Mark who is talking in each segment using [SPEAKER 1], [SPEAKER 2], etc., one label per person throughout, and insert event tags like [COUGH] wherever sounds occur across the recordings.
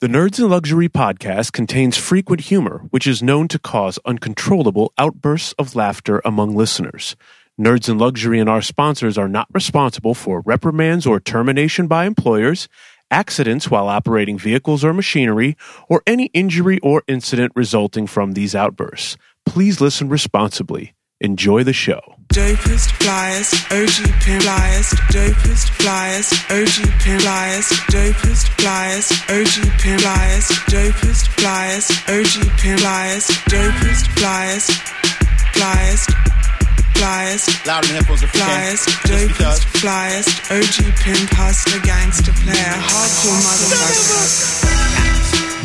[SPEAKER 1] The Nerds in Luxury podcast contains frequent humor, which is known to cause uncontrollable outbursts of laughter among listeners. Nerds in Luxury and our sponsors are not responsible for reprimands or termination by employers, accidents while operating vehicles or machinery, or any injury or incident resulting from these outbursts. Please listen responsibly. Enjoy the show.
[SPEAKER 2] Dopest flyers, OG pin flyers, dopest flyers, OG pin flyers, dopest flyers, OG pin flyers, dopest flyers, OG pin flyers, dopest flyers, flyers, flyers,
[SPEAKER 3] Loud in the headphones if you can.
[SPEAKER 2] flyers,
[SPEAKER 3] Just because.
[SPEAKER 2] dopest flyers, OG pin pasta gangster player, hardcore motherfucker.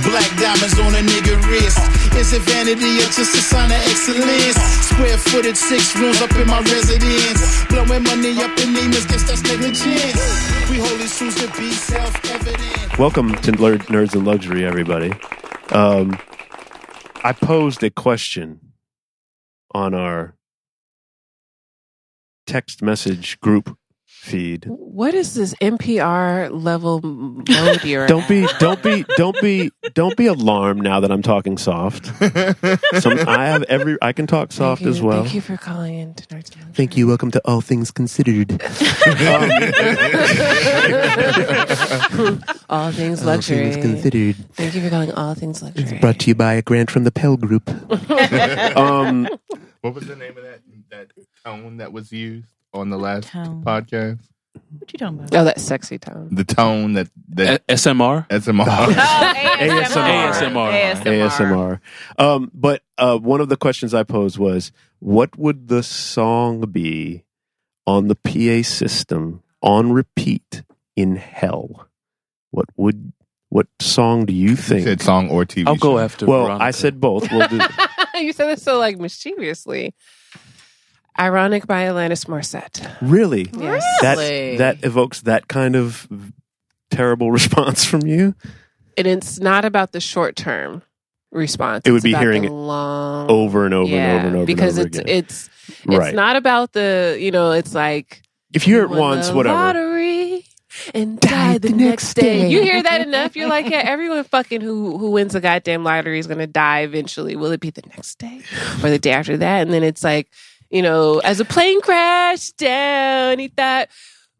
[SPEAKER 3] Black diamonds on a nigga wrist. Is it vanity or just a sign of excellence? Square footed, six rooms up in my residence. Blowing money up in demons, guess that's negligence. We hold these truths to be self evident.
[SPEAKER 1] Welcome to Ler- Nerds in Luxury, everybody. Um, I posed a question on our text message group feed.
[SPEAKER 4] What is this NPR level m- mode
[SPEAKER 1] [LAUGHS]
[SPEAKER 4] you're
[SPEAKER 1] Don't
[SPEAKER 4] at?
[SPEAKER 1] be, don't be, don't be, don't be alarmed now that I'm talking soft. Some, I have every, I can talk
[SPEAKER 4] Thank
[SPEAKER 1] soft
[SPEAKER 4] you.
[SPEAKER 1] as well.
[SPEAKER 4] Thank you for calling in to Nerds. Lounge.
[SPEAKER 1] Thank you. Welcome to All Things Considered.
[SPEAKER 4] All things luxury.
[SPEAKER 1] Considered.
[SPEAKER 4] Thank you for calling all things luxury.
[SPEAKER 1] Brought to you by a grant from the Pell Group. [LAUGHS] um,
[SPEAKER 5] What was the name of that that tone that was used on the last
[SPEAKER 6] Tone.
[SPEAKER 5] podcast?
[SPEAKER 6] What you talking about?
[SPEAKER 4] Oh, that sexy tone.
[SPEAKER 5] The tone that that
[SPEAKER 7] A-
[SPEAKER 1] [LAUGHS]
[SPEAKER 7] SMR.
[SPEAKER 5] SMR.
[SPEAKER 6] Oh,
[SPEAKER 7] ASMR.
[SPEAKER 1] ASMR. Um, but uh, one of the questions I posed was, what would the song be on the PA system on repeat in hell? What would what song do you
[SPEAKER 5] You said
[SPEAKER 1] think?
[SPEAKER 5] song or TV.
[SPEAKER 7] I'll go
[SPEAKER 5] show.
[SPEAKER 7] after.
[SPEAKER 1] Well,
[SPEAKER 7] Veronica.
[SPEAKER 1] I said both. We'll do,
[SPEAKER 4] [LAUGHS] you said it so like mischievously. Ironic by Alanis Morissette. [LAUGHS]
[SPEAKER 1] really,
[SPEAKER 4] Yes.
[SPEAKER 1] that
[SPEAKER 6] Really?
[SPEAKER 1] that evokes that kind of terrible response from you.
[SPEAKER 4] And it's not about the short term response.
[SPEAKER 1] It would
[SPEAKER 4] It's
[SPEAKER 1] be
[SPEAKER 4] about
[SPEAKER 1] hearing
[SPEAKER 4] the
[SPEAKER 1] it
[SPEAKER 4] long
[SPEAKER 1] Over and over and over and over
[SPEAKER 4] because
[SPEAKER 1] and over
[SPEAKER 4] it's
[SPEAKER 1] again.
[SPEAKER 4] it's it's
[SPEAKER 1] right.
[SPEAKER 4] not about the you know it's like
[SPEAKER 1] if you hear it
[SPEAKER 4] won
[SPEAKER 1] once,
[SPEAKER 4] the
[SPEAKER 1] whatever.
[SPEAKER 4] Lottery and died the next day. You hear that enough? You're like, yeah,
[SPEAKER 1] [LAUGHS]
[SPEAKER 4] [LAUGHS] everyone fucking who who wins the goddamn lottery is gonna die eventually. Will it be the next day or the day after that? And then it's like, you know, as a plane crashed down, he thought,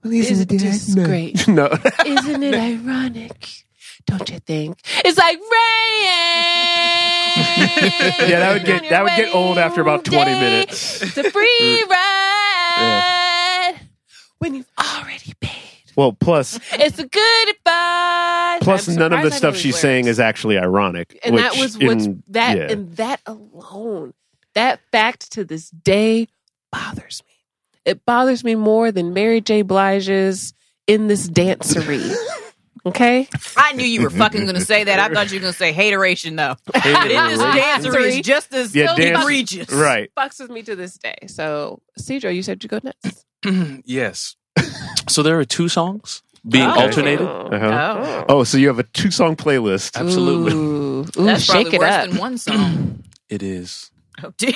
[SPEAKER 4] is it just
[SPEAKER 1] [LAUGHS] [LAUGHS]
[SPEAKER 4] great?
[SPEAKER 1] no,
[SPEAKER 4] Isn't it ironic? Don't you think? It's like rain.
[SPEAKER 1] yeah, that would
[SPEAKER 4] on
[SPEAKER 1] get
[SPEAKER 4] your
[SPEAKER 1] that would get old after about twenty
[SPEAKER 4] way
[SPEAKER 1] minutes.
[SPEAKER 4] It's a
[SPEAKER 1] [LAUGHS]
[SPEAKER 4] free ride when you've already paid.
[SPEAKER 1] Well, plus
[SPEAKER 4] It's a good advice.
[SPEAKER 1] plus
[SPEAKER 4] I'm
[SPEAKER 1] none of
[SPEAKER 4] surprised
[SPEAKER 1] the
[SPEAKER 4] I
[SPEAKER 1] stuff
[SPEAKER 4] know
[SPEAKER 1] she's
[SPEAKER 4] these
[SPEAKER 1] saying
[SPEAKER 4] lyrics.
[SPEAKER 1] is actually ironic.
[SPEAKER 4] and that
[SPEAKER 1] which
[SPEAKER 4] was what's
[SPEAKER 1] in-
[SPEAKER 4] that
[SPEAKER 1] yeah.
[SPEAKER 4] and that alone, that fact to this day bothers me. It bothers me more than Mary J. Blige's in
[SPEAKER 1] [LAUGHS]
[SPEAKER 4] this dancery. okay,
[SPEAKER 6] I knew you were fucking gonna say that. I thought you were gonna say hateration though. this dancery is just as
[SPEAKER 1] Yeah, dance-
[SPEAKER 6] egregious.
[SPEAKER 1] right.
[SPEAKER 4] fucks with me to this day. So, Cedro, you said you go nuts.
[SPEAKER 7] yes. so there are two songs being
[SPEAKER 4] Oh.
[SPEAKER 1] Okay.
[SPEAKER 7] alternated.
[SPEAKER 1] Uh-huh.
[SPEAKER 6] Oh.
[SPEAKER 1] Oh, so you have a two-song playlist.
[SPEAKER 7] Absolutely,
[SPEAKER 4] Ooh, ooh,
[SPEAKER 6] That's probably
[SPEAKER 4] shake it
[SPEAKER 6] worse
[SPEAKER 4] up.
[SPEAKER 6] than
[SPEAKER 4] [CLEARS THROAT]
[SPEAKER 6] one song.
[SPEAKER 7] it is.
[SPEAKER 6] Oh dear.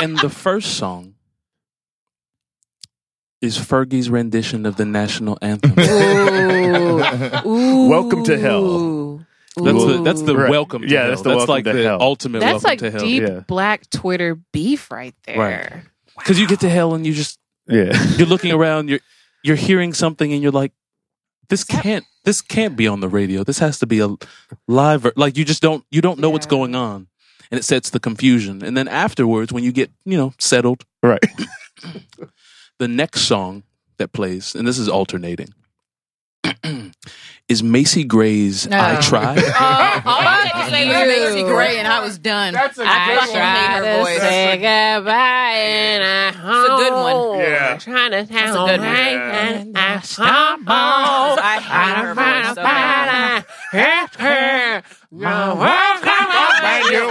[SPEAKER 7] And the first song is Fergie's rendition of the national anthem.
[SPEAKER 4] Ooh. Ooh.
[SPEAKER 1] Welcome to hell.
[SPEAKER 4] Ooh.
[SPEAKER 7] That's the that's the
[SPEAKER 1] Right.
[SPEAKER 7] welcome. To
[SPEAKER 1] Yeah,
[SPEAKER 7] hell.
[SPEAKER 1] that's the welcome
[SPEAKER 7] like
[SPEAKER 1] to
[SPEAKER 7] the
[SPEAKER 1] hell.
[SPEAKER 7] ultimate.
[SPEAKER 4] That's
[SPEAKER 7] welcome
[SPEAKER 4] like
[SPEAKER 7] to hell.
[SPEAKER 4] deep
[SPEAKER 1] Yeah.
[SPEAKER 4] black Twitter beef right there.
[SPEAKER 7] because you get to hell and you just
[SPEAKER 1] Yeah. [LAUGHS]
[SPEAKER 7] you're looking around. You're you're hearing something and you're like, this can't this can't be on the radio. This has to be a live. ver- Like you just don't you don't know what's
[SPEAKER 4] Yeah.
[SPEAKER 7] going on, and it sets the confusion. And then afterwards, when you get you know settled,
[SPEAKER 1] Right.
[SPEAKER 7] [COUGHS] the next song that plays, and this is alternating, [COUGHS] is Macy Gray's "I
[SPEAKER 6] No.
[SPEAKER 4] [LAUGHS]
[SPEAKER 7] Try."
[SPEAKER 4] Oh,
[SPEAKER 6] All I
[SPEAKER 4] [LAUGHS]
[SPEAKER 6] had to say was Macy Gray and I was done. That's a I fucking hate her voice.
[SPEAKER 4] say goodbye and I
[SPEAKER 6] a good one.
[SPEAKER 4] home.
[SPEAKER 1] Yeah.
[SPEAKER 4] Trying to
[SPEAKER 6] That's a good one.
[SPEAKER 4] and I home.
[SPEAKER 6] I hate her voice so bad.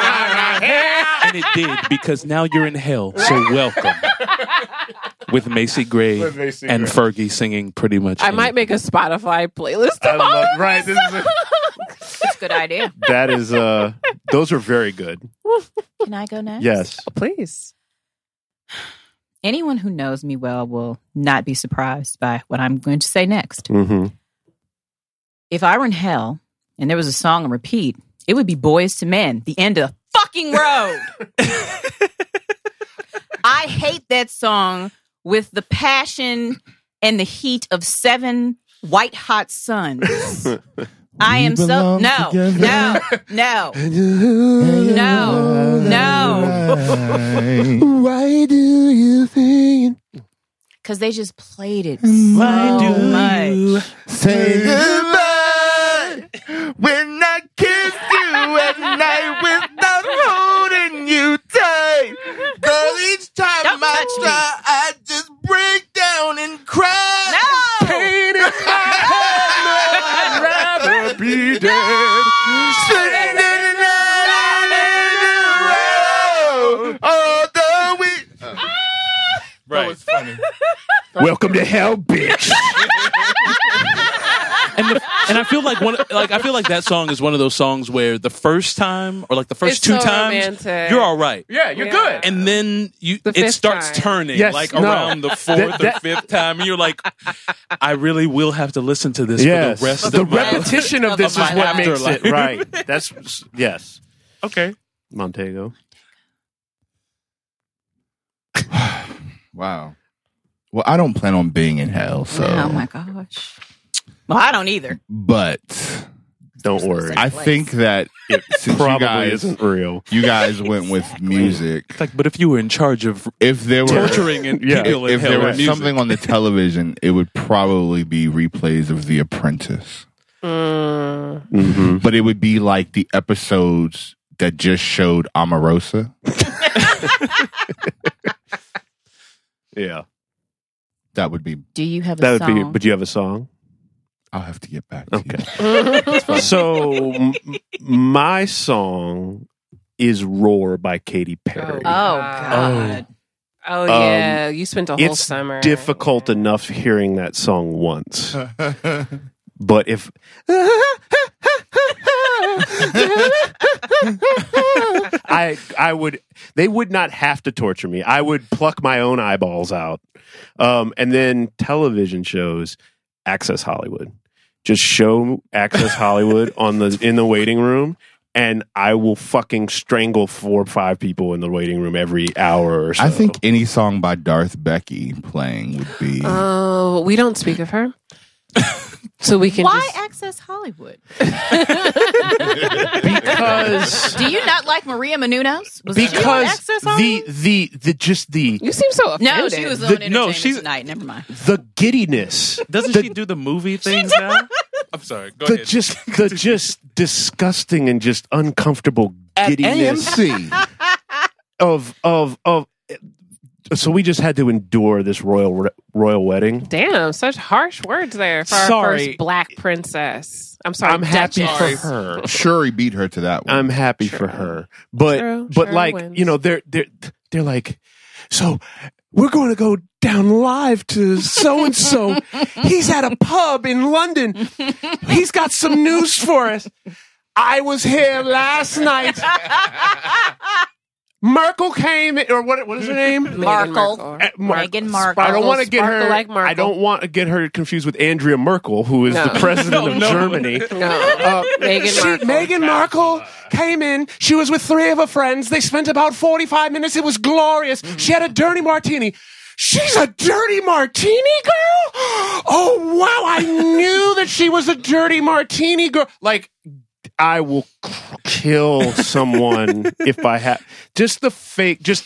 [SPEAKER 7] and it did because now you're in hell. So welcome with Macy Gray
[SPEAKER 5] With Macy
[SPEAKER 7] and
[SPEAKER 5] Gray.
[SPEAKER 7] Fergie singing pretty much.
[SPEAKER 4] I might make a Spotify playlist.
[SPEAKER 1] I
[SPEAKER 4] of all
[SPEAKER 1] love-
[SPEAKER 4] of
[SPEAKER 1] right,
[SPEAKER 4] these
[SPEAKER 1] this is a-
[SPEAKER 6] That's a good idea.
[SPEAKER 1] That [LAUGHS] is uh those are very good.
[SPEAKER 6] Can I go next?
[SPEAKER 1] Yes.
[SPEAKER 4] Please.
[SPEAKER 6] [SIGHS] Anyone who knows me well will not be surprised by what I'm going to say next.
[SPEAKER 1] Mm-hmm.
[SPEAKER 6] If I were in hell, and there was a song on repeat, it would be Boys to Men, the end of the fucking road. I hate that song with the passion and the heat of seven white hot suns. [LAUGHS] I
[SPEAKER 3] We
[SPEAKER 6] am so
[SPEAKER 3] belong
[SPEAKER 6] no, no,
[SPEAKER 3] together.
[SPEAKER 6] no.
[SPEAKER 3] No,
[SPEAKER 4] [LAUGHS]
[SPEAKER 6] [LAUGHS] no.
[SPEAKER 3] Why do you think? Mm.
[SPEAKER 6] Because they just played it
[SPEAKER 3] Why
[SPEAKER 6] so
[SPEAKER 3] do
[SPEAKER 6] much.
[SPEAKER 3] Say
[SPEAKER 5] goodbye when I kiss you at night without holding you tight. Girl, each time
[SPEAKER 6] Don't
[SPEAKER 5] I
[SPEAKER 6] touch me.
[SPEAKER 5] try, I just break down and cry.
[SPEAKER 6] No!
[SPEAKER 5] Pain in my head, I'd rather be dead. Sitting in the night in the road all the week. That was [LAUGHS] funny.
[SPEAKER 1] Welcome to hell, bitch.
[SPEAKER 7] and, the, and I feel like one, like I feel like that song is one of those songs where the first time or like the first
[SPEAKER 4] It's
[SPEAKER 7] two
[SPEAKER 4] so
[SPEAKER 7] times
[SPEAKER 4] romantic.
[SPEAKER 7] you're all right,
[SPEAKER 5] Yeah, you're
[SPEAKER 4] Yeah.
[SPEAKER 5] good.
[SPEAKER 7] and then you
[SPEAKER 4] The
[SPEAKER 7] it
[SPEAKER 4] fifth
[SPEAKER 7] starts
[SPEAKER 4] time.
[SPEAKER 7] turning
[SPEAKER 1] Yes,
[SPEAKER 7] like
[SPEAKER 1] no.
[SPEAKER 7] around the fourth or
[SPEAKER 1] that-
[SPEAKER 7] fifth time, and you're like, I really will have to listen to this
[SPEAKER 1] yes.
[SPEAKER 7] for the rest
[SPEAKER 1] the
[SPEAKER 7] of my life.
[SPEAKER 1] repetition of
[SPEAKER 6] Of
[SPEAKER 1] this is
[SPEAKER 6] my
[SPEAKER 1] what
[SPEAKER 6] life.
[SPEAKER 1] makes it
[SPEAKER 7] Afterlife. [LAUGHS]
[SPEAKER 1] right. That's yes,
[SPEAKER 7] Okay,
[SPEAKER 1] Montego.
[SPEAKER 5] Wow. Well, I don't plan on being in hell, so.
[SPEAKER 6] Oh my gosh. Well, I don't either.
[SPEAKER 5] But
[SPEAKER 1] Don't worry,
[SPEAKER 5] I
[SPEAKER 6] place.
[SPEAKER 5] think that
[SPEAKER 1] [LAUGHS]
[SPEAKER 5] it, since you
[SPEAKER 1] probably
[SPEAKER 5] guys,
[SPEAKER 1] isn't real.
[SPEAKER 5] you guys went with music.
[SPEAKER 7] It's like, but if you were in charge of
[SPEAKER 5] If there were [LAUGHS]
[SPEAKER 7] torturing and
[SPEAKER 1] Yeah.
[SPEAKER 7] people in
[SPEAKER 5] if
[SPEAKER 7] hell
[SPEAKER 5] there
[SPEAKER 7] with
[SPEAKER 5] was
[SPEAKER 7] music,
[SPEAKER 5] something on the television, it would probably be replays of The Apprentice.
[SPEAKER 4] [LAUGHS] Mm.
[SPEAKER 1] Mm-hmm.
[SPEAKER 5] But it would be like the episodes that just showed
[SPEAKER 7] [LAUGHS]
[SPEAKER 5] Omarosa.
[SPEAKER 1] Yeah,
[SPEAKER 5] That would be.
[SPEAKER 6] Do you have a
[SPEAKER 1] that would
[SPEAKER 6] song?
[SPEAKER 1] be. But you have a song.
[SPEAKER 5] I'll have to get back.
[SPEAKER 1] Okay.
[SPEAKER 5] To
[SPEAKER 4] [LAUGHS]
[SPEAKER 5] you.
[SPEAKER 1] So m- my song is "Roar" by Katy Perry. Um,
[SPEAKER 6] oh, God.
[SPEAKER 4] Oh yeah, you spent a whole
[SPEAKER 1] it's [LAUGHS]
[SPEAKER 4] summer.
[SPEAKER 1] Difficult enough hearing that song once, but if I I would they would not have to torture me. I would pluck my own eyeballs out. Um, and then television shows, Access Hollywood. Just show
[SPEAKER 5] [LAUGHS]
[SPEAKER 1] Access Hollywood on the in the waiting room and I will fucking strangle four or five people in the waiting room every hour or so.
[SPEAKER 5] I think any song by Darth Becky playing would be.
[SPEAKER 4] Oh, we don't speak of her, so we can.
[SPEAKER 6] Why
[SPEAKER 4] Just,
[SPEAKER 6] access
[SPEAKER 4] [LAUGHS]
[SPEAKER 6] Hollywood?
[SPEAKER 1] because
[SPEAKER 6] Do you not like Maria Menounos? Was she on
[SPEAKER 1] because
[SPEAKER 6] access
[SPEAKER 1] the
[SPEAKER 6] Hollywood?
[SPEAKER 1] the the just the
[SPEAKER 4] you seem so offended.
[SPEAKER 6] no, she was on
[SPEAKER 7] The-
[SPEAKER 6] entertainment
[SPEAKER 7] no, she's-
[SPEAKER 6] tonight. Never mind.
[SPEAKER 1] the giddiness
[SPEAKER 7] doesn't
[SPEAKER 1] the-
[SPEAKER 7] she do the movie things now? I'm sorry. Go
[SPEAKER 1] the
[SPEAKER 7] ahead.
[SPEAKER 1] just
[SPEAKER 4] [LAUGHS]
[SPEAKER 1] the just disgusting and just uncomfortable giddiness
[SPEAKER 5] AMC.
[SPEAKER 1] of of of so we just had to endure this royal re- royal wedding
[SPEAKER 4] Damn, such harsh words there for our
[SPEAKER 1] Sorry.
[SPEAKER 4] first black princess. I'm sorry.
[SPEAKER 1] i'm happy
[SPEAKER 4] Duchess.
[SPEAKER 1] for her
[SPEAKER 5] Shuri beat her to that one.
[SPEAKER 1] i'm happy for
[SPEAKER 4] True.
[SPEAKER 1] her but
[SPEAKER 4] True,
[SPEAKER 1] but
[SPEAKER 4] sure
[SPEAKER 1] like
[SPEAKER 4] wins.
[SPEAKER 1] you know they're they're they're like so we're going to go down live to so and so. He's at a pub in London. He's got some news for us. I was here last night. Merkel came, or what? What is her name?
[SPEAKER 4] Meghan
[SPEAKER 6] Markle.
[SPEAKER 1] Uh, Mar-
[SPEAKER 6] Meghan Markle.
[SPEAKER 1] I don't want to get
[SPEAKER 4] Sparkle
[SPEAKER 1] her.
[SPEAKER 4] like Markle.
[SPEAKER 1] I don't want to get her confused with Andrea Merkel, who is
[SPEAKER 4] [LAUGHS] No.
[SPEAKER 1] the president of Germany.
[SPEAKER 4] [LAUGHS] No.
[SPEAKER 1] Uh,
[SPEAKER 4] Oh, Meghan
[SPEAKER 1] she-
[SPEAKER 4] Markle.
[SPEAKER 1] Meghan Markle came in. She was with three of her friends. They spent about 45 minutes. It was glorious.
[SPEAKER 4] Mm-hmm.
[SPEAKER 1] She had a dirty martini. She's a dirty martini girl? [GASPS] Oh, wow. I knew that she was a dirty martini girl. Like, I will k- kill someone if I have just the fake, just,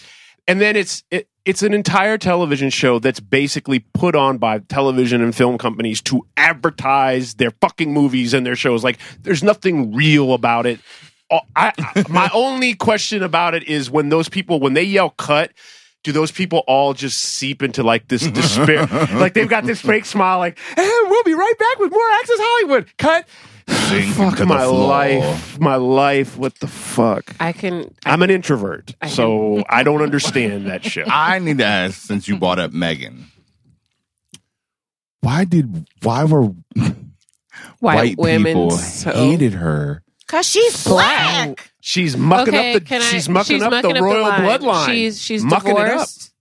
[SPEAKER 1] and then it's, it, it's an entire television show that's basically put on by television and film companies to advertise their fucking movies and their shows. Like, there's nothing real about it. Oh, I, I- my only question about it is when those people, when they yell cut, do those people all just seep into like this despair? like they've got this fake smile, like, "Eh, we'll be right back with more Access Hollywood. Cut.
[SPEAKER 5] Sink
[SPEAKER 1] [SIGHS] fuck
[SPEAKER 5] into the
[SPEAKER 1] my
[SPEAKER 5] floor.
[SPEAKER 1] life. My life. What the fuck?
[SPEAKER 4] I can.
[SPEAKER 1] I'm an introvert, so I don't understand that
[SPEAKER 4] [LAUGHS]
[SPEAKER 1] shit.
[SPEAKER 5] I need to ask since you brought up Megan. Why did why were white,
[SPEAKER 4] White, women
[SPEAKER 5] people
[SPEAKER 4] so-
[SPEAKER 5] hated her?
[SPEAKER 6] Because she's black.
[SPEAKER 1] She's mucking up the
[SPEAKER 4] can I-
[SPEAKER 1] she's mucking up the royal bloodline.
[SPEAKER 4] She's she's
[SPEAKER 1] mucking
[SPEAKER 4] divorced.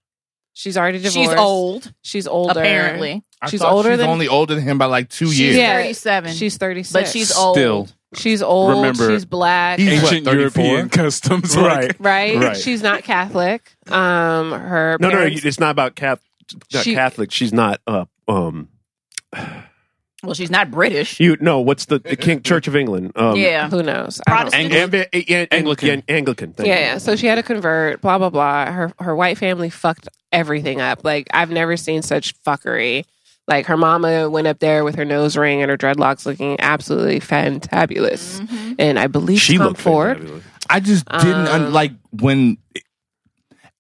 [SPEAKER 4] She's already divorced.
[SPEAKER 6] She's old,
[SPEAKER 4] She's older.
[SPEAKER 6] apparently.
[SPEAKER 5] I
[SPEAKER 4] She's
[SPEAKER 5] thought
[SPEAKER 4] older
[SPEAKER 5] she's
[SPEAKER 4] than-
[SPEAKER 5] only older than him by like two
[SPEAKER 6] She's
[SPEAKER 5] years.
[SPEAKER 4] Yeah.
[SPEAKER 6] 37.
[SPEAKER 4] She's 36.
[SPEAKER 6] but she's old.
[SPEAKER 7] Still.
[SPEAKER 4] She's old.
[SPEAKER 7] Remember-
[SPEAKER 4] she's black.
[SPEAKER 5] He's what,
[SPEAKER 7] Ancient
[SPEAKER 5] 34?
[SPEAKER 7] European [LAUGHS] customs, like-
[SPEAKER 5] right.
[SPEAKER 4] right?
[SPEAKER 1] Right.
[SPEAKER 4] She's not Catholic. Um, her
[SPEAKER 1] No, no,
[SPEAKER 4] parents,
[SPEAKER 1] it's not about Cath- not
[SPEAKER 4] She-
[SPEAKER 1] Catholic. She's not. Uh, um,
[SPEAKER 6] Well, she's not British.
[SPEAKER 1] you no. What's the, the King Church of England? Um,
[SPEAKER 6] yeah.
[SPEAKER 4] who knows? I don't-
[SPEAKER 6] Protestant.
[SPEAKER 1] Ang- Ambi- eh, yeah,
[SPEAKER 7] Anglican.
[SPEAKER 1] yeah, Anglican. thank
[SPEAKER 4] yeah,
[SPEAKER 1] you.
[SPEAKER 4] yeah. So she had to convert. Blah blah blah. Her her white family fucked everything up. Like I've never seen such fuckery. Like her mama went up there with her nose ring and her dreadlocks, looking absolutely fantabulous. And I believe
[SPEAKER 1] She
[SPEAKER 4] Tom
[SPEAKER 1] looked
[SPEAKER 4] Ford.
[SPEAKER 1] fabulous.
[SPEAKER 5] I just didn't un-
[SPEAKER 4] Um,
[SPEAKER 5] like when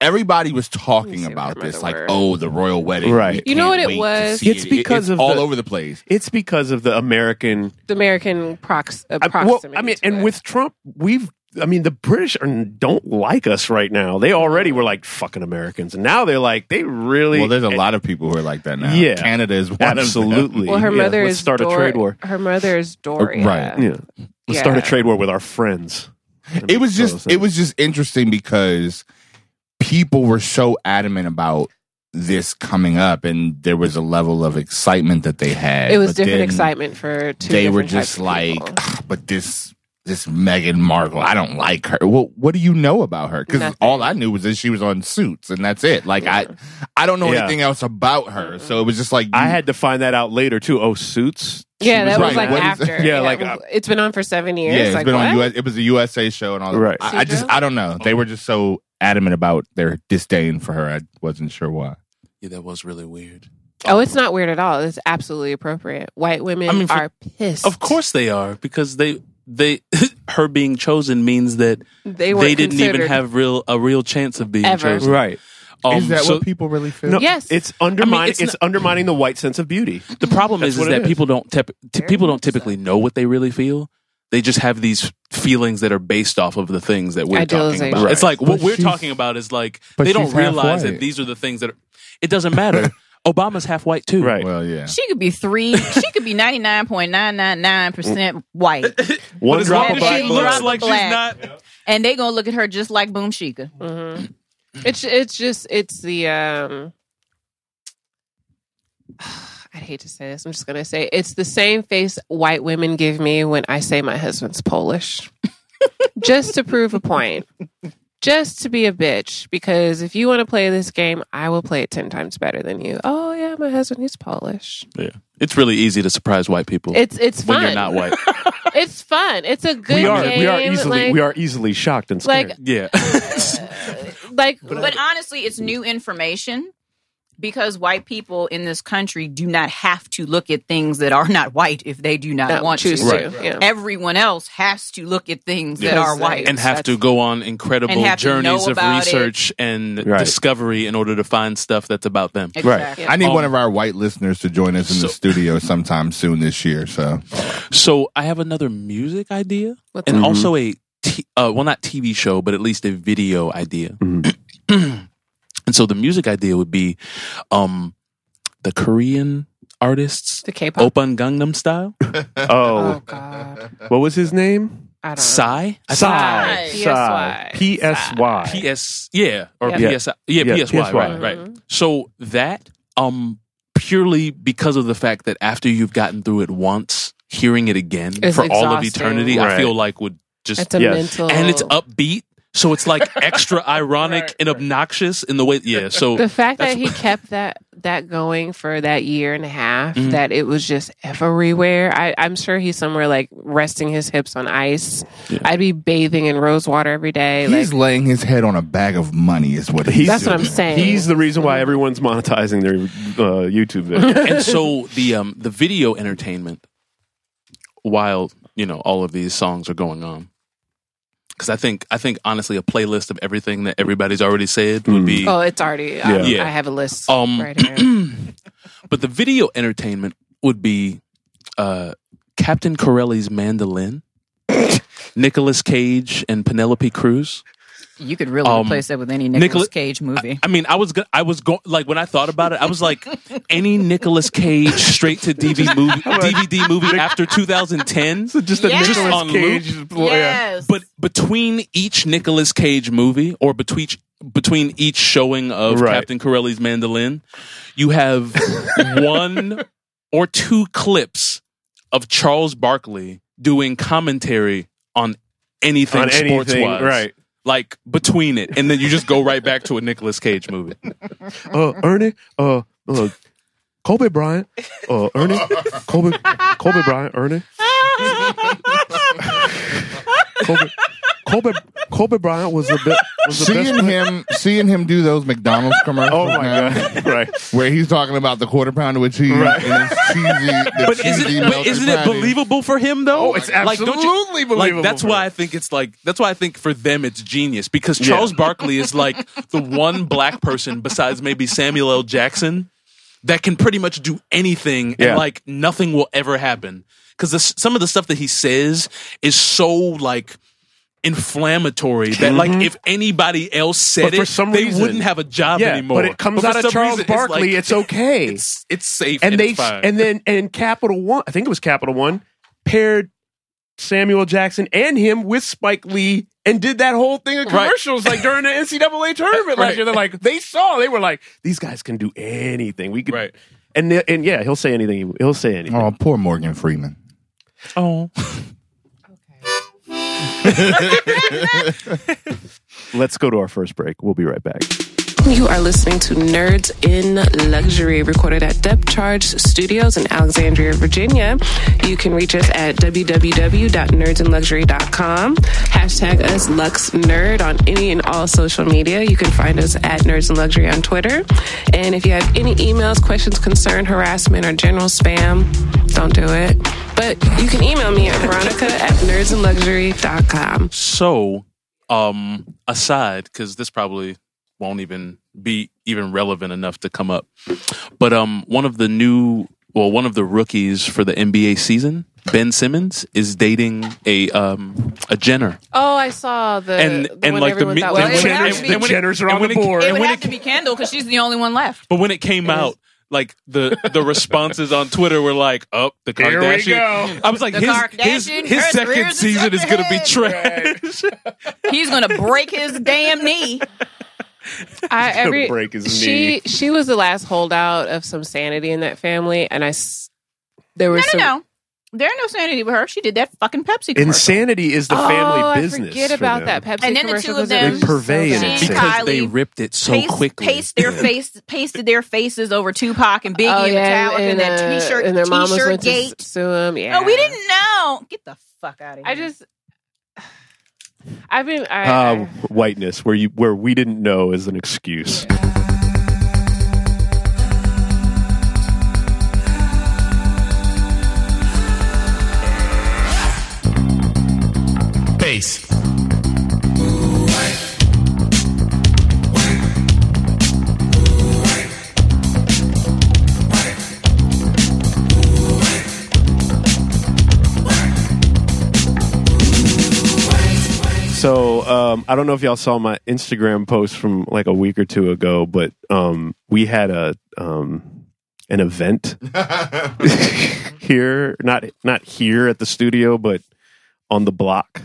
[SPEAKER 5] everybody was
[SPEAKER 4] Let me see
[SPEAKER 5] talking
[SPEAKER 4] if I
[SPEAKER 5] about this,
[SPEAKER 4] remember
[SPEAKER 5] like,
[SPEAKER 4] where.
[SPEAKER 5] oh, the royal wedding,
[SPEAKER 1] Right.
[SPEAKER 5] We
[SPEAKER 4] You know
[SPEAKER 5] can't
[SPEAKER 4] what it
[SPEAKER 5] wait to
[SPEAKER 4] was?
[SPEAKER 5] see
[SPEAKER 1] It's
[SPEAKER 5] it.
[SPEAKER 1] because of
[SPEAKER 5] all
[SPEAKER 1] the-
[SPEAKER 5] over the place.
[SPEAKER 1] It's because of the American.
[SPEAKER 4] the American prox- uh,
[SPEAKER 1] I, well,
[SPEAKER 4] proximity.
[SPEAKER 1] I mean,
[SPEAKER 4] to
[SPEAKER 1] and
[SPEAKER 4] it.
[SPEAKER 1] with Trump, we've. I mean, the British are, don't like us right now. They already were like fucking Americans, and now they're like they really.
[SPEAKER 5] Well, there's a lot of people who are like that now.
[SPEAKER 1] Yeah.
[SPEAKER 5] Canada is one of them.
[SPEAKER 1] Absolutely.
[SPEAKER 4] well, her
[SPEAKER 1] Yeah,
[SPEAKER 4] mother
[SPEAKER 1] let's
[SPEAKER 4] is
[SPEAKER 1] start
[SPEAKER 4] Dor-
[SPEAKER 1] a trade war.
[SPEAKER 4] Her mother is Doria.
[SPEAKER 5] right.
[SPEAKER 1] Uh, Yeah, let's start a trade war with our friends.
[SPEAKER 5] It was just it was just interesting because people were so adamant about this coming up, and there was a level of excitement that they had.
[SPEAKER 4] It was
[SPEAKER 5] but
[SPEAKER 4] different
[SPEAKER 5] then
[SPEAKER 4] excitement for two.
[SPEAKER 5] They were
[SPEAKER 4] different types
[SPEAKER 5] just
[SPEAKER 4] of
[SPEAKER 5] like,
[SPEAKER 4] people.
[SPEAKER 5] "Ah, but this this Meghan Markle, I don't like her. Well, what do you know about her? Because
[SPEAKER 4] Nothing.
[SPEAKER 5] all I knew was that she was on Suits, and that's it. Like I I don't know
[SPEAKER 1] Yeah.
[SPEAKER 5] anything else about her, so it was just like
[SPEAKER 1] I had to find that out later too. Oh, suits.
[SPEAKER 4] Yeah,
[SPEAKER 5] was
[SPEAKER 4] that was
[SPEAKER 5] right.
[SPEAKER 4] like
[SPEAKER 5] What is-
[SPEAKER 4] after.
[SPEAKER 1] Yeah, like, uh,
[SPEAKER 4] well, it's been on for seven years.
[SPEAKER 5] uh, Yeah, it's
[SPEAKER 4] like,
[SPEAKER 5] been on
[SPEAKER 4] what?
[SPEAKER 5] US, it was a USA show and all that.
[SPEAKER 1] Right.
[SPEAKER 5] I, I just I don't know. They were just so adamant about their disdain for her. I wasn't sure why.
[SPEAKER 7] Yeah, that was really weird.
[SPEAKER 4] Oh, it's not weird at all. It's absolutely appropriate. White women
[SPEAKER 7] I mean, for-
[SPEAKER 4] are pissed.
[SPEAKER 7] Of course they are because they they [LAUGHS] her being chosen means that
[SPEAKER 4] they
[SPEAKER 7] they,
[SPEAKER 4] were.
[SPEAKER 7] didn't even
[SPEAKER 4] considered-
[SPEAKER 7] have real a real chance of being
[SPEAKER 4] Ever.
[SPEAKER 7] chosen. Um,
[SPEAKER 5] Is that
[SPEAKER 7] so
[SPEAKER 5] what people really feel?
[SPEAKER 1] No,
[SPEAKER 4] Yes.
[SPEAKER 1] it's undermining.
[SPEAKER 7] I mean,
[SPEAKER 1] it's
[SPEAKER 7] it's
[SPEAKER 1] undermining the white sense of beauty.
[SPEAKER 7] the problem
[SPEAKER 1] That's
[SPEAKER 7] is, is
[SPEAKER 1] what it
[SPEAKER 7] that
[SPEAKER 1] is.
[SPEAKER 7] people don't tep- t-
[SPEAKER 4] Very
[SPEAKER 7] people don't
[SPEAKER 4] much so.
[SPEAKER 7] typically know what they really feel. They just have these feelings that are based off of the things that we're talking
[SPEAKER 4] Idealization.
[SPEAKER 7] about. It's
[SPEAKER 1] Right.
[SPEAKER 7] like
[SPEAKER 5] But
[SPEAKER 7] what we're
[SPEAKER 5] she's-
[SPEAKER 7] talking about is like
[SPEAKER 5] but
[SPEAKER 7] they don't
[SPEAKER 5] she's half
[SPEAKER 7] realize
[SPEAKER 5] white.
[SPEAKER 7] that these are the things that are. It doesn't
[SPEAKER 1] [LAUGHS]
[SPEAKER 7] matter. Obama's half white too.
[SPEAKER 1] Right.
[SPEAKER 5] Well, yeah.
[SPEAKER 6] She could be three. She could be ninety nine point nine nine nine percent white,
[SPEAKER 1] One
[SPEAKER 7] as
[SPEAKER 1] drop
[SPEAKER 6] long
[SPEAKER 1] of
[SPEAKER 6] as
[SPEAKER 1] black
[SPEAKER 6] she
[SPEAKER 1] blood.
[SPEAKER 6] drops like she's Black. and they gonna look at her just like Boom Chica.
[SPEAKER 4] Mhm. It's it's just it's the um. [SIGHS] I hate to say this. I'm just gonna say it. it's the same face white women give me when I say my husband's Polish, [LAUGHS] just to prove a point, just to be a bitch. Because if you want to play this game, I will play it ten times better than you. Oh yeah, my husband he's Polish.
[SPEAKER 7] Yeah. It's really easy to surprise white people
[SPEAKER 4] It's it's fun.
[SPEAKER 7] when you're not white.
[SPEAKER 4] [LAUGHS] It's fun. It's a good.
[SPEAKER 1] we are
[SPEAKER 4] game.
[SPEAKER 1] we are easily
[SPEAKER 4] like,
[SPEAKER 1] we are easily shocked and scared.
[SPEAKER 4] like- [LAUGHS]
[SPEAKER 7] yeah.
[SPEAKER 6] [LAUGHS]
[SPEAKER 4] like
[SPEAKER 6] But honestly, it's new information because white people in this country do not have to look at things that are not white if they do not
[SPEAKER 4] don't
[SPEAKER 6] want
[SPEAKER 4] choose
[SPEAKER 6] to.
[SPEAKER 4] to.
[SPEAKER 1] Right.
[SPEAKER 4] Yeah.
[SPEAKER 6] Everyone else has to look at things [LAUGHS] that
[SPEAKER 4] Yeah.
[SPEAKER 6] are white.
[SPEAKER 7] and have to go on incredible
[SPEAKER 6] And have to know
[SPEAKER 7] journeys of
[SPEAKER 6] about it.
[SPEAKER 7] research and
[SPEAKER 1] Right.
[SPEAKER 7] discovery in order to find stuff that's about them.
[SPEAKER 6] Exactly.
[SPEAKER 5] I need
[SPEAKER 7] Um,
[SPEAKER 5] one of our white listeners to join us in the
[SPEAKER 7] so-
[SPEAKER 5] studio sometime soon this year. So
[SPEAKER 7] So I have another music idea
[SPEAKER 4] What's
[SPEAKER 7] and
[SPEAKER 4] that?
[SPEAKER 7] also a t- uh, well, not TV show, but at least a video idea.
[SPEAKER 1] Mm-hmm.
[SPEAKER 7] [CLEARS THROAT] and so the music idea would be um, the Korean artists
[SPEAKER 4] the K-pop.
[SPEAKER 7] Open Gangnam
[SPEAKER 4] [LAUGHS]
[SPEAKER 7] Style,
[SPEAKER 1] oh,
[SPEAKER 4] God,
[SPEAKER 1] what was his name?
[SPEAKER 4] I don't know.
[SPEAKER 7] Psy, I think-
[SPEAKER 1] Psy. Psy.
[SPEAKER 4] PSY.
[SPEAKER 1] P S Y.
[SPEAKER 7] PS, yeah, or
[SPEAKER 4] Yeah. Mm-hmm.
[SPEAKER 7] PSI, yeah,
[SPEAKER 1] Yeah,
[SPEAKER 7] PSY,
[SPEAKER 1] PSY.
[SPEAKER 7] right, right. So that, um, purely because of the fact that after you've gotten through it once, hearing it again
[SPEAKER 4] It's
[SPEAKER 7] for all of
[SPEAKER 4] exhausting.
[SPEAKER 7] eternity, I
[SPEAKER 1] Right.
[SPEAKER 7] feel like would just
[SPEAKER 4] It's a
[SPEAKER 1] Yes.
[SPEAKER 4] mental.
[SPEAKER 7] and it's upbeat, so it's like
[SPEAKER 4] [LAUGHS]
[SPEAKER 7] extra ironic and obnoxious in the way. Yeah, so
[SPEAKER 4] The fact that
[SPEAKER 7] That's- [LAUGHS]
[SPEAKER 4] he kept that that going for that year and a half,
[SPEAKER 7] Mhm.
[SPEAKER 4] that it was just everywhere. I, I'm sure he's somewhere like resting his hips on ice. I'd be bathing in rose water every day.
[SPEAKER 5] he's
[SPEAKER 4] like
[SPEAKER 5] laying his head on a bag of money, is what he's.
[SPEAKER 1] He's-
[SPEAKER 4] that's what I'm saying.
[SPEAKER 1] He's the reason why everyone's monetizing their uh, YouTube
[SPEAKER 4] [LAUGHS]
[SPEAKER 1] video.
[SPEAKER 7] and so the um the video entertainment while you know all of these songs are going on because i think i think honestly a playlist of everything that everybody's already said would be
[SPEAKER 4] oh, it's already. I-
[SPEAKER 1] Yeah.
[SPEAKER 7] Yeah.
[SPEAKER 4] I have a list
[SPEAKER 7] Um,
[SPEAKER 4] right here.
[SPEAKER 7] [CLEARS THROAT] but the video entertainment would be uh captain corelli's
[SPEAKER 6] [LAUGHS]
[SPEAKER 7] mandolin Nicolas Cage and Penelope Cruz.
[SPEAKER 6] You could
[SPEAKER 5] uh,
[SPEAKER 6] really
[SPEAKER 7] Um,
[SPEAKER 6] replace that with any Nicolas
[SPEAKER 7] Nicola-
[SPEAKER 6] Cage movie.
[SPEAKER 7] I mean, I was go- I was going like when I thought about it, I was like, any Nicolas Cage straight to DVD
[SPEAKER 1] [LAUGHS]
[SPEAKER 7] movie, DVD movie after 2010,
[SPEAKER 1] Just a Nicolas
[SPEAKER 6] Yes.
[SPEAKER 7] Just on
[SPEAKER 1] Cage.
[SPEAKER 6] yes.
[SPEAKER 7] But between each Nicolas Cage movie, or between between each showing of
[SPEAKER 1] Right.
[SPEAKER 7] Captain Corelli's Mandolin, you [LAUGHS] have one or two clips of Charles Barkley doing commentary on anything
[SPEAKER 1] On anything,
[SPEAKER 7] sports wise.
[SPEAKER 1] right.
[SPEAKER 7] Like between it. And then you just go right back to a Nicolas Cage movie.
[SPEAKER 1] uh, Ernie, uh, uh, Kobe Bryant, uh, Ernie, Kobe, Kobe Bryant,
[SPEAKER 4] [LAUGHS]
[SPEAKER 1] Ernie, Kobe, Kobe, Kobe Bryant was the best. Was the best
[SPEAKER 5] Seeing
[SPEAKER 1] player-
[SPEAKER 5] him, seeing him do those McDonald's commercials,
[SPEAKER 1] Oh my
[SPEAKER 5] now,
[SPEAKER 1] god! [LAUGHS] Right.
[SPEAKER 5] where he's talking about the quarter pound with cheese
[SPEAKER 1] Right.
[SPEAKER 5] and his
[SPEAKER 7] [LAUGHS]
[SPEAKER 5] cheesy, the
[SPEAKER 7] But
[SPEAKER 5] cheesy
[SPEAKER 7] isn't, it- but
[SPEAKER 5] melted
[SPEAKER 7] isn't it
[SPEAKER 5] patty.
[SPEAKER 7] believable for him though?
[SPEAKER 1] Oh, it's
[SPEAKER 7] don't
[SPEAKER 1] absolutely believable
[SPEAKER 7] Like that's
[SPEAKER 1] for
[SPEAKER 7] why
[SPEAKER 1] him.
[SPEAKER 7] I think it's like that's why I think for them it's genius because Charles Barkley is like the one black person besides maybe Samuel L. Jackson that can pretty much do anything
[SPEAKER 1] Yeah.
[SPEAKER 7] and like nothing will ever happen because some of the stuff that he says is so like inflammatory that like if anybody else said
[SPEAKER 1] Mm-hmm. But for
[SPEAKER 7] it
[SPEAKER 1] some
[SPEAKER 7] they
[SPEAKER 1] reason-
[SPEAKER 7] wouldn't have a job
[SPEAKER 1] Yeah,
[SPEAKER 7] anymore
[SPEAKER 1] but it comes
[SPEAKER 7] for
[SPEAKER 1] out of
[SPEAKER 7] some
[SPEAKER 1] Charles
[SPEAKER 7] reason, it's
[SPEAKER 1] Barkley,
[SPEAKER 7] like-
[SPEAKER 1] it's okay.
[SPEAKER 7] it's, it's safe
[SPEAKER 1] [LAUGHS] and they
[SPEAKER 7] it's fine.
[SPEAKER 1] and then and Capital One, I think it was Capital One, paired Samuel Jackson and him with Spike Lee and did that whole thing of
[SPEAKER 7] Right.
[SPEAKER 1] commercials like during the NCAA tournament last
[SPEAKER 7] Right.
[SPEAKER 1] year. They're like they saw they were like these guys can do anything. We could
[SPEAKER 7] Right.
[SPEAKER 1] and the- and yeah, he'll say anything. He'll say anything.
[SPEAKER 5] Oh, poor Morgan Freeman.
[SPEAKER 7] oh
[SPEAKER 1] [LAUGHS]
[SPEAKER 7] [LAUGHS]
[SPEAKER 4] [LAUGHS]
[SPEAKER 1] Let's go to our first break. We'll be right back.
[SPEAKER 4] You are listening to Nerds in Luxury, recorded at Depth Charge Studios in Alexandria, Virginia. You can reach us at www.nerdsinluxury.com. Hashtag us LuxNerd on any and all social media. You can find us at Nerds in Luxury on Twitter. And if you have any emails, questions, concern, harassment, or general spam, don't do it. But you can email me at veronica at nerdsinluxury.com.
[SPEAKER 7] So, um, aside, because this probably won't even be even relevant enough to come up, but um, one of the new, well, one of the rookies for the NBA season, Ben Simmons, is dating a um a Jenner,
[SPEAKER 4] Oh, I saw the
[SPEAKER 7] and and like the, mi-
[SPEAKER 4] thought
[SPEAKER 6] was-
[SPEAKER 7] and when-
[SPEAKER 6] It would have to
[SPEAKER 7] and-
[SPEAKER 6] be-
[SPEAKER 7] and when it-
[SPEAKER 1] Jenners are
[SPEAKER 7] and
[SPEAKER 1] on
[SPEAKER 7] when
[SPEAKER 1] the
[SPEAKER 7] it-
[SPEAKER 1] board.
[SPEAKER 6] It
[SPEAKER 7] and
[SPEAKER 6] would
[SPEAKER 7] when
[SPEAKER 6] have
[SPEAKER 7] it-
[SPEAKER 6] to be Kendall because she's the only one left.
[SPEAKER 7] but when it came out. Like the the responses on Twitter were like, "Up oh, the
[SPEAKER 1] Here we
[SPEAKER 7] Kardashian."
[SPEAKER 1] go.
[SPEAKER 7] I was like,
[SPEAKER 6] The
[SPEAKER 7] "His his,
[SPEAKER 6] Kardashian
[SPEAKER 7] his
[SPEAKER 6] curse
[SPEAKER 7] second
[SPEAKER 6] rears its
[SPEAKER 7] season is
[SPEAKER 6] ugly
[SPEAKER 7] going to be
[SPEAKER 6] head.
[SPEAKER 7] trash."
[SPEAKER 6] He's going to break his damn
[SPEAKER 4] [LAUGHS]
[SPEAKER 6] knee.
[SPEAKER 1] [LAUGHS]
[SPEAKER 4] I every
[SPEAKER 1] break his
[SPEAKER 4] she
[SPEAKER 1] knee.
[SPEAKER 4] she was the last holdout of some sanity in that family, and I s- there was
[SPEAKER 6] No, no,
[SPEAKER 4] some,
[SPEAKER 6] no. There ain't no sanity with her. She did that fucking Pepsi commercial.
[SPEAKER 1] Insanity is the
[SPEAKER 4] oh,
[SPEAKER 1] family
[SPEAKER 4] I
[SPEAKER 1] business.
[SPEAKER 4] forget
[SPEAKER 1] for
[SPEAKER 4] about
[SPEAKER 1] them.
[SPEAKER 4] that Pepsi
[SPEAKER 6] And then the
[SPEAKER 4] commercial
[SPEAKER 6] two of
[SPEAKER 4] 'cause it
[SPEAKER 6] them-
[SPEAKER 4] was
[SPEAKER 1] They pervey
[SPEAKER 4] so
[SPEAKER 1] in
[SPEAKER 4] bad.
[SPEAKER 6] it.
[SPEAKER 7] because they
[SPEAKER 6] Kylie
[SPEAKER 7] ripped it so
[SPEAKER 6] paste,
[SPEAKER 7] quickly.
[SPEAKER 6] paste
[SPEAKER 1] [LAUGHS]
[SPEAKER 6] their face, pasted their faces over Tupac and Biggie
[SPEAKER 4] Oh,
[SPEAKER 6] and
[SPEAKER 4] yeah,
[SPEAKER 6] Metallica and, that
[SPEAKER 4] uh,
[SPEAKER 6] T-shirt,
[SPEAKER 4] and their mamas
[SPEAKER 6] T-shirt
[SPEAKER 4] went to
[SPEAKER 6] gate.
[SPEAKER 4] s- sue them. Yeah,
[SPEAKER 6] No, we didn't know.
[SPEAKER 1] [LAUGHS]
[SPEAKER 6] Get the fuck out of here.
[SPEAKER 4] I just, [SIGHS] I've been. I,
[SPEAKER 1] Uh, whiteness, where you where we didn't know is an excuse.
[SPEAKER 3] Bass.
[SPEAKER 1] So um, I don't know if y'all saw my Instagram post from like a week or two ago, but um, we had a um, an event here, not not here at the studio, but on the block.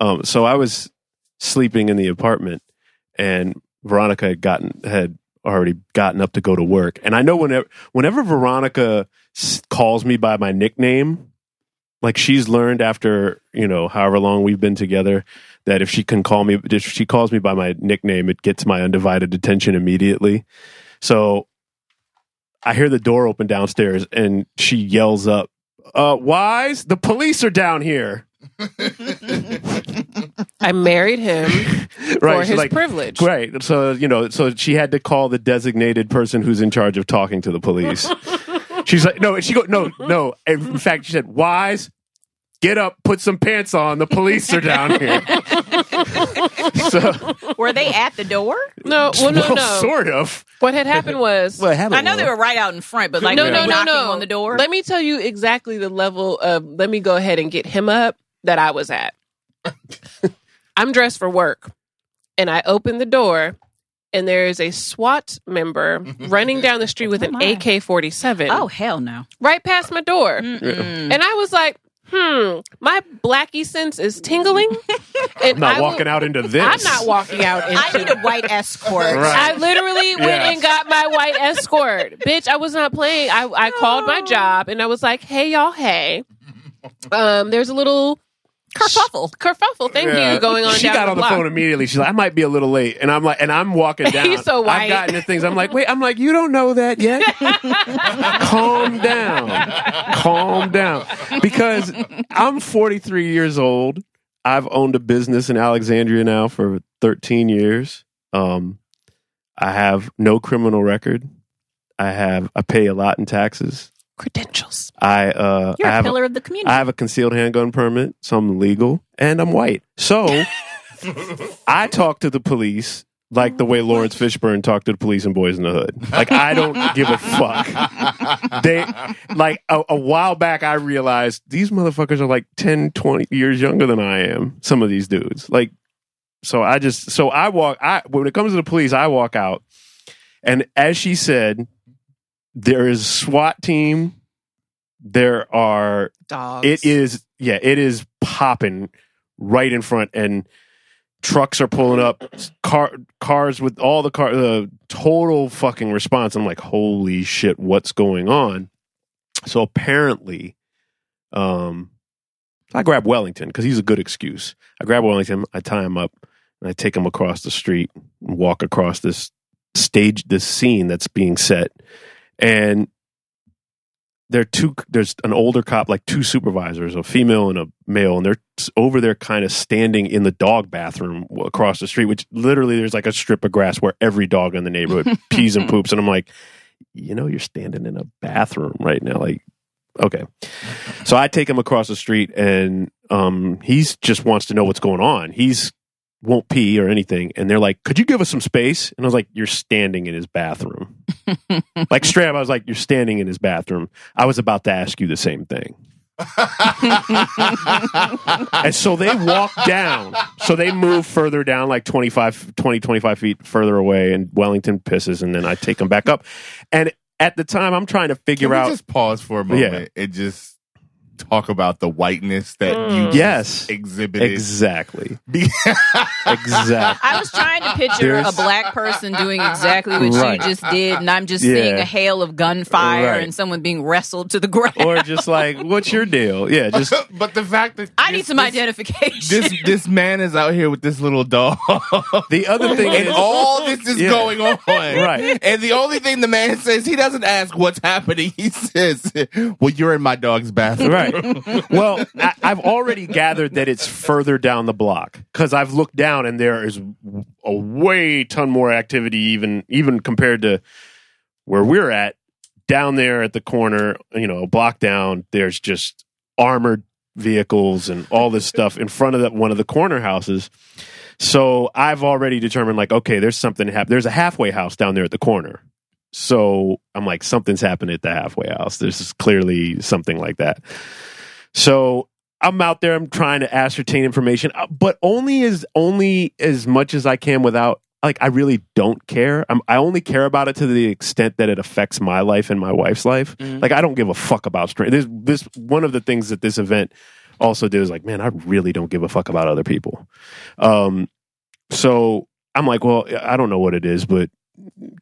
[SPEAKER 1] Um, so I was sleeping in the apartment, and Veronica had gotten had already gotten up to go to work. And I know whenever whenever Veronica s- calls me by my nickname, like she's learned after you know however long we've been together that if she can call me if she calls me by my nickname, it gets my undivided attention immediately. So I hear the door open downstairs, and she yells up. Uh, wise, the police are down here.
[SPEAKER 4] [LAUGHS] I married him for
[SPEAKER 1] [LAUGHS] Right, she's
[SPEAKER 4] his
[SPEAKER 1] like,
[SPEAKER 4] privilege.
[SPEAKER 1] Right. So, you know, so she had to call the designated person who's in charge of talking to the
[SPEAKER 4] [LAUGHS]
[SPEAKER 1] police. She's like, no, and she go, no, no. In fact, she said, Wise, get up, put some pants on. The police are [LAUGHS] down here. so,
[SPEAKER 6] were they at the door?
[SPEAKER 4] No, Uh, well,
[SPEAKER 1] [LAUGHS]
[SPEAKER 4] no,
[SPEAKER 1] well,
[SPEAKER 4] no.
[SPEAKER 1] sort of.
[SPEAKER 4] What had happened was
[SPEAKER 6] I know they were right out in front, but like
[SPEAKER 4] no,
[SPEAKER 6] were
[SPEAKER 4] no,
[SPEAKER 6] they
[SPEAKER 4] no,
[SPEAKER 6] knocking
[SPEAKER 4] no.
[SPEAKER 6] on the door.
[SPEAKER 4] Let me tell you exactly the level of let me go ahead and get him up that I
[SPEAKER 1] [LAUGHS]
[SPEAKER 4] was at. I'm dressed for work and I open the door and there is a SWAT member
[SPEAKER 1] [LAUGHS]
[SPEAKER 4] running down the street with an
[SPEAKER 6] my.
[SPEAKER 4] AK-47
[SPEAKER 6] oh hell no!
[SPEAKER 4] right past my door.
[SPEAKER 6] Mm-mm.
[SPEAKER 4] And I was like, "Hmm, my blackie sense is tingling."
[SPEAKER 6] [LAUGHS]
[SPEAKER 4] And
[SPEAKER 1] I'm not
[SPEAKER 4] I will-
[SPEAKER 1] walking out into this.
[SPEAKER 4] I'm not walking out into
[SPEAKER 6] I need a white escort.
[SPEAKER 4] I
[SPEAKER 1] [LAUGHS]
[SPEAKER 4] literally went
[SPEAKER 1] Yeah.
[SPEAKER 4] and got my white escort. Bitch, I was not playing. I, I called my job and I was like, hey, y'all, hey, Um, there's a little kerfuffle. Kerfuffle. [LAUGHS] Thank
[SPEAKER 1] Yeah.
[SPEAKER 4] you. Going on.
[SPEAKER 1] She
[SPEAKER 4] down
[SPEAKER 1] got
[SPEAKER 4] the
[SPEAKER 1] on the
[SPEAKER 4] block.
[SPEAKER 1] phone immediately. She's like, I might be a little late, and I'm like, and I'm
[SPEAKER 4] [LAUGHS]
[SPEAKER 1] walking down.
[SPEAKER 4] He's so
[SPEAKER 1] I've
[SPEAKER 4] white.
[SPEAKER 1] gotten to things. I'm like, wait. I'm like, you don't know that
[SPEAKER 4] [LAUGHS]
[SPEAKER 1] yet. Calm down. Calm down. Because I'm 43 years old. I've owned a business in Alexandria now for 13 years. Um, I have no criminal record. I have I pay a lot in taxes.
[SPEAKER 4] Credentials.
[SPEAKER 1] I uh
[SPEAKER 6] You're
[SPEAKER 1] I
[SPEAKER 6] a
[SPEAKER 1] have
[SPEAKER 6] pillar of the community.
[SPEAKER 1] I have a concealed handgun permit, so I'm legal, and I'm white.
[SPEAKER 6] [LAUGHS]
[SPEAKER 1] So I talk to the police like the way Lawrence Fishburne talked to the police in Boys in the Hood. Like I don't give a fuck. [LAUGHS] They like a, a while back I realized these motherfuckers are like 10, 20 years younger than I am, some of these dudes. Like so I just so I walk I when it comes to the police, I walk out and as she said, there is SWAT team, there are
[SPEAKER 4] Dogs.
[SPEAKER 1] it is, yeah, it is popping right in front, and trucks are pulling up, car cars with all the car, the total fucking response. I'm like, holy shit, what's going on? So apparently, um, I grab Wellington because he's a good excuse. I grab Wellington, I tie him up, and I take him across the street and walk across this stage, this scene that's being set, and there are two there's an older cop like two supervisors a female and a male and they're s- over there kind of standing in the dog bathroom w- across the street which literally there's like a strip of grass where every dog in the neighborhood pees and poops and i'm like you know you're standing in a bathroom right now like okay so i take him across the street and um he's just wants to know what's going on he's won't pee or anything and they're like could you give us some space and i was like you're standing in his bathroom
[SPEAKER 5] [LAUGHS]
[SPEAKER 1] like straight up i was like you're standing in his bathroom I was about to ask you the same thing. and so
[SPEAKER 5] [LAUGHS]
[SPEAKER 1] they walk down. So they move further down, like 25, 20, 25 feet further away, and Wellington pisses, and then I take him back up. And at the time, I'm trying to
[SPEAKER 5] Can
[SPEAKER 1] figure
[SPEAKER 5] we
[SPEAKER 1] out.
[SPEAKER 5] just pause for a moment and just talk about the whiteness that you
[SPEAKER 4] Mm.
[SPEAKER 5] just
[SPEAKER 1] Yes.
[SPEAKER 5] exhibited? [LAUGHS]
[SPEAKER 1] Exactly.
[SPEAKER 5] Be-
[SPEAKER 1] Exactly.
[SPEAKER 6] I was trying to picture a
[SPEAKER 1] There's-
[SPEAKER 6] black person doing exactly what
[SPEAKER 1] Right.
[SPEAKER 6] you just did, and I'm just
[SPEAKER 1] Yeah.
[SPEAKER 6] seeing a hail of gunfire
[SPEAKER 1] Right.
[SPEAKER 6] and someone being wrestled to the ground.
[SPEAKER 1] or
[SPEAKER 6] [LAUGHS]
[SPEAKER 1] just like, what's your deal? Yeah, just.
[SPEAKER 5] but the fact that
[SPEAKER 6] I
[SPEAKER 5] this-
[SPEAKER 6] need some
[SPEAKER 5] this-
[SPEAKER 6] identification.
[SPEAKER 5] [LAUGHS] This this man is out here with this little dog,
[SPEAKER 1] [LAUGHS] The other thing
[SPEAKER 5] and
[SPEAKER 1] is.
[SPEAKER 5] all this is
[SPEAKER 1] Yeah.
[SPEAKER 5] going on.
[SPEAKER 1] [LAUGHS] Right.
[SPEAKER 5] And the only thing the man says, he doesn't ask what's happening. He says, "Well, you're in my dog's bathroom." [LAUGHS]
[SPEAKER 1] Right. Well, I, I've already gathered that it's further down the block because I've looked down and there is a way ton more activity, even even compared to where we're at. Down there at the corner, you know, a block down, there's just armored vehicles and all this stuff in front of that one of the corner houses. So I've already determined, like, okay, there's something happening. There's a halfway house down there at the corner. So I'm like, something's happened at the halfway house. This is clearly something like that. So I'm out there. I'm trying to ascertain information, uh, but only as only as much as I can without like I really don't care. I'm, I only care about it to the extent that it affects my life and my wife's life. Like I don't give a fuck about strength. This this one of the things that this event also did is like, man, I really don't give a fuck about other people. Um, so I'm like, well, I don't know what it is, but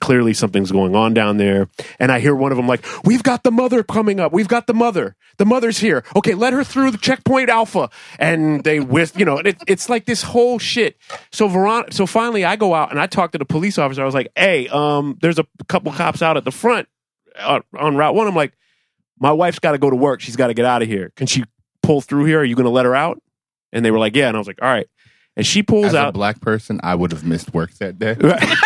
[SPEAKER 1] clearly something's going on down there. And I hear one of them like, we've got the mother coming up. We've got the mother. The mother's here. Okay, let her through the checkpoint alpha. And they whisk, you know, and it, it's like this whole shit. So Veron, so finally I go out and I talk to the police officer. I was like, hey, um, there's a couple cops out at the front uh, on route one. I'm like, my wife's got to go to work. She's got to get out of here. Can she pull through here? Are you going to let her out? And they were like, yeah. And I was like, all right. And she pulls
[SPEAKER 5] As a
[SPEAKER 1] out.
[SPEAKER 5] black person, I would have missed work that day.
[SPEAKER 1] [LAUGHS]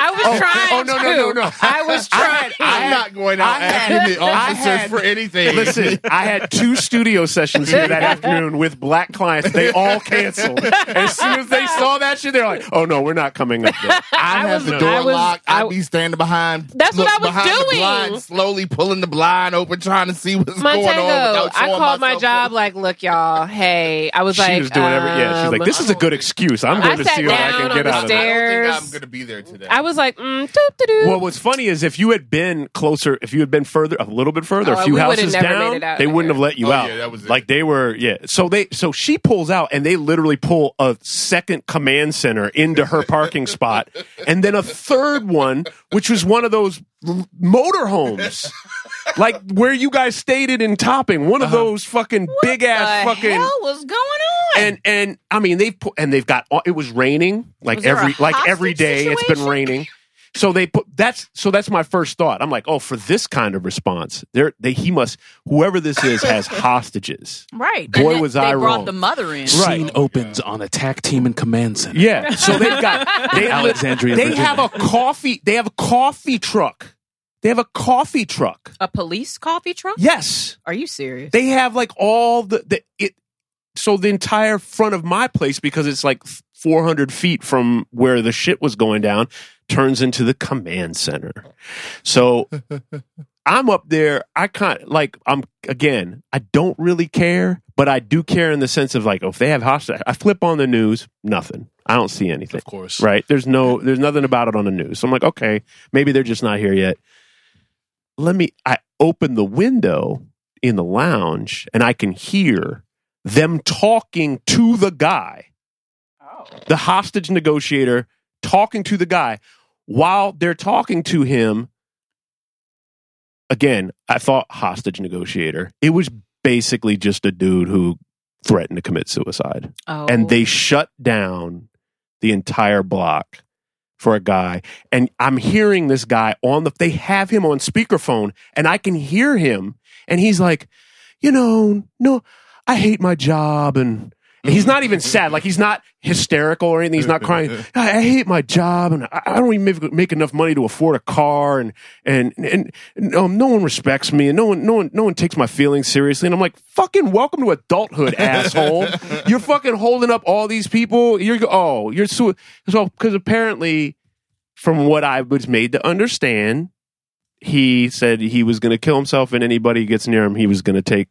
[SPEAKER 4] I was trying.
[SPEAKER 5] oh, no, no,
[SPEAKER 4] to.
[SPEAKER 5] no, no.
[SPEAKER 4] I was trying.
[SPEAKER 5] I'm not going out
[SPEAKER 1] I had-
[SPEAKER 5] asking the
[SPEAKER 1] I
[SPEAKER 5] officers
[SPEAKER 1] had-
[SPEAKER 5] for anything. [LAUGHS]
[SPEAKER 1] Listen, I had two [LAUGHS] studio sessions here that afternoon with black clients. They all
[SPEAKER 4] [LAUGHS]
[SPEAKER 1] canceled. As soon as they saw that shit, they're like, "Oh no, we're not coming up." There.
[SPEAKER 5] I have the
[SPEAKER 1] was-
[SPEAKER 5] door
[SPEAKER 4] I was-
[SPEAKER 5] locked.
[SPEAKER 4] I-
[SPEAKER 5] I'd be standing behind.
[SPEAKER 4] That's what I was
[SPEAKER 5] behind the
[SPEAKER 4] doing.
[SPEAKER 5] blind, slowly pulling the blind open, trying to see what's going on.
[SPEAKER 4] Montego,
[SPEAKER 5] without
[SPEAKER 4] I
[SPEAKER 5] showing
[SPEAKER 4] called my
[SPEAKER 5] myself.
[SPEAKER 4] job like, look, y'all, hey, I was
[SPEAKER 1] She
[SPEAKER 4] like,
[SPEAKER 1] was doing every. Yeah, she's like,
[SPEAKER 4] um,
[SPEAKER 1] "This is a [LAUGHS] good excuse. I'm
[SPEAKER 4] I
[SPEAKER 1] going to
[SPEAKER 4] sat
[SPEAKER 1] see what I
[SPEAKER 4] down
[SPEAKER 1] can
[SPEAKER 4] on
[SPEAKER 1] get
[SPEAKER 4] the
[SPEAKER 1] out of
[SPEAKER 5] I don't think
[SPEAKER 1] it."
[SPEAKER 4] Stairs.
[SPEAKER 5] I'm going to be there today.
[SPEAKER 4] I was like, mm, doop, doop, doop.
[SPEAKER 1] Well, what's funny is if you had been closer, if you had been further, a little bit further,
[SPEAKER 4] Oh,
[SPEAKER 1] a few
[SPEAKER 4] we would've
[SPEAKER 1] houses
[SPEAKER 4] never
[SPEAKER 1] down,
[SPEAKER 4] made it out
[SPEAKER 1] they
[SPEAKER 4] of
[SPEAKER 1] wouldn't
[SPEAKER 4] there.
[SPEAKER 1] have let you
[SPEAKER 5] Oh,
[SPEAKER 1] out.
[SPEAKER 5] yeah, that was it.
[SPEAKER 1] Like they were, yeah. So they, so she pulls out, and they literally pull a second command center into her
[SPEAKER 5] [LAUGHS]
[SPEAKER 1] parking spot, and then a third one, which was one of those l-
[SPEAKER 7] [LAUGHS]
[SPEAKER 1] motorhomes. Like where you guys stated in topping, one
[SPEAKER 7] Uh-huh.
[SPEAKER 1] of those fucking big ass
[SPEAKER 6] the
[SPEAKER 1] fucking
[SPEAKER 6] hell was going on?
[SPEAKER 1] and and I mean they've put and they've got all- it was raining like
[SPEAKER 6] Was there
[SPEAKER 1] every
[SPEAKER 6] a
[SPEAKER 1] like every
[SPEAKER 6] hostage
[SPEAKER 1] day it's been
[SPEAKER 6] situation?
[SPEAKER 1] raining. So they put that's so that's my first thought. I'm like, oh, for this kind of response, there they he must whoever this is
[SPEAKER 6] [LAUGHS]
[SPEAKER 1] has hostages.
[SPEAKER 6] right.
[SPEAKER 1] Boy,
[SPEAKER 6] And that-
[SPEAKER 1] was
[SPEAKER 6] they
[SPEAKER 1] I wrong.
[SPEAKER 6] brought the mother in.
[SPEAKER 1] Right.
[SPEAKER 7] Scene opens on attack team and command center.
[SPEAKER 1] Yeah. So they've [LAUGHS]
[SPEAKER 6] [LAUGHS]
[SPEAKER 1] got they
[SPEAKER 7] Alexandria,
[SPEAKER 1] They
[SPEAKER 7] Virginia. [LAUGHS]
[SPEAKER 1] have a coffee. They have a coffee truck. They have a coffee truck.
[SPEAKER 6] A police coffee truck?
[SPEAKER 1] Yes.
[SPEAKER 6] Are
[SPEAKER 1] [LAUGHS]
[SPEAKER 6] you serious?
[SPEAKER 1] They have like all the, the it. So the entire front of my place, because it's like 400 feet from where the shit was going down, turns into the command center.
[SPEAKER 7] [LAUGHS]
[SPEAKER 1] So I'm up there. I kind of like I'm again. I don't really care, but I do care in the sense of like, oh, if they have hostage, I flip on the news. Nothing. I don't see anything.
[SPEAKER 7] Of course.
[SPEAKER 1] Right. There's no there's nothing about it on the news. So I'm like, okay, maybe they're just not here yet. Let me I open the window in the lounge and I can hear them talking to the guy. The hostage negotiator talking to the guy while they're talking to him. Again, I thought hostage negotiator. It was basically just a dude who threatened to commit suicide
[SPEAKER 6] Oh.
[SPEAKER 1] and they shut down the entire block for a guy and i'm hearing this guy on the they have him on speakerphone and i can hear him and he's like you know no i hate my job and
[SPEAKER 7] Mm-hmm.
[SPEAKER 1] and he's not even sad like he's not hysterical or anything he's not crying
[SPEAKER 7] [LAUGHS]
[SPEAKER 1] i, I hate my job and I, I don't even make, make enough money to afford a car and and and, and, um, no one respects me and no one no one no one takes my feelings seriously and i'm like fucking welcome to adulthood asshole you're fucking holding up all these people you're oh you're so so because apparently from what i was made to understand he said he was going to kill himself and anybody who gets near him he was going to take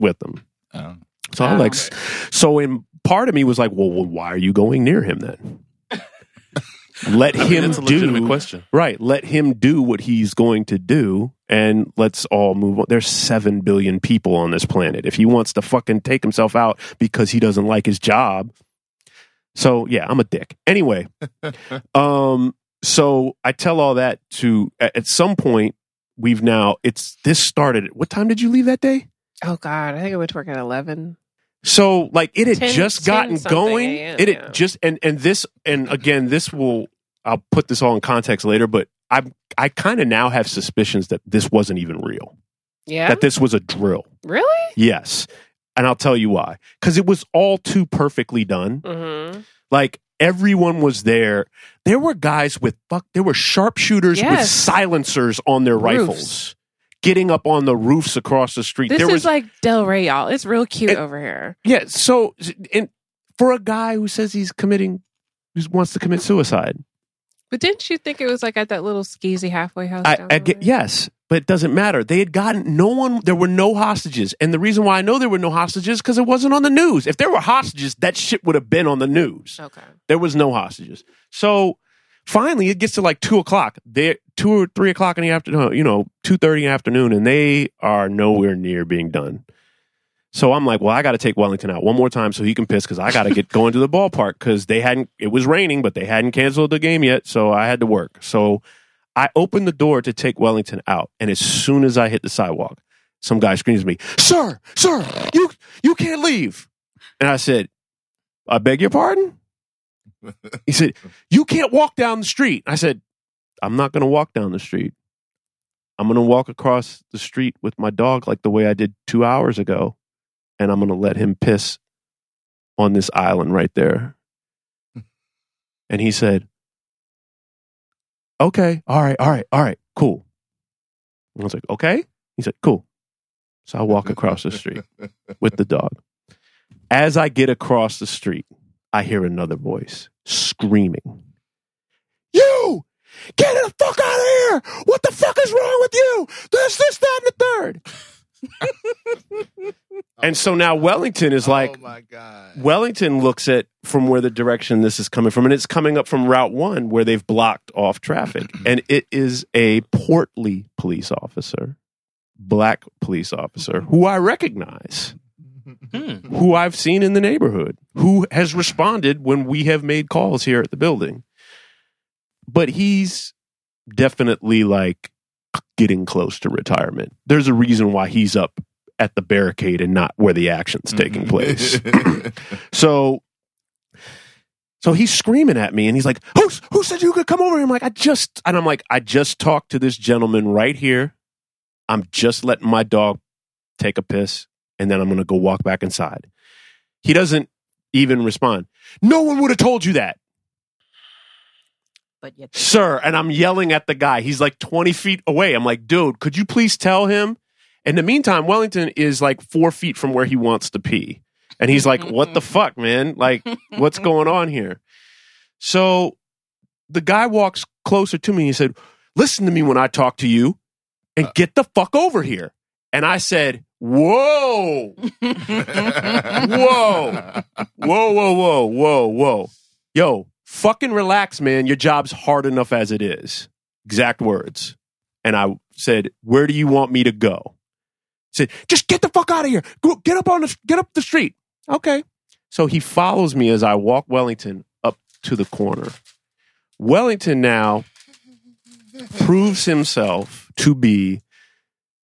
[SPEAKER 1] with him
[SPEAKER 5] Oh.
[SPEAKER 1] so I'm like, s- so in part of me was like, well, well why are you going near
[SPEAKER 7] [LAUGHS]
[SPEAKER 1] him then? let
[SPEAKER 7] I mean,
[SPEAKER 1] him
[SPEAKER 7] that's a legitimate
[SPEAKER 1] do
[SPEAKER 7] question.
[SPEAKER 1] right. Let him do what he's going to do, and let's all move on. There's seven billion people on this planet. If he wants to fucking take himself out because he doesn't like his job, so yeah, I'm a dick.
[SPEAKER 7] [LAUGHS]
[SPEAKER 1] Anyway, um, so I tell all that to at, at some point we've now it's this started. What time did you leave that day?
[SPEAKER 4] Oh God, I think I went to work at eleven.
[SPEAKER 1] So like it had
[SPEAKER 4] 10
[SPEAKER 1] just
[SPEAKER 4] 10
[SPEAKER 1] gotten
[SPEAKER 4] something
[SPEAKER 1] going.
[SPEAKER 4] AM,
[SPEAKER 1] it had
[SPEAKER 4] yeah.
[SPEAKER 1] just and and this and again this will I'll put this all in context later, but I I kind of now have suspicions that this wasn't even real.
[SPEAKER 4] Yeah,
[SPEAKER 1] That this was a drill.
[SPEAKER 4] really?
[SPEAKER 1] Yes. And I'll tell you why. Cuz it was all too perfectly done.
[SPEAKER 4] Mm-hmm.
[SPEAKER 1] Like everyone was there. There were guys with fuck there were sharpshooters with
[SPEAKER 4] Yes.
[SPEAKER 1] silencers on their
[SPEAKER 4] Roofs.
[SPEAKER 1] rifles getting up on the roofs across the street.
[SPEAKER 4] This
[SPEAKER 1] there
[SPEAKER 4] is
[SPEAKER 1] was
[SPEAKER 4] like Del Rey, y'all. It's real cute
[SPEAKER 1] It-
[SPEAKER 4] over here.
[SPEAKER 1] Yeah. So, and for a guy who says he's committing, who wants to commit suicide,
[SPEAKER 4] But didn't you think it was like at that little skeezy halfway house?
[SPEAKER 1] I,
[SPEAKER 4] down
[SPEAKER 1] I
[SPEAKER 4] the
[SPEAKER 1] get
[SPEAKER 4] way?
[SPEAKER 1] yes, but it doesn't matter. They had gotten no one. There were no hostages, and the reason why I know there were no hostages because it wasn't on the news. If there were hostages, that shit would have been on the news.
[SPEAKER 4] Okay.
[SPEAKER 1] There was no hostages. So finally, it gets to like two o'clock. They two or three o'clock in the afternoon. You know, two thirty in the afternoon, and they are nowhere near being done. So I'm like, well, I got to take Wellington out one more time so he can piss because I got to get going to the ballpark because they hadn't. It was raining, but they hadn't canceled the game yet, so I had to work. So I opened the door to take Wellington out, and as soon as I hit the sidewalk, some guy screams at me, "Sir, sir, you you can't leave!" And I said, "I beg your pardon." He said, "You can't walk down the street." I said, "I'm not going to walk down the street. I'm going to walk across the street with my dog, like the way I did two hours ago, and I'm going to let him piss on this island right there." And he said, "Okay, all right, all right, all right, cool." And I was like, "Okay." He said, "Cool." So I walk across the street with the dog. As I get across the street, I hear another voice screaming, You! Get the fuck out of here! What the fuck is wrong with you? This, this, that, and the third. And so now Wellington is like,
[SPEAKER 5] oh my god.
[SPEAKER 1] Wellington looks at from where the direction this is coming from, and it's coming up from Route One where they've blocked
[SPEAKER 5] [CLEARS THROAT]
[SPEAKER 1] off traffic. And it is a portly police officer, black police officer, who I recognize,
[SPEAKER 7] Hmm.
[SPEAKER 1] who I've seen in the neighborhood, who has responded when we have made calls here at the building. But he's definitely like getting close to retirement. There's a reason why he's up at the barricade and not where the action's taking place. So so he's screaming at me and he's like, Who's who said you could come over here? I'm like, I just and I'm like, I just talked to this gentleman right here. I'm just letting my dog take a piss and then I'm gonna go walk back inside. He doesn't even respond. No one would have told you that,
[SPEAKER 6] But yet,
[SPEAKER 1] sir. And I'm yelling at the guy. He's like 20 feet away. I'm like, dude, could you please tell him? In the meantime, Wellington is like four feet from where he wants to pee. And he's like, what
[SPEAKER 6] [LAUGHS]
[SPEAKER 1] the fuck, man? Like, what's going on here? So the guy walks closer to me and he said, Listen to me when I talk to you and get the fuck over here. And I said, Whoa, whoa, whoa, whoa, whoa, whoa, whoa. Yo, fucking relax, man. Your job's hard enough as it is. Exact words. And I said, Where do you want me to go? He said, Just get the fuck out of here. Go, get up on the get up the street. Okay. So he follows me as I walk Wellington up to the corner. Wellington now proves himself to be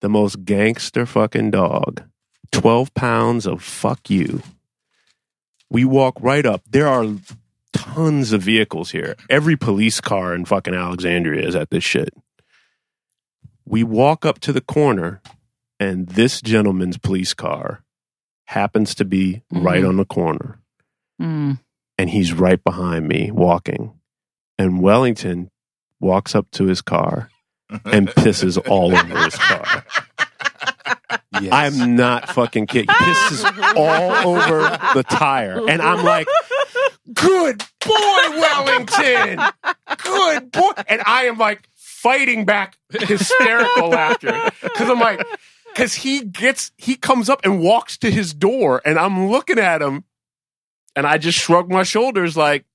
[SPEAKER 1] the most gangster fucking dog. 12 pounds of fuck you. We walk right up. There are tons of vehicles here. Every police car in fucking Alexandria is at this shit. We walk up to the corner, and this gentleman's police car happens to be right on the corner
[SPEAKER 6] Mm.
[SPEAKER 1] and he's right behind me walking. And Wellington walks up to his car and pisses all over his car.
[SPEAKER 7] Yes.
[SPEAKER 1] I'm not fucking kidding. He pisses all over the tire. And I'm like, good boy, Wellington. Good boy. And I am like fighting back hysterical laughter. Cause I'm like, cause he gets, he comes up and walks to his door and I'm looking at him and I just shrug my shoulders like,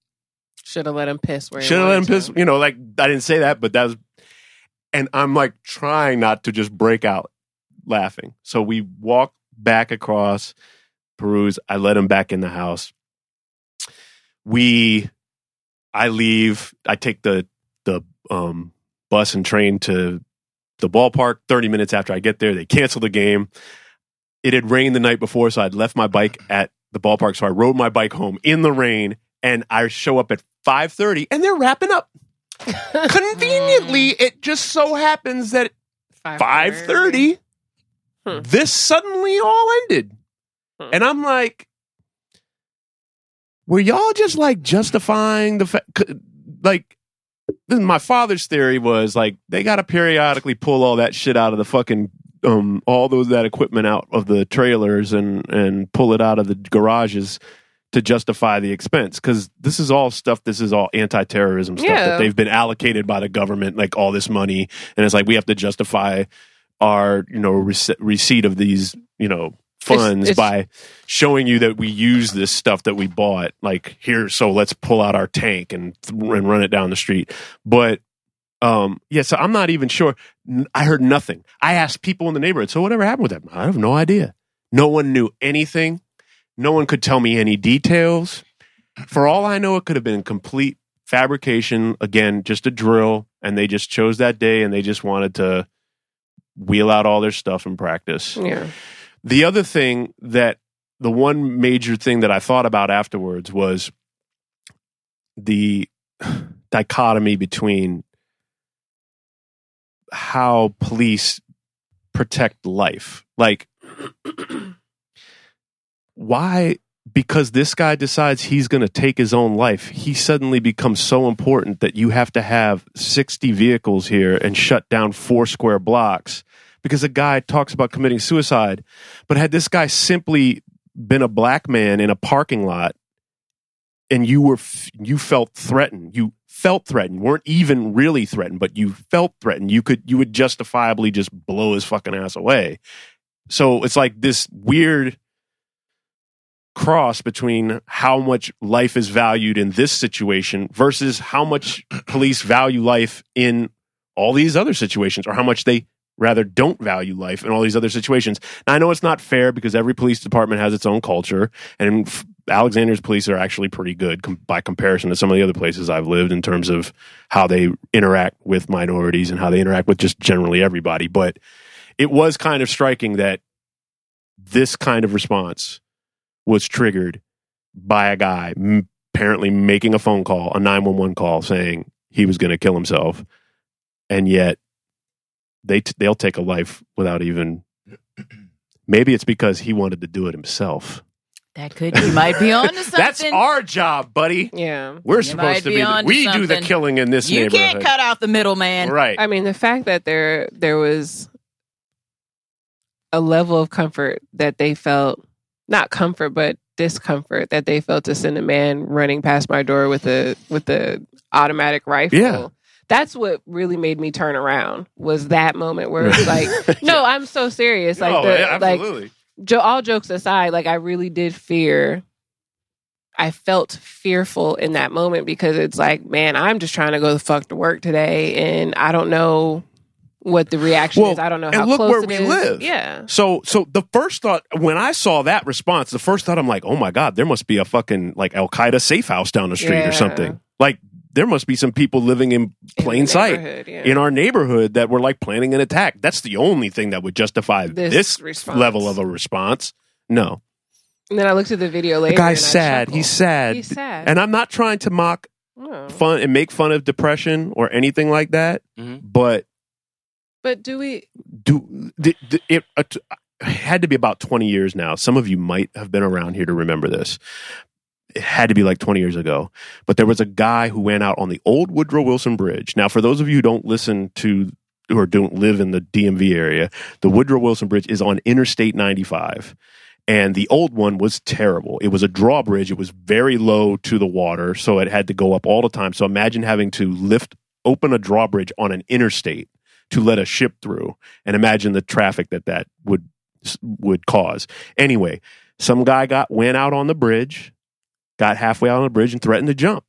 [SPEAKER 4] Should have let him piss where he
[SPEAKER 1] should have let him
[SPEAKER 4] wanted
[SPEAKER 1] piss.
[SPEAKER 4] to.
[SPEAKER 1] You know, like I didn't say that, but that was. And I'm like trying not to just break out laughing. So we walk back across Peruse. I let him back in the house. We, I leave. I take the the um, bus and train to the ballpark. Thirty minutes after I get there, they cancel the game. It had rained the night before, so I'd left my bike at the ballpark. So I rode my bike home in the rain and I show up at 5:30 and they're wrapping up.
[SPEAKER 4] [LAUGHS]
[SPEAKER 1] Conveniently, it just so happens that
[SPEAKER 4] Five
[SPEAKER 1] 5:30
[SPEAKER 4] Hmm.
[SPEAKER 1] this suddenly all ended.
[SPEAKER 4] Hmm.
[SPEAKER 1] And I'm like were y'all just like justifying the fact like this- my father's theory was like they got to periodically pull all that shit out of the fucking um all those that equipment out of the trailers and and pull it out of the garages to justify the expense because this is all stuff this is all anti-terrorism stuff
[SPEAKER 4] Yeah.
[SPEAKER 1] that they've been allocated by the government like all this money and it's like we have to justify our you know rece- receipt of these you know funds
[SPEAKER 4] it's-
[SPEAKER 1] by showing you that we use this stuff that we bought like here so let's pull out our tank and th- and run it down the street but um yeah so i'm not even sure N- i heard nothing i asked people in the neighborhood so whatever happened with that i have no idea no one knew anything no one could tell me any details for all i know it could have been complete fabrication again just a drill and they just chose that day and they just wanted to wheel out all their stuff and practice
[SPEAKER 4] Yeah.
[SPEAKER 1] the other thing that the one major thing that I thought about afterwards was the [SIGHS] dichotomy between how police protect life. Like, why? Because this guy decides he's going to take his own life, he suddenly becomes so important that you have to have 60 vehicles here and shut down four square blocks because a guy talks about committing suicide. But had this guy simply been a black man in a parking lot and you were f- you felt threatened, you felt threatened, weren't even really threatened, but you felt threatened, you could you would justifiably just blow his fucking ass away. so it's like this weird cross between how much life is valued in this situation versus how much police value life in all these other situations or how much they rather don't value life in all these other situations. Now I know it's not fair because every police department has its own culture and f- Alexandria's police are actually pretty good com- by comparison to some of the other places I've lived in terms of how they interact with minorities and how they interact with just generally everybody, but it was kind of striking that this kind of response was triggered by a guy m- apparently making a phone call, a 911 call saying he was going to kill himself. And yet they t- they'll take a life without even maybe it's because he wanted to do it himself.
[SPEAKER 6] That could you might be onto
[SPEAKER 1] [LAUGHS]
[SPEAKER 6] something.
[SPEAKER 1] That's our job, buddy.
[SPEAKER 4] Yeah.
[SPEAKER 1] We're
[SPEAKER 6] might
[SPEAKER 1] supposed to
[SPEAKER 6] be
[SPEAKER 1] be the,
[SPEAKER 6] onto
[SPEAKER 1] we do the
[SPEAKER 6] something.
[SPEAKER 1] killing in this
[SPEAKER 6] You
[SPEAKER 1] neighborhood.
[SPEAKER 6] can't cut out the middleman.
[SPEAKER 1] right.
[SPEAKER 4] I mean, the fact that there there was a level of comfort that they felt not comfort but discomfort that they felt to send a man running past my door with a with a automatic rifle.
[SPEAKER 1] Yeah.
[SPEAKER 4] That's what really made me turn around was that moment where it's like, no, I'm so serious. Like,
[SPEAKER 1] oh,
[SPEAKER 4] the,
[SPEAKER 1] yeah,
[SPEAKER 4] like
[SPEAKER 1] absolutely.
[SPEAKER 4] jo- all jokes aside, like I really did fear. I felt fearful in that moment because it's like, man, I'm just trying to go the fuck to work today, and I don't know what the reaction
[SPEAKER 1] Well,
[SPEAKER 4] is. I don't know
[SPEAKER 1] and
[SPEAKER 4] how
[SPEAKER 1] look
[SPEAKER 4] close
[SPEAKER 1] where
[SPEAKER 4] it
[SPEAKER 1] we
[SPEAKER 4] is.
[SPEAKER 1] live.
[SPEAKER 4] Yeah,
[SPEAKER 1] So, so the first thought when I saw that response, the first thought I'm like, oh my god, there must be a fucking like Al Qaeda safe house down the street
[SPEAKER 4] Yeah.
[SPEAKER 1] or something. Like there must be some people living in
[SPEAKER 4] In
[SPEAKER 1] plain
[SPEAKER 4] the
[SPEAKER 1] sight
[SPEAKER 4] neighborhood, yeah.
[SPEAKER 1] in our neighborhood that were like planning an attack. That's the only thing that would justify
[SPEAKER 4] This
[SPEAKER 1] this,
[SPEAKER 4] response.
[SPEAKER 1] level of a response. No,
[SPEAKER 4] and then I looked at the video later.
[SPEAKER 1] the guy's
[SPEAKER 4] and I
[SPEAKER 1] sad.
[SPEAKER 4] chuckled.
[SPEAKER 1] He's sad.
[SPEAKER 4] He's sad.
[SPEAKER 1] And I'm not trying to mock
[SPEAKER 4] No.
[SPEAKER 1] fun and make fun of depression or anything like that,
[SPEAKER 7] Mhm.
[SPEAKER 1] but
[SPEAKER 4] But
[SPEAKER 1] [LAUGHS]
[SPEAKER 4] do we? [LAUGHS]
[SPEAKER 1] do the, the, it uh, t- had to be about 20 years now some of you might have been around here to remember this it had to be like 20 years ago but there was a guy who went out on the old woodrow wilson bridge now for those of you who don't listen to or don't live in the dmv area the woodrow wilson bridge is on interstate 95 and the old one was terrible. It was a drawbridge. It was very low to the water, so it had to go up all the time. So imagine having to lift open a drawbridge on an interstate to let a ship through, and imagine the traffic that that would would cause. Anyway, some guy got went out on the bridge, got halfway out on the bridge, and threatened to jump.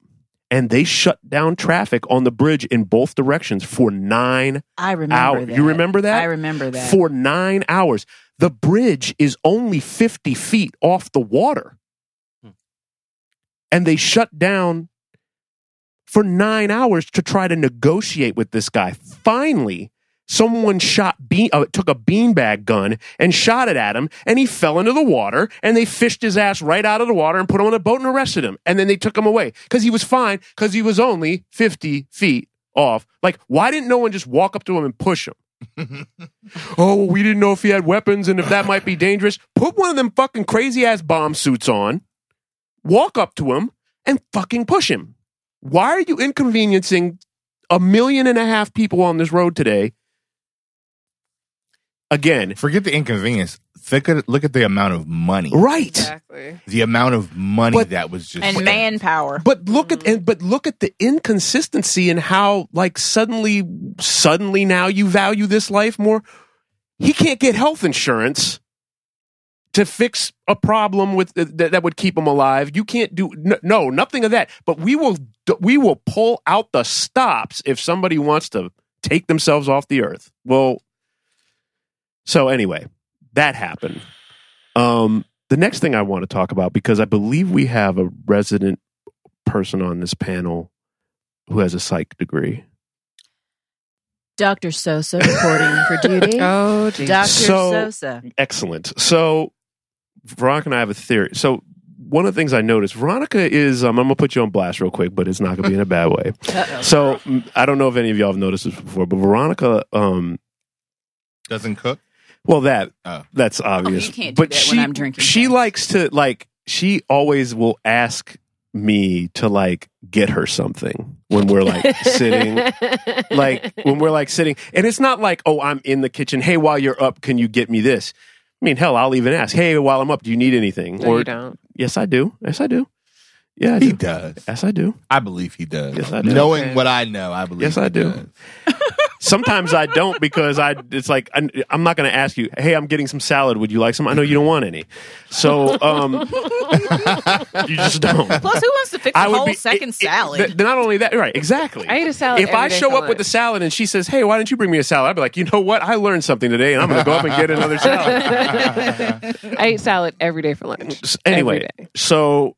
[SPEAKER 1] And they shut down traffic on the bridge in both directions for nine
[SPEAKER 6] I remember
[SPEAKER 1] hours.
[SPEAKER 6] that.
[SPEAKER 1] You remember that?
[SPEAKER 6] I remember that.
[SPEAKER 1] for nine hours. The bridge is only 50 feet off the water. And they shut down for nine hours to try to negotiate with this guy. Finally, someone shot bean, uh, took a beanbag gun and shot it at him, and he fell into the water. And they fished his ass right out of the water and put him on a boat and arrested him. And then they took him away because he was fine because he was only 50 feet off. Like, why didn't no one just walk up to him and push him? oh, well, we didn't know if he had weapons and if that might be dangerous. Put one of them fucking crazy ass bomb suits on, walk up to him, and fucking push him. Why are you inconveniencing a million and a half people on this road today? Again,
[SPEAKER 5] Forget the inconvenience. Look at look at the amount of money.
[SPEAKER 1] right.
[SPEAKER 4] Exactly.
[SPEAKER 5] The amount of money
[SPEAKER 1] But-
[SPEAKER 5] that was just
[SPEAKER 6] and manpower.
[SPEAKER 1] But look at and but look at the inconsistency and how like suddenly suddenly now you value this life more. He can't get health insurance to fix a problem with uh, that, that would keep him alive. You can't do no, no nothing of that. But we will we will pull out the stops if somebody wants to take themselves off the earth. Well, so anyway, that happened. Um, the next thing I want to talk about because I believe we have a resident person on this panel who has a psych degree.
[SPEAKER 6] Dr. Sosa reporting for [LAUGHS] duty.
[SPEAKER 4] Oh, geez.
[SPEAKER 6] Dr.
[SPEAKER 1] So-
[SPEAKER 6] Sosa.
[SPEAKER 1] Excellent. So, Veronica and I have a theory. So, one of the things I noticed, Veronica is, um, I'm going to put you on blast real quick, but it's not going to be in a bad
[SPEAKER 6] [LAUGHS]
[SPEAKER 1] way. So, mm, I don't know if any of y'all have noticed this before, but Veronica, um,
[SPEAKER 5] doesn't cook.
[SPEAKER 1] well, that
[SPEAKER 5] Oh.
[SPEAKER 1] that's obvious.
[SPEAKER 6] can't do
[SPEAKER 1] but
[SPEAKER 6] that
[SPEAKER 1] she,
[SPEAKER 6] when I'm drinking.
[SPEAKER 1] She likes to, like, she always will ask me to, like, get her something when we're, like,
[SPEAKER 6] [LAUGHS]
[SPEAKER 1] sitting like when we're like sitting and it's not like oh i'm in the kitchen hey while you're up can you get me this i mean hell i'll even ask hey while i'm up do you need anything
[SPEAKER 4] No, you don't.
[SPEAKER 1] yes i do yes i do yeah I
[SPEAKER 5] He
[SPEAKER 1] do.
[SPEAKER 5] does.
[SPEAKER 1] yes i do
[SPEAKER 5] I believe he does.
[SPEAKER 1] Yes, I do.
[SPEAKER 5] Knowing
[SPEAKER 4] Okay.
[SPEAKER 5] what I know, I believe.
[SPEAKER 1] Yes, I
[SPEAKER 5] he
[SPEAKER 1] do.
[SPEAKER 5] does.
[SPEAKER 1] [LAUGHS] Sometimes I don't because I it's like I, I'm not going to ask you. Hey, I'm getting some salad. Would you like some? I know you don't want any, so um, you just
[SPEAKER 4] [LAUGHS]
[SPEAKER 1] don't.
[SPEAKER 6] Plus, who wants to fix a
[SPEAKER 1] I would
[SPEAKER 6] whole
[SPEAKER 1] be-
[SPEAKER 6] second
[SPEAKER 1] it- it-
[SPEAKER 6] salad?
[SPEAKER 1] th- not only that, right? Exactly.
[SPEAKER 4] I eat a salad
[SPEAKER 1] If I
[SPEAKER 4] every day
[SPEAKER 1] show
[SPEAKER 4] for
[SPEAKER 1] up with a
[SPEAKER 4] lunch.
[SPEAKER 1] salad and she says, "Hey, why didn't you bring me a salad?" I'd be like, "You know what? I learned something today, and I'm going to go up and get
[SPEAKER 4] [LAUGHS]
[SPEAKER 1] another salad."
[SPEAKER 4] I eat salad every day for lunch.
[SPEAKER 1] S-
[SPEAKER 4] Every
[SPEAKER 1] anyway,
[SPEAKER 4] day.
[SPEAKER 1] so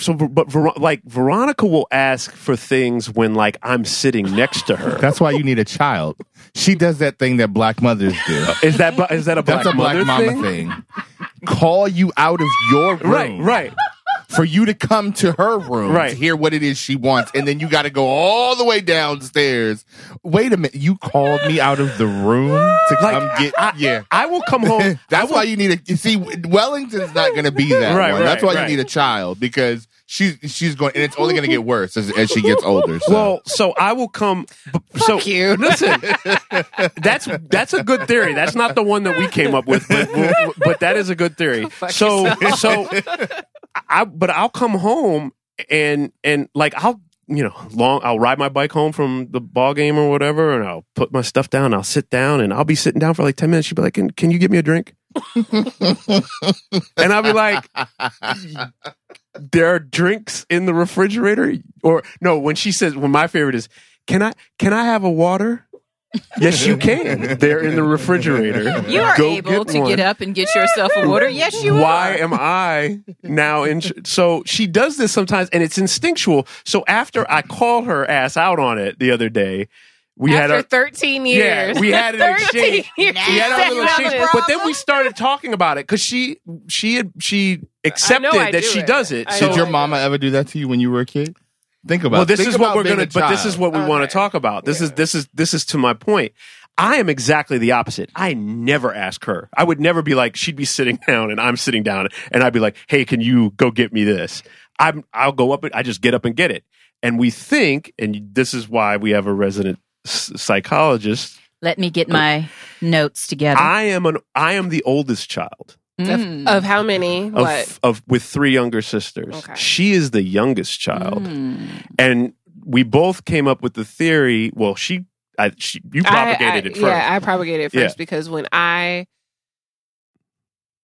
[SPEAKER 1] so but but Ver- like Veronica will ask for things when like I'm sitting next to her.
[SPEAKER 5] That's why you need a child. She does that thing that black mothers do.
[SPEAKER 1] is that bu- is that a black,
[SPEAKER 5] That's a black
[SPEAKER 1] mother
[SPEAKER 5] mama
[SPEAKER 1] thing?
[SPEAKER 5] thing.
[SPEAKER 1] [LAUGHS]
[SPEAKER 5] Call you out of your room.
[SPEAKER 1] Right, right.
[SPEAKER 5] For you to come to her room
[SPEAKER 1] Right.
[SPEAKER 5] to hear what it is she wants, and then you got to go all the way downstairs. Wait a minute, you called me out of the room to
[SPEAKER 1] Like
[SPEAKER 5] come get?
[SPEAKER 1] I,
[SPEAKER 5] yeah,
[SPEAKER 1] I will come
[SPEAKER 5] [LAUGHS]
[SPEAKER 1] home. I
[SPEAKER 5] That's
[SPEAKER 1] will-
[SPEAKER 5] why you need a. You see, Wellington's not going to be that
[SPEAKER 1] Right,
[SPEAKER 5] one. That's
[SPEAKER 1] right,
[SPEAKER 5] why
[SPEAKER 1] right.
[SPEAKER 5] you need a child because she's she's going, and it's only going to get worse as, as she gets older. So.
[SPEAKER 1] Well, so I will come. b- so you. listen, that's that's a good theory. That's not the one that we came up with, but,
[SPEAKER 4] [LAUGHS]
[SPEAKER 1] but- but that is a good theory. So so,
[SPEAKER 6] [LAUGHS]
[SPEAKER 1] I but I'll come home and and like I'll you know long I'll ride my bike home from the ball game or whatever, and I'll put my stuff down. I'll sit down and I'll be sitting down for like ten minutes. She'll be like, "Can can you get me a drink?" and I'll be like, there are drinks in the refrigerator or no when she says when my favorite is can i can i have a water yes you can they're in the refrigerator
[SPEAKER 6] you are
[SPEAKER 1] Go
[SPEAKER 6] able to
[SPEAKER 1] one.
[SPEAKER 6] get up and get yourself a water. Yes, you
[SPEAKER 1] why
[SPEAKER 6] are.
[SPEAKER 1] am i now in tr- so she does this sometimes and it's instinctual so after i called her ass out on it the other day we had
[SPEAKER 4] After
[SPEAKER 1] our
[SPEAKER 4] 13 years.
[SPEAKER 1] yeah, we had
[SPEAKER 4] [LAUGHS]
[SPEAKER 1] an
[SPEAKER 4] 13
[SPEAKER 1] exchange.
[SPEAKER 4] years.
[SPEAKER 1] We had our
[SPEAKER 4] That's
[SPEAKER 1] little
[SPEAKER 4] what
[SPEAKER 1] exchange.
[SPEAKER 4] it is.
[SPEAKER 1] But then we started talking about it because she she had, she accepted
[SPEAKER 4] I
[SPEAKER 1] that
[SPEAKER 4] do
[SPEAKER 1] she
[SPEAKER 4] it.
[SPEAKER 1] does it.
[SPEAKER 4] I
[SPEAKER 1] so
[SPEAKER 5] did your mama ever do that to you when you were a kid? Think about.
[SPEAKER 1] well, this
[SPEAKER 5] think
[SPEAKER 1] is what
[SPEAKER 5] about
[SPEAKER 1] we're
[SPEAKER 5] being
[SPEAKER 1] gonna.
[SPEAKER 5] a
[SPEAKER 1] But this
[SPEAKER 5] child.
[SPEAKER 1] is what we want to talk about. This is this is this is to my point. I am exactly the opposite. I never ask her. I would never be like she'd be sitting [LAUGHS] down and I'm sitting down and I'd be like, "Hey, can you go get me this?" I'm I'll go up and I just get up and get it. And we think, and this is why we have a resident s- psychologist.
[SPEAKER 6] Let me get my notes together.
[SPEAKER 1] I am an I am the oldest child
[SPEAKER 6] Mm.
[SPEAKER 4] Of how many?
[SPEAKER 1] of
[SPEAKER 4] what?
[SPEAKER 1] of with three younger sisters.
[SPEAKER 4] Okay.
[SPEAKER 1] She is the youngest child.
[SPEAKER 6] Mm.
[SPEAKER 1] and we both came up with the theory. Well, she, I, she you propagated
[SPEAKER 4] I, I,
[SPEAKER 1] it first.
[SPEAKER 4] Yeah, I propagated it
[SPEAKER 1] Yeah.
[SPEAKER 4] first because when I,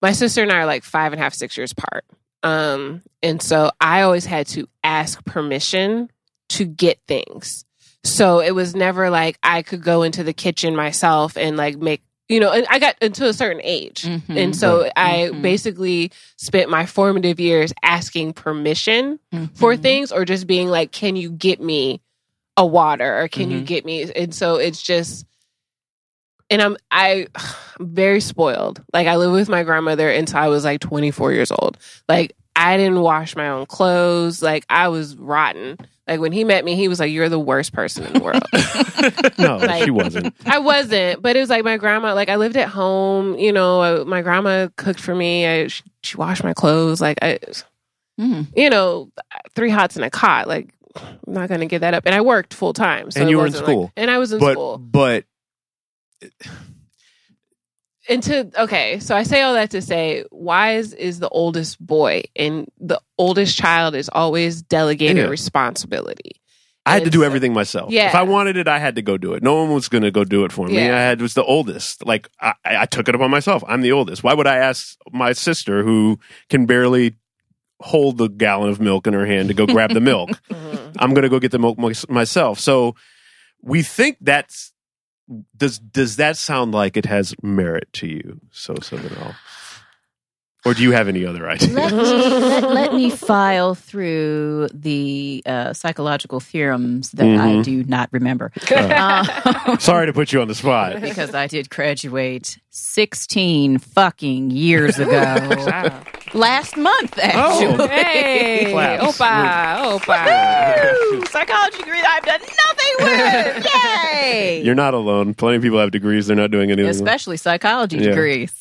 [SPEAKER 4] my sister and I are like five and a half, six years apart. Um, and so I always had to ask permission to get things. So it was never like I could go into the kitchen myself and like make, you know, and I got until a certain age.
[SPEAKER 6] Mhm.
[SPEAKER 4] And so I
[SPEAKER 6] Mhm.
[SPEAKER 4] basically spent my formative years asking permission for
[SPEAKER 6] Mhm.
[SPEAKER 4] things or just being like can you get me a water or can you
[SPEAKER 7] Mhm.
[SPEAKER 4] get me and so it's just and i'm i [SIGHS] I'm very spoiled like i lived with my grandmother until i was like 24 years old like i didn't wash my own clothes like i was rotten like when he met me he was like you're the worst person in the
[SPEAKER 1] [LAUGHS]
[SPEAKER 4] world
[SPEAKER 1] No, [LAUGHS]
[SPEAKER 4] Like-
[SPEAKER 1] she wasn't.
[SPEAKER 4] I wasn't, but it was like my grandma. Like I lived at home, you know. I, my grandma cooked for me. I, she, she washed my clothes. Like I,
[SPEAKER 6] Mm.
[SPEAKER 4] you know, three hots and a cot. Like I'm not gonna give that up. And I worked full time. So
[SPEAKER 1] And
[SPEAKER 4] it
[SPEAKER 1] you were in
[SPEAKER 4] wasn't, like-
[SPEAKER 1] school.
[SPEAKER 4] and I was in
[SPEAKER 1] But
[SPEAKER 4] school.
[SPEAKER 1] but
[SPEAKER 4] Into okay, so I say all that to say Wise is the oldest boy, and the oldest child is always delegated
[SPEAKER 1] Yeah.
[SPEAKER 4] responsibility.
[SPEAKER 1] I had to
[SPEAKER 4] And
[SPEAKER 1] do
[SPEAKER 4] so-
[SPEAKER 1] everything myself.
[SPEAKER 4] Yeah.
[SPEAKER 1] If I wanted it, I had to go do it. No one was going to go do it for me.
[SPEAKER 4] Yeah.
[SPEAKER 1] I had was the oldest. Like I, I took it upon myself. I'm the oldest. Why would I ask my sister who can barely hold the gallon of milk in her hand to go grab
[SPEAKER 4] [LAUGHS]
[SPEAKER 1] the milk?
[SPEAKER 6] [LAUGHS]
[SPEAKER 1] I'm going to go get the milk my- myself. So we think that's does does that sound like it has merit to you? So so at all, or do you have any other idea?
[SPEAKER 6] let, me, let, let me file through the uh, psychological theorems that I
[SPEAKER 1] Mhm.
[SPEAKER 6] do not [LAUGHS] remember.
[SPEAKER 1] [LAUGHS]
[SPEAKER 6] Um,
[SPEAKER 1] Sorry to put you on the spot.
[SPEAKER 6] [LAUGHS] because I did graduate 16 fucking
[SPEAKER 4] [LAUGHS]
[SPEAKER 6] years ago. Last month, actually.
[SPEAKER 4] Oh,
[SPEAKER 6] [LAUGHS]
[SPEAKER 4] Hey,
[SPEAKER 1] Oh. Claps.
[SPEAKER 4] opa, opa.
[SPEAKER 6] Woo! Psychology degree that I've done
[SPEAKER 4] [LAUGHS]
[SPEAKER 6] nothing with. Yay!
[SPEAKER 1] You're not alone. Plenty of people have degrees. They're not doing anything.
[SPEAKER 6] especially psychology
[SPEAKER 1] Yeah.
[SPEAKER 6] degrees.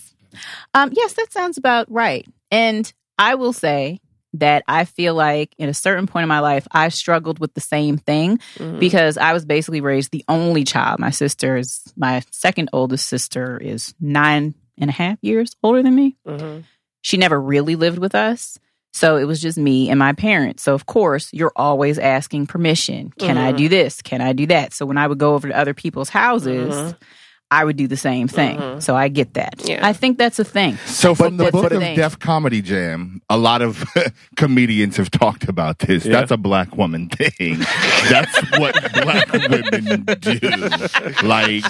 [SPEAKER 6] Um, yes, that sounds about right. And I will say that I feel like in a certain point in my life, I struggled with the same thing because I was basically raised the only child. My sister is my second oldest sister is nine and a half years older than me.
[SPEAKER 4] Mhm.
[SPEAKER 6] She never really lived with us. So it was just me and my parents. So of course, you're always asking permission. Can I do this? Can I do that? So when I would go over to other people's houses, I would do the same thing. So I get that.
[SPEAKER 4] Yeah.
[SPEAKER 6] I think that's a thing.
[SPEAKER 5] So from the
[SPEAKER 6] that's
[SPEAKER 5] book
[SPEAKER 6] the
[SPEAKER 5] of
[SPEAKER 6] thing.
[SPEAKER 5] Deaf Comedy Jam, a lot of [LAUGHS] comedians have talked about this. That's a black woman thing. [LAUGHS] That's what black women do. Like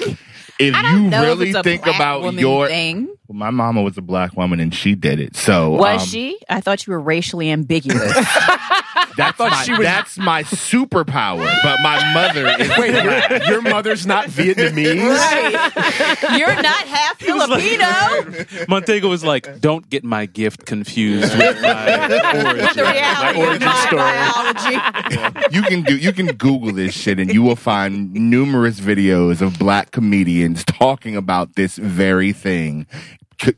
[SPEAKER 5] if
[SPEAKER 6] I don't
[SPEAKER 5] you
[SPEAKER 6] know if
[SPEAKER 5] really
[SPEAKER 6] it's a
[SPEAKER 5] think
[SPEAKER 6] black
[SPEAKER 5] about
[SPEAKER 6] woman
[SPEAKER 5] your
[SPEAKER 6] thing.
[SPEAKER 5] my mama was a black woman and she did it. So
[SPEAKER 6] Was
[SPEAKER 5] um,
[SPEAKER 6] she? I thought you were racially ambiguous.
[SPEAKER 5] [LAUGHS] that's my, that's my superpower. But my mother is
[SPEAKER 1] Wait, your, your
[SPEAKER 5] [LAUGHS]
[SPEAKER 1] mother's not Vietnamese?
[SPEAKER 6] [LAUGHS] You're not half Filipino.
[SPEAKER 7] Montego was like, "Don't get my gift confused with my origin,
[SPEAKER 6] The
[SPEAKER 7] my
[SPEAKER 6] reality of
[SPEAKER 7] origin
[SPEAKER 6] my
[SPEAKER 7] story."
[SPEAKER 6] biology.
[SPEAKER 5] you can do you can google this shit and you will find numerous videos of black comedians talking about this very thing C-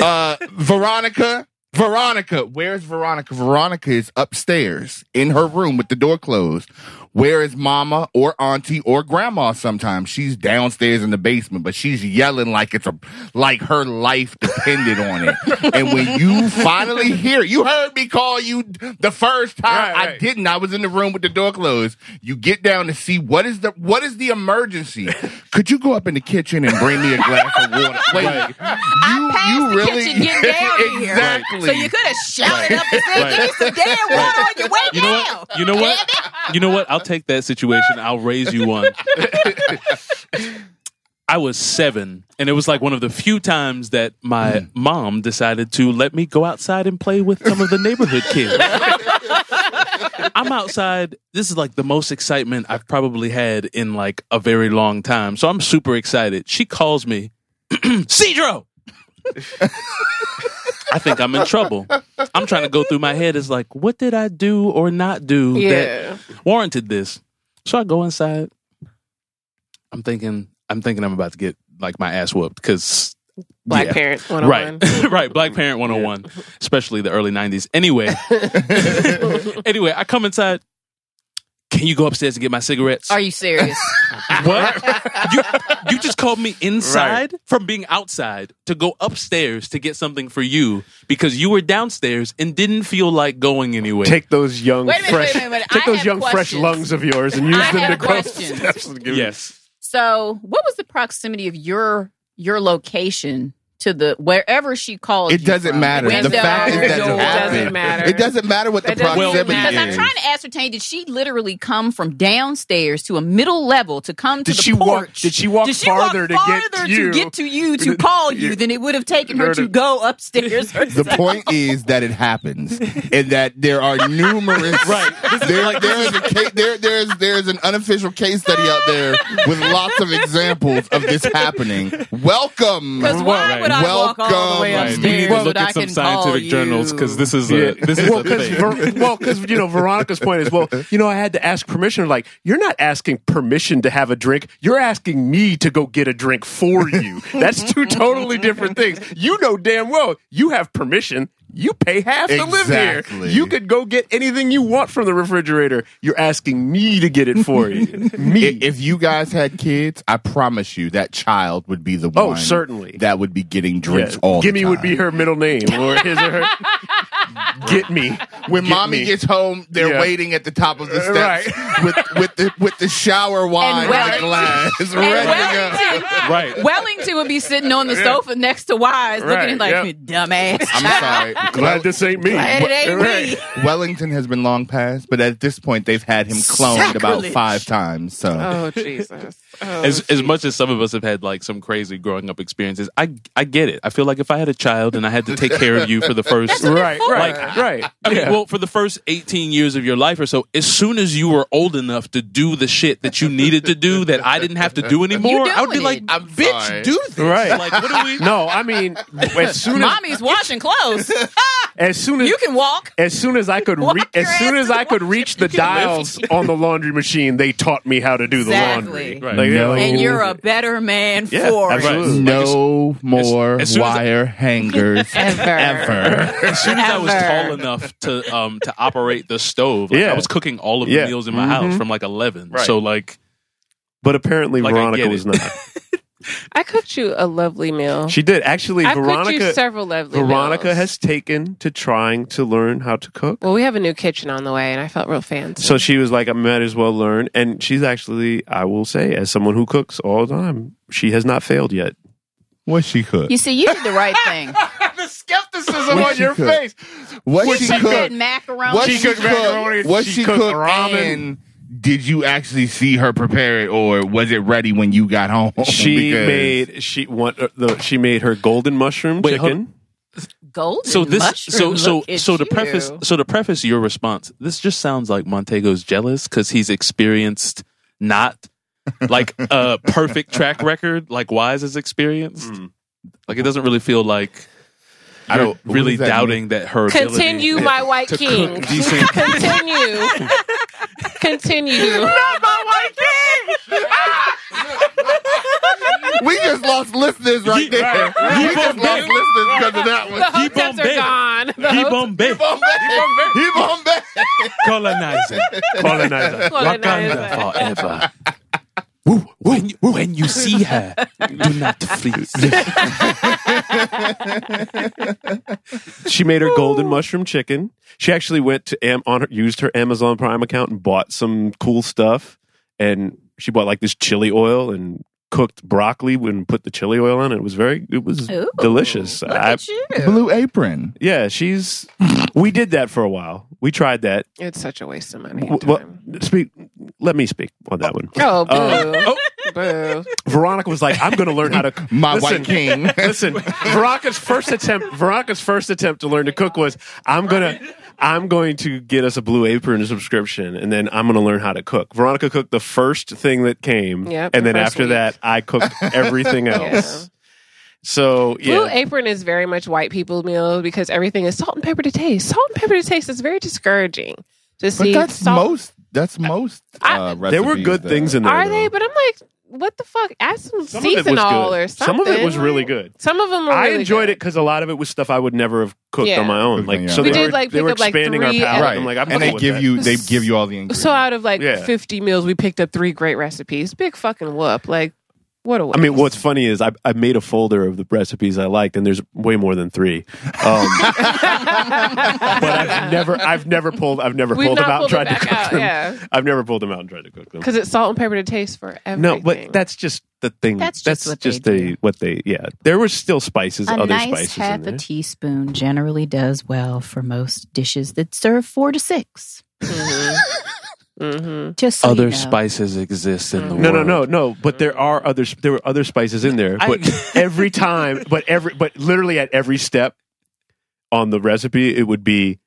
[SPEAKER 5] uh veronica veronica where's veronica veronica is upstairs in her room with the door closed where is mama or auntie or grandma sometimes she's downstairs in the basement but she's yelling like it's a like her life depended on it and when you finally hear it you heard me call you the first time
[SPEAKER 1] Right,
[SPEAKER 5] i
[SPEAKER 1] right.
[SPEAKER 5] did didn't. I was in the room with the door closed. You get down to see what is the what is the
[SPEAKER 6] [LAUGHS]
[SPEAKER 5] emergency. Could you go up in the kitchen and bring me a glass of water? Wait, you you
[SPEAKER 6] the
[SPEAKER 5] really
[SPEAKER 6] kitchen, get
[SPEAKER 5] [LAUGHS]
[SPEAKER 6] down in here.
[SPEAKER 5] exactly.
[SPEAKER 6] So you could have shouted up and said, "Give me some damn water on your way
[SPEAKER 7] You know
[SPEAKER 6] down."
[SPEAKER 7] what? You know what? You know what? I'll take that situation. I'll raise you one. I was seven, and it was like one of the few times that my mom decided to let me go outside and play with some of the neighborhood kids. I'm outside. This is like the most excitement I've probably had in like a very long time. So I'm super excited. She calls me, [CLEARS THROAT] Cedro. I think I'm in trouble. I'm trying to go through my head. It's like, what did I do or not do
[SPEAKER 4] Yeah.
[SPEAKER 7] that warranted this? So I go inside. I'm thinking, I'm thinking I'm about to get like my ass whooped because
[SPEAKER 4] Black
[SPEAKER 7] Yeah.
[SPEAKER 4] parent one on one.
[SPEAKER 7] [LAUGHS] right
[SPEAKER 6] oh
[SPEAKER 7] right black parent 101
[SPEAKER 6] [LAUGHS]
[SPEAKER 7] especially the early 90s anyway anyway i come inside can you go upstairs and get my cigarettes
[SPEAKER 6] Are you [LAUGHS] serious?
[SPEAKER 7] [LAUGHS] what you, you just called me inside from being outside to go upstairs to get something for you because you were downstairs and didn't feel like going anywhere
[SPEAKER 1] Take those young,
[SPEAKER 6] Wait a minute,
[SPEAKER 1] fresh,
[SPEAKER 6] wait a minute.
[SPEAKER 1] take
[SPEAKER 6] I
[SPEAKER 1] those
[SPEAKER 6] have
[SPEAKER 1] young, fresh
[SPEAKER 6] questions.
[SPEAKER 1] lungs of yours and use [LAUGHS]
[SPEAKER 6] I
[SPEAKER 1] them to
[SPEAKER 6] have
[SPEAKER 1] grow
[SPEAKER 6] questions.
[SPEAKER 1] steps and give
[SPEAKER 7] yes
[SPEAKER 6] So, what was the proximity of your your location to the wherever she called?
[SPEAKER 5] it
[SPEAKER 6] you
[SPEAKER 5] doesn't
[SPEAKER 6] from?
[SPEAKER 5] matter. The
[SPEAKER 6] Window,
[SPEAKER 5] fact is that
[SPEAKER 6] door.
[SPEAKER 5] it happened.
[SPEAKER 4] Doesn't matter.
[SPEAKER 5] [LAUGHS] It doesn't matter what the
[SPEAKER 4] It doesn't
[SPEAKER 5] proximity
[SPEAKER 4] matter.
[SPEAKER 6] Because
[SPEAKER 5] is.
[SPEAKER 6] I'm trying to ascertain, did she literally come from downstairs to a middle level to come to
[SPEAKER 1] Did
[SPEAKER 6] the
[SPEAKER 1] she
[SPEAKER 6] porch?
[SPEAKER 1] walk- did she walk
[SPEAKER 6] Did she
[SPEAKER 1] farther to
[SPEAKER 6] walk
[SPEAKER 1] get
[SPEAKER 6] farther
[SPEAKER 1] to you?
[SPEAKER 6] to get to
[SPEAKER 1] [LAUGHS]
[SPEAKER 6] you to call you than it would have taken her
[SPEAKER 1] Heard
[SPEAKER 6] to
[SPEAKER 1] it. [LAUGHS]
[SPEAKER 6] go
[SPEAKER 5] [LAUGHS]
[SPEAKER 6] upstairs
[SPEAKER 5] the
[SPEAKER 6] herself?
[SPEAKER 5] point is that it happens, and that there are
[SPEAKER 1] [LAUGHS]
[SPEAKER 5] numerous
[SPEAKER 7] Right.
[SPEAKER 5] There, there is a ca- there, there is there is an unofficial case study out there with lots of examples of this happening. Welcome.
[SPEAKER 6] Because why would I walk all the way
[SPEAKER 5] Welcome.
[SPEAKER 7] Right. we need to
[SPEAKER 6] upstairs? so
[SPEAKER 7] look
[SPEAKER 6] that I
[SPEAKER 7] at some
[SPEAKER 6] can call
[SPEAKER 7] scientific journals
[SPEAKER 6] you?
[SPEAKER 7] because this is a this is
[SPEAKER 1] well,
[SPEAKER 7] a thing.
[SPEAKER 1] Ver- well, because you know Veronica's point is well, you know I had to ask permission. Like you're not asking permission to have a drink. You're asking me to go get a drink for you. That's
[SPEAKER 6] [LAUGHS]
[SPEAKER 1] two totally different things. You know damn well you have permission. You pay half to live here.
[SPEAKER 5] Exactly.
[SPEAKER 1] You could go get anything you want from the refrigerator. You're asking me to get it for you.
[SPEAKER 5] [LAUGHS]
[SPEAKER 1] me.
[SPEAKER 5] I- If you guys had kids, I promise you that child would be the one.
[SPEAKER 1] Oh, certainly.
[SPEAKER 5] That would be getting
[SPEAKER 1] Yeah.
[SPEAKER 5] drinks all the
[SPEAKER 1] Gimme would
[SPEAKER 5] time.
[SPEAKER 1] be her middle name or his or her.
[SPEAKER 5] [LAUGHS]
[SPEAKER 1] Get me.
[SPEAKER 5] When
[SPEAKER 1] Get
[SPEAKER 5] mommy
[SPEAKER 1] me.
[SPEAKER 5] gets home, they're
[SPEAKER 1] Yeah.
[SPEAKER 5] waiting at the top of the
[SPEAKER 1] Uh,
[SPEAKER 5] steps
[SPEAKER 1] [LAUGHS]
[SPEAKER 5] with with the with the shower wine in the
[SPEAKER 6] Wellington.
[SPEAKER 5] glass,
[SPEAKER 6] [LAUGHS] And
[SPEAKER 5] ready to go.
[SPEAKER 6] Wellington,
[SPEAKER 7] right
[SPEAKER 6] Wellington would be sitting on the sofa next to Wise,
[SPEAKER 1] Right,
[SPEAKER 6] looking at him like,
[SPEAKER 1] yep.
[SPEAKER 6] dumbass.
[SPEAKER 5] I'm
[SPEAKER 6] [LAUGHS]
[SPEAKER 5] sorry.
[SPEAKER 1] Glad this ain't me.
[SPEAKER 6] Glad it ain't
[SPEAKER 1] Right.
[SPEAKER 6] me.
[SPEAKER 5] Wellington has been long past, but at this point, they've had him cloned about
[SPEAKER 6] Sacrilege.
[SPEAKER 5] five times. So
[SPEAKER 4] Oh Jesus. Oh,
[SPEAKER 7] as as much as some of us have had like some crazy growing up experiences, I I get it. I feel like if I had a child and I had to take care of you for
[SPEAKER 1] [LAUGHS]
[SPEAKER 7] the first
[SPEAKER 1] Right, right,
[SPEAKER 7] Like-
[SPEAKER 1] right.
[SPEAKER 7] I mean, well, for the first 18 years of your life or so, as soon as you were old enough to do the shit that you needed to do that I didn't have to
[SPEAKER 6] [LAUGHS]
[SPEAKER 7] do anymore, I would be
[SPEAKER 6] doing
[SPEAKER 7] like,
[SPEAKER 6] it.
[SPEAKER 5] I'm
[SPEAKER 7] bitch,
[SPEAKER 5] sorry.
[SPEAKER 7] do this.
[SPEAKER 1] Right.
[SPEAKER 7] Like, what do we?
[SPEAKER 1] [LAUGHS] No, I mean,
[SPEAKER 6] [LAUGHS]
[SPEAKER 1] as soon as
[SPEAKER 6] Mommy's washing clothes.
[SPEAKER 1] as soon as
[SPEAKER 6] you can walk.
[SPEAKER 1] as soon as I could
[SPEAKER 6] Walk
[SPEAKER 1] re-
[SPEAKER 6] your
[SPEAKER 1] as soon
[SPEAKER 6] ass
[SPEAKER 1] as
[SPEAKER 6] to
[SPEAKER 1] I could
[SPEAKER 6] the [LAUGHS]
[SPEAKER 1] reach the
[SPEAKER 6] washroom. You can
[SPEAKER 1] dials on the laundry machine, they taught me how to [LAUGHS] do the laundry.
[SPEAKER 6] Exactly.
[SPEAKER 7] Right.
[SPEAKER 1] Like,
[SPEAKER 5] No.
[SPEAKER 1] like,
[SPEAKER 6] And you're a better man
[SPEAKER 1] Yeah,
[SPEAKER 6] for
[SPEAKER 1] absolutely.
[SPEAKER 6] it.
[SPEAKER 5] no more
[SPEAKER 7] as soon as I-
[SPEAKER 5] wire
[SPEAKER 1] [LAUGHS]
[SPEAKER 6] [LAUGHS]
[SPEAKER 5] hangers ever.
[SPEAKER 7] As soon as I was
[SPEAKER 6] Never.
[SPEAKER 7] tall enough to um to operate the stove, like,
[SPEAKER 1] Yeah.
[SPEAKER 7] I was cooking all of the
[SPEAKER 1] Yeah.
[SPEAKER 6] Mm-hmm.
[SPEAKER 7] meals in my house from like 11.
[SPEAKER 1] Right.
[SPEAKER 7] So like,
[SPEAKER 1] but apparently
[SPEAKER 7] Like, I
[SPEAKER 1] Veronica
[SPEAKER 7] get
[SPEAKER 1] was
[SPEAKER 7] it.
[SPEAKER 1] not.
[SPEAKER 4] I cooked you a lovely meal.
[SPEAKER 1] She did actually.
[SPEAKER 4] I cooked you
[SPEAKER 1] Veronica
[SPEAKER 4] several lovely
[SPEAKER 1] Veronica
[SPEAKER 4] meals.
[SPEAKER 1] has taken to trying to learn how to cook.
[SPEAKER 4] Well, we have a new kitchen on the way, and I felt real fancy.
[SPEAKER 1] So she was like, I might as well learn. And she's actually, I will say, as someone who cooks all the time, she has not failed yet.
[SPEAKER 5] What she
[SPEAKER 1] [LAUGHS]
[SPEAKER 5] cooked?
[SPEAKER 6] You see, you did the right [LAUGHS] thing.
[SPEAKER 5] the skepticism
[SPEAKER 1] What
[SPEAKER 5] on
[SPEAKER 1] she
[SPEAKER 5] your
[SPEAKER 1] cooked?
[SPEAKER 5] face. What
[SPEAKER 6] she
[SPEAKER 5] she
[SPEAKER 6] said
[SPEAKER 5] cooked?
[SPEAKER 6] macaroni.
[SPEAKER 5] What
[SPEAKER 1] She
[SPEAKER 5] she
[SPEAKER 1] cooked macaroni,
[SPEAKER 5] cooked? What
[SPEAKER 1] she
[SPEAKER 5] she
[SPEAKER 1] cooked
[SPEAKER 5] cooked?
[SPEAKER 1] ramen.
[SPEAKER 5] And did you actually see her prepare it, or was it ready when you got home? [LAUGHS]
[SPEAKER 1] She
[SPEAKER 5] Because-
[SPEAKER 1] made she want uh, the she made her golden mushroom
[SPEAKER 7] Wait, hold-
[SPEAKER 1] chicken.
[SPEAKER 6] golden
[SPEAKER 7] So this, so
[SPEAKER 6] mushroom,
[SPEAKER 7] so
[SPEAKER 6] look at
[SPEAKER 7] so to
[SPEAKER 6] you.
[SPEAKER 7] preface, so to preface your response, this just sounds like Montego's jealous because he's experienced not
[SPEAKER 5] [LAUGHS]
[SPEAKER 7] like a perfect track record like Wise has experienced.
[SPEAKER 5] Hmm.
[SPEAKER 7] Like it doesn't really feel like
[SPEAKER 5] I don't what
[SPEAKER 7] really
[SPEAKER 5] does that mean?
[SPEAKER 7] doubting that her ability
[SPEAKER 4] Continue, my white
[SPEAKER 7] to cook
[SPEAKER 4] king. [LAUGHS]
[SPEAKER 7] decent-
[SPEAKER 4] Continue. [LAUGHS] Continue.
[SPEAKER 5] We just lost listeners right
[SPEAKER 7] Ye-
[SPEAKER 5] there.
[SPEAKER 7] Ye
[SPEAKER 5] We just
[SPEAKER 7] Bombay.
[SPEAKER 5] lost listeners because of that
[SPEAKER 4] The
[SPEAKER 5] one.
[SPEAKER 4] hope
[SPEAKER 7] Keep on
[SPEAKER 4] tips are
[SPEAKER 7] begging.
[SPEAKER 4] gone. The
[SPEAKER 7] Keep
[SPEAKER 4] hope-
[SPEAKER 7] on big
[SPEAKER 5] He Bombay.
[SPEAKER 7] colonizing,
[SPEAKER 1] [LAUGHS] Colonizer.
[SPEAKER 4] Colonizer.
[SPEAKER 7] Wakanda forever. Woo, when, you- when you see
[SPEAKER 6] [LAUGHS]
[SPEAKER 7] her, do not freeze.
[SPEAKER 1] [LAUGHS] she made her golden mushroom chicken. She actually went to Am on her used her Amazon Prime account and bought some cool stuff. And she bought like this chili oil and cooked broccoli and put the chili oil on it. It was very it was
[SPEAKER 6] Ooh,
[SPEAKER 1] delicious.
[SPEAKER 6] Look
[SPEAKER 1] I-
[SPEAKER 6] at you.
[SPEAKER 5] Blue Apron.
[SPEAKER 1] yeah, she's we did that for a while. We tried that.
[SPEAKER 4] It's such a waste of money. and
[SPEAKER 1] W- Well,
[SPEAKER 4] time.
[SPEAKER 1] speak. Let me speak on that one.
[SPEAKER 4] Oh, boo.
[SPEAKER 1] Uh,
[SPEAKER 4] boo.
[SPEAKER 1] Veronica was like, "I'm going to learn how to
[SPEAKER 5] [LAUGHS] My
[SPEAKER 1] listen,
[SPEAKER 5] white king.
[SPEAKER 1] [LAUGHS] Listen, Veronica's first attempt. Veronica's first attempt to learn to cook was, "I'm gonna, I'm going to get us a Blue Apron subscription, and then I'm going to learn how to cook." Veronica cooked the first thing that came,
[SPEAKER 4] Yep,
[SPEAKER 1] and
[SPEAKER 4] the
[SPEAKER 1] then
[SPEAKER 4] first
[SPEAKER 1] after
[SPEAKER 4] week.
[SPEAKER 1] that, I
[SPEAKER 4] [LAUGHS]
[SPEAKER 1] cooked everything else.
[SPEAKER 4] Yeah.
[SPEAKER 1] So yeah,
[SPEAKER 4] Blue Apron is very much white people's meal because everything is salt and pepper to taste. Salt and pepper to taste is very discouraging to
[SPEAKER 5] But
[SPEAKER 4] see.
[SPEAKER 5] that's
[SPEAKER 4] salt-
[SPEAKER 5] most. That's most.
[SPEAKER 4] I-
[SPEAKER 5] Uh,
[SPEAKER 1] there were
[SPEAKER 5] recipes
[SPEAKER 1] good
[SPEAKER 5] that-
[SPEAKER 1] things in there.
[SPEAKER 4] Are they?
[SPEAKER 1] though.
[SPEAKER 4] But I'm like, what the fuck? Add some,
[SPEAKER 1] Some of it was
[SPEAKER 4] seasonal
[SPEAKER 1] good.
[SPEAKER 4] or something.
[SPEAKER 1] Some of it was really good.
[SPEAKER 4] Some of them were
[SPEAKER 1] I
[SPEAKER 4] really
[SPEAKER 1] enjoyed
[SPEAKER 4] good.
[SPEAKER 1] it because a lot of it was stuff I would never have cooked
[SPEAKER 4] Yeah.
[SPEAKER 1] on my own. Like
[SPEAKER 5] Yeah.
[SPEAKER 1] so,
[SPEAKER 5] We
[SPEAKER 1] they
[SPEAKER 4] did,
[SPEAKER 1] were,
[SPEAKER 4] like,
[SPEAKER 1] they were
[SPEAKER 4] pick up, like,
[SPEAKER 1] expanding
[SPEAKER 4] three
[SPEAKER 1] our palate.
[SPEAKER 5] Right.
[SPEAKER 1] I'm like, I'm
[SPEAKER 5] and they
[SPEAKER 1] cool with
[SPEAKER 5] give
[SPEAKER 1] that.
[SPEAKER 5] you. They give you all the ingredients.
[SPEAKER 4] [LAUGHS] So out of like
[SPEAKER 1] Yeah.
[SPEAKER 4] 50 meals, we picked up three great recipes. Big fucking whoop. Like, what a waste.
[SPEAKER 1] I mean, what's funny is I, I made a folder of the recipes I liked, and there's way more than three. Um,
[SPEAKER 4] [LAUGHS]
[SPEAKER 1] but I've never, I've never pulled, I've never
[SPEAKER 4] We've
[SPEAKER 1] pulled them
[SPEAKER 4] not
[SPEAKER 1] out and
[SPEAKER 4] pulled them
[SPEAKER 1] tried to
[SPEAKER 4] back
[SPEAKER 1] cook
[SPEAKER 4] out,
[SPEAKER 1] them.
[SPEAKER 4] yeah.
[SPEAKER 1] I've never pulled them out and tried to cook them.
[SPEAKER 4] Because it's salt and pepper to taste for everything.
[SPEAKER 1] No, but that's just the thing.
[SPEAKER 6] That's just what they
[SPEAKER 1] just the what they. Yeah, there were still spices,
[SPEAKER 6] A
[SPEAKER 1] other
[SPEAKER 6] nice
[SPEAKER 1] spices in
[SPEAKER 6] half a
[SPEAKER 1] there.
[SPEAKER 6] teaspoon generally does well for most dishes that serve four to six. Mm-hmm.
[SPEAKER 4] hmm
[SPEAKER 6] [LAUGHS] Just so you
[SPEAKER 7] Other
[SPEAKER 6] know.
[SPEAKER 7] spices exist in the
[SPEAKER 1] No,
[SPEAKER 7] world.
[SPEAKER 1] no, no, no. But there are other. sp- There were other spices in there.
[SPEAKER 7] I- [LAUGHS]
[SPEAKER 1] But every time, but every, but literally at every step on the recipe, it would be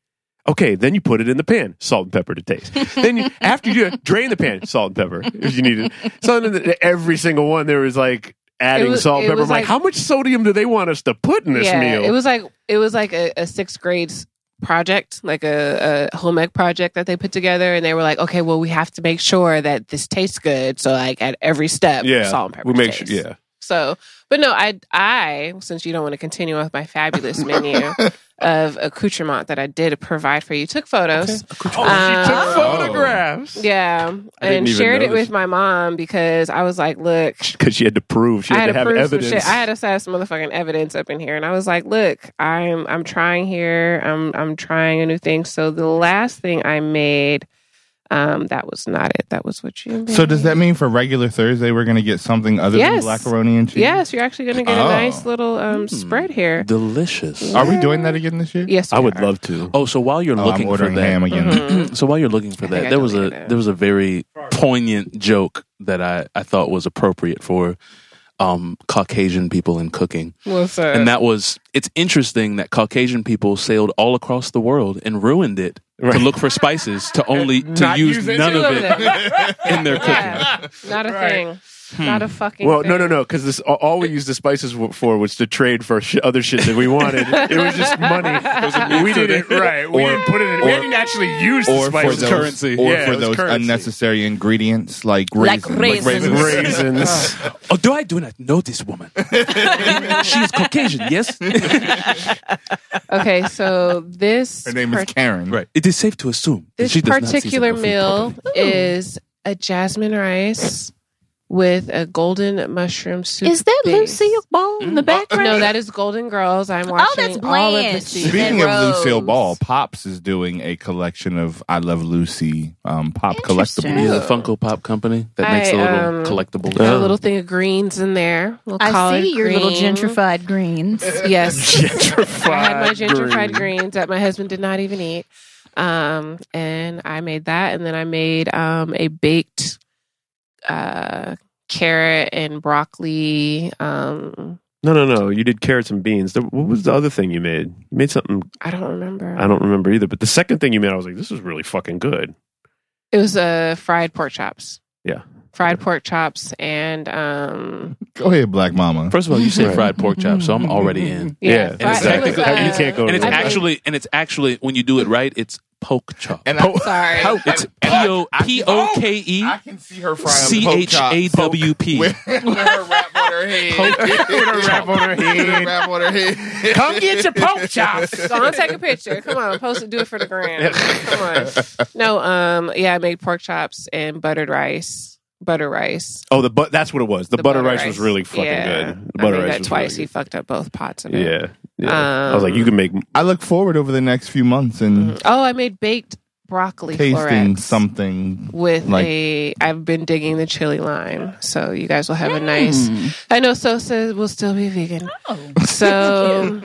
[SPEAKER 1] okay. Then you put it in the pan, salt and pepper to taste. then you, after you [LAUGHS] do it, drain the pan, salt and pepper if you need it. So then the- every single one there was like adding
[SPEAKER 4] was-
[SPEAKER 1] salt
[SPEAKER 4] it
[SPEAKER 1] and pepper.
[SPEAKER 4] was
[SPEAKER 1] I'm like,
[SPEAKER 4] like-
[SPEAKER 1] how much sodium do they want us to put in this
[SPEAKER 4] yeah,
[SPEAKER 1] meal?
[SPEAKER 4] It was like it was like a, a sixth grade s- project, like a, a home ec project that they put together, and they were like, okay, well, we have to make sure that this tastes good. So like at every step,
[SPEAKER 1] yeah,
[SPEAKER 4] salt and pepper.
[SPEAKER 1] We make sure.
[SPEAKER 4] taste.
[SPEAKER 1] Yeah,
[SPEAKER 4] So, but no, I I since you don't want to continue with
[SPEAKER 1] [LAUGHS]
[SPEAKER 4] my fabulous menu of accoutrement that I did provide for you, took photos. Um,
[SPEAKER 1] Oh, took photographs
[SPEAKER 4] yeah,
[SPEAKER 1] didn't
[SPEAKER 4] and
[SPEAKER 1] even
[SPEAKER 4] shared it
[SPEAKER 1] notice.
[SPEAKER 4] with my mom because I was like, look,
[SPEAKER 1] because she had to prove she
[SPEAKER 4] I
[SPEAKER 1] had,
[SPEAKER 4] had
[SPEAKER 1] to have
[SPEAKER 4] prove
[SPEAKER 1] evidence.
[SPEAKER 4] Some shit. I had to have some motherfucking evidence up in here, and I was like, "Look, I'm I'm trying here. I'm I'm trying a new thing." So the last thing I made, um, that was not it. That was what you. Made.
[SPEAKER 5] So does that mean for regular Thursday we're going to get something other
[SPEAKER 4] Yes.
[SPEAKER 5] than macaroni and cheese?
[SPEAKER 4] Yes, you're actually gonna get a
[SPEAKER 5] Oh.
[SPEAKER 4] nice little
[SPEAKER 7] Hmm.
[SPEAKER 4] um spread here.
[SPEAKER 7] Delicious.
[SPEAKER 5] Are we doing that again this year?
[SPEAKER 4] Yes,
[SPEAKER 1] I
[SPEAKER 4] we
[SPEAKER 1] would
[SPEAKER 4] are.
[SPEAKER 1] love to.
[SPEAKER 7] Oh, so while you're
[SPEAKER 5] Oh, I'm
[SPEAKER 7] looking for
[SPEAKER 5] ordering
[SPEAKER 7] that,
[SPEAKER 5] ham again.
[SPEAKER 7] [CLEARS THROAT] so while you're looking for
[SPEAKER 4] think
[SPEAKER 7] that,
[SPEAKER 4] I
[SPEAKER 7] there was a
[SPEAKER 4] deleted it.
[SPEAKER 7] there was a very poignant joke that I I thought was appropriate for um Caucasian people in cooking.
[SPEAKER 4] What's up?
[SPEAKER 7] And that was it's interesting that Caucasian people sailed all across the world and ruined it to
[SPEAKER 1] Right.
[SPEAKER 7] look for spices to only to
[SPEAKER 5] not
[SPEAKER 7] use,
[SPEAKER 5] use it.
[SPEAKER 7] none
[SPEAKER 4] Two
[SPEAKER 7] of [LAUGHS]
[SPEAKER 4] of
[SPEAKER 7] it
[SPEAKER 4] [LAUGHS]
[SPEAKER 7] in their cooking. Hmm.
[SPEAKER 4] yeah, not a thing. Not a fucking.
[SPEAKER 1] Well, no,
[SPEAKER 4] thing.
[SPEAKER 1] no, no, because this all- all we used the spices w- for was to trade for sh- other shit that we wanted. [LAUGHS] it was
[SPEAKER 4] [LAUGHS]
[SPEAKER 1] just money. we didn't [LAUGHS] right. We didn't put it. in. we didn't actually use the
[SPEAKER 5] Or for
[SPEAKER 1] spices.
[SPEAKER 5] those,
[SPEAKER 7] currency.
[SPEAKER 5] or
[SPEAKER 1] Yeah, it
[SPEAKER 5] for
[SPEAKER 1] was
[SPEAKER 5] those
[SPEAKER 1] currency.
[SPEAKER 5] unnecessary ingredients like
[SPEAKER 6] Like
[SPEAKER 5] raisins.
[SPEAKER 6] raisins.
[SPEAKER 5] raisins.
[SPEAKER 1] raisins.
[SPEAKER 5] [LAUGHS]
[SPEAKER 7] Oh, do I do not know this woman? She's Caucasian, yes?
[SPEAKER 4] [LAUGHS] Okay, so this
[SPEAKER 5] Her name is Karen.
[SPEAKER 7] right. It is safe to assume that
[SPEAKER 4] This
[SPEAKER 7] she does not season
[SPEAKER 6] Oh.
[SPEAKER 4] particular
[SPEAKER 7] her food
[SPEAKER 4] meal
[SPEAKER 7] properly.
[SPEAKER 4] is a jasmine rice with a golden mushroom soup.
[SPEAKER 6] Is that
[SPEAKER 4] base.
[SPEAKER 6] Lucille Ball
[SPEAKER 5] Mm.
[SPEAKER 6] in the background? Oh,
[SPEAKER 4] No, that is Golden Girls. I'm watching
[SPEAKER 6] that's
[SPEAKER 4] all of the
[SPEAKER 6] Blanche.
[SPEAKER 4] seasons.
[SPEAKER 5] Speaking of
[SPEAKER 6] Rose.
[SPEAKER 5] Lucille Ball, Pops is doing a collection of I Love Lucy um, pop collectibles.
[SPEAKER 6] Interesting.
[SPEAKER 7] Yeah, the Funko Pop company that makes
[SPEAKER 4] I,
[SPEAKER 7] the little
[SPEAKER 4] um,
[SPEAKER 7] collectible.
[SPEAKER 4] Got a little thing of greens in there. Little
[SPEAKER 6] I
[SPEAKER 4] collard
[SPEAKER 6] see your little
[SPEAKER 4] green.
[SPEAKER 6] gentrified greens.
[SPEAKER 4] [LAUGHS] Yes.
[SPEAKER 1] Gentrified.
[SPEAKER 4] I had my gentrified greens that my husband did not even eat. Um, and I made that. And then I made um, a baked uh, carrot and broccoli. Um,
[SPEAKER 1] No, no, no. You did carrots and beans. The- What was the other thing you made? You made something
[SPEAKER 4] I don't remember.
[SPEAKER 1] I don't remember either. But the second thing you made, I was like, this is really fucking good.
[SPEAKER 4] It was uh, fried pork chops.
[SPEAKER 1] Yeah.
[SPEAKER 4] Fried pork chops and um
[SPEAKER 5] Go ahead, Black Mama.
[SPEAKER 1] First of all,
[SPEAKER 7] You say
[SPEAKER 1] Right.
[SPEAKER 7] fried pork chop, so I'm already in.
[SPEAKER 1] Yeah,
[SPEAKER 4] yeah, fried-
[SPEAKER 1] exactly.
[SPEAKER 4] it was, uh,
[SPEAKER 1] you can't go.
[SPEAKER 7] And it's
[SPEAKER 4] I think-
[SPEAKER 7] actually, and it's actually, when you do it right, it's poke chop.
[SPEAKER 5] And I,
[SPEAKER 4] Sorry.
[SPEAKER 7] It's
[SPEAKER 5] and I-
[SPEAKER 7] P-O-
[SPEAKER 5] I can-
[SPEAKER 7] P-O-K-E?
[SPEAKER 5] I can see her frying poke chops.
[SPEAKER 7] C-H-A-W-P.
[SPEAKER 5] With, with her wrap on her head. with her wrap on [LAUGHS] her head. With her E. wrap on her head.
[SPEAKER 1] [LAUGHS] Come get your poke chops.
[SPEAKER 4] Go on, take a picture. Come on, post it. Do it for the gram.
[SPEAKER 1] [LAUGHS]
[SPEAKER 4] Come on. No, um, yeah, I made pork chops and buttered rice. Butter rice.
[SPEAKER 1] Oh, the but that's what it was. The,
[SPEAKER 4] The
[SPEAKER 1] butter, rice was really fucking
[SPEAKER 4] Yeah.
[SPEAKER 1] good. The
[SPEAKER 4] I
[SPEAKER 1] butter
[SPEAKER 4] made
[SPEAKER 1] rice
[SPEAKER 4] that
[SPEAKER 1] was
[SPEAKER 4] twice.
[SPEAKER 1] really
[SPEAKER 4] he fucked up both pots of
[SPEAKER 1] good.
[SPEAKER 4] it.
[SPEAKER 1] Yeah, yeah. I was like,
[SPEAKER 4] Um,
[SPEAKER 1] you can make.
[SPEAKER 5] I look forward over the next few months and
[SPEAKER 4] Oh, I made baked broccoli
[SPEAKER 5] tasting
[SPEAKER 4] florets
[SPEAKER 5] something.
[SPEAKER 4] with
[SPEAKER 5] like-
[SPEAKER 4] a. I've been digging the chili lime, so you guys will have a nice. I know Sosa will still be vegan,
[SPEAKER 6] Oh. [LAUGHS]
[SPEAKER 4] so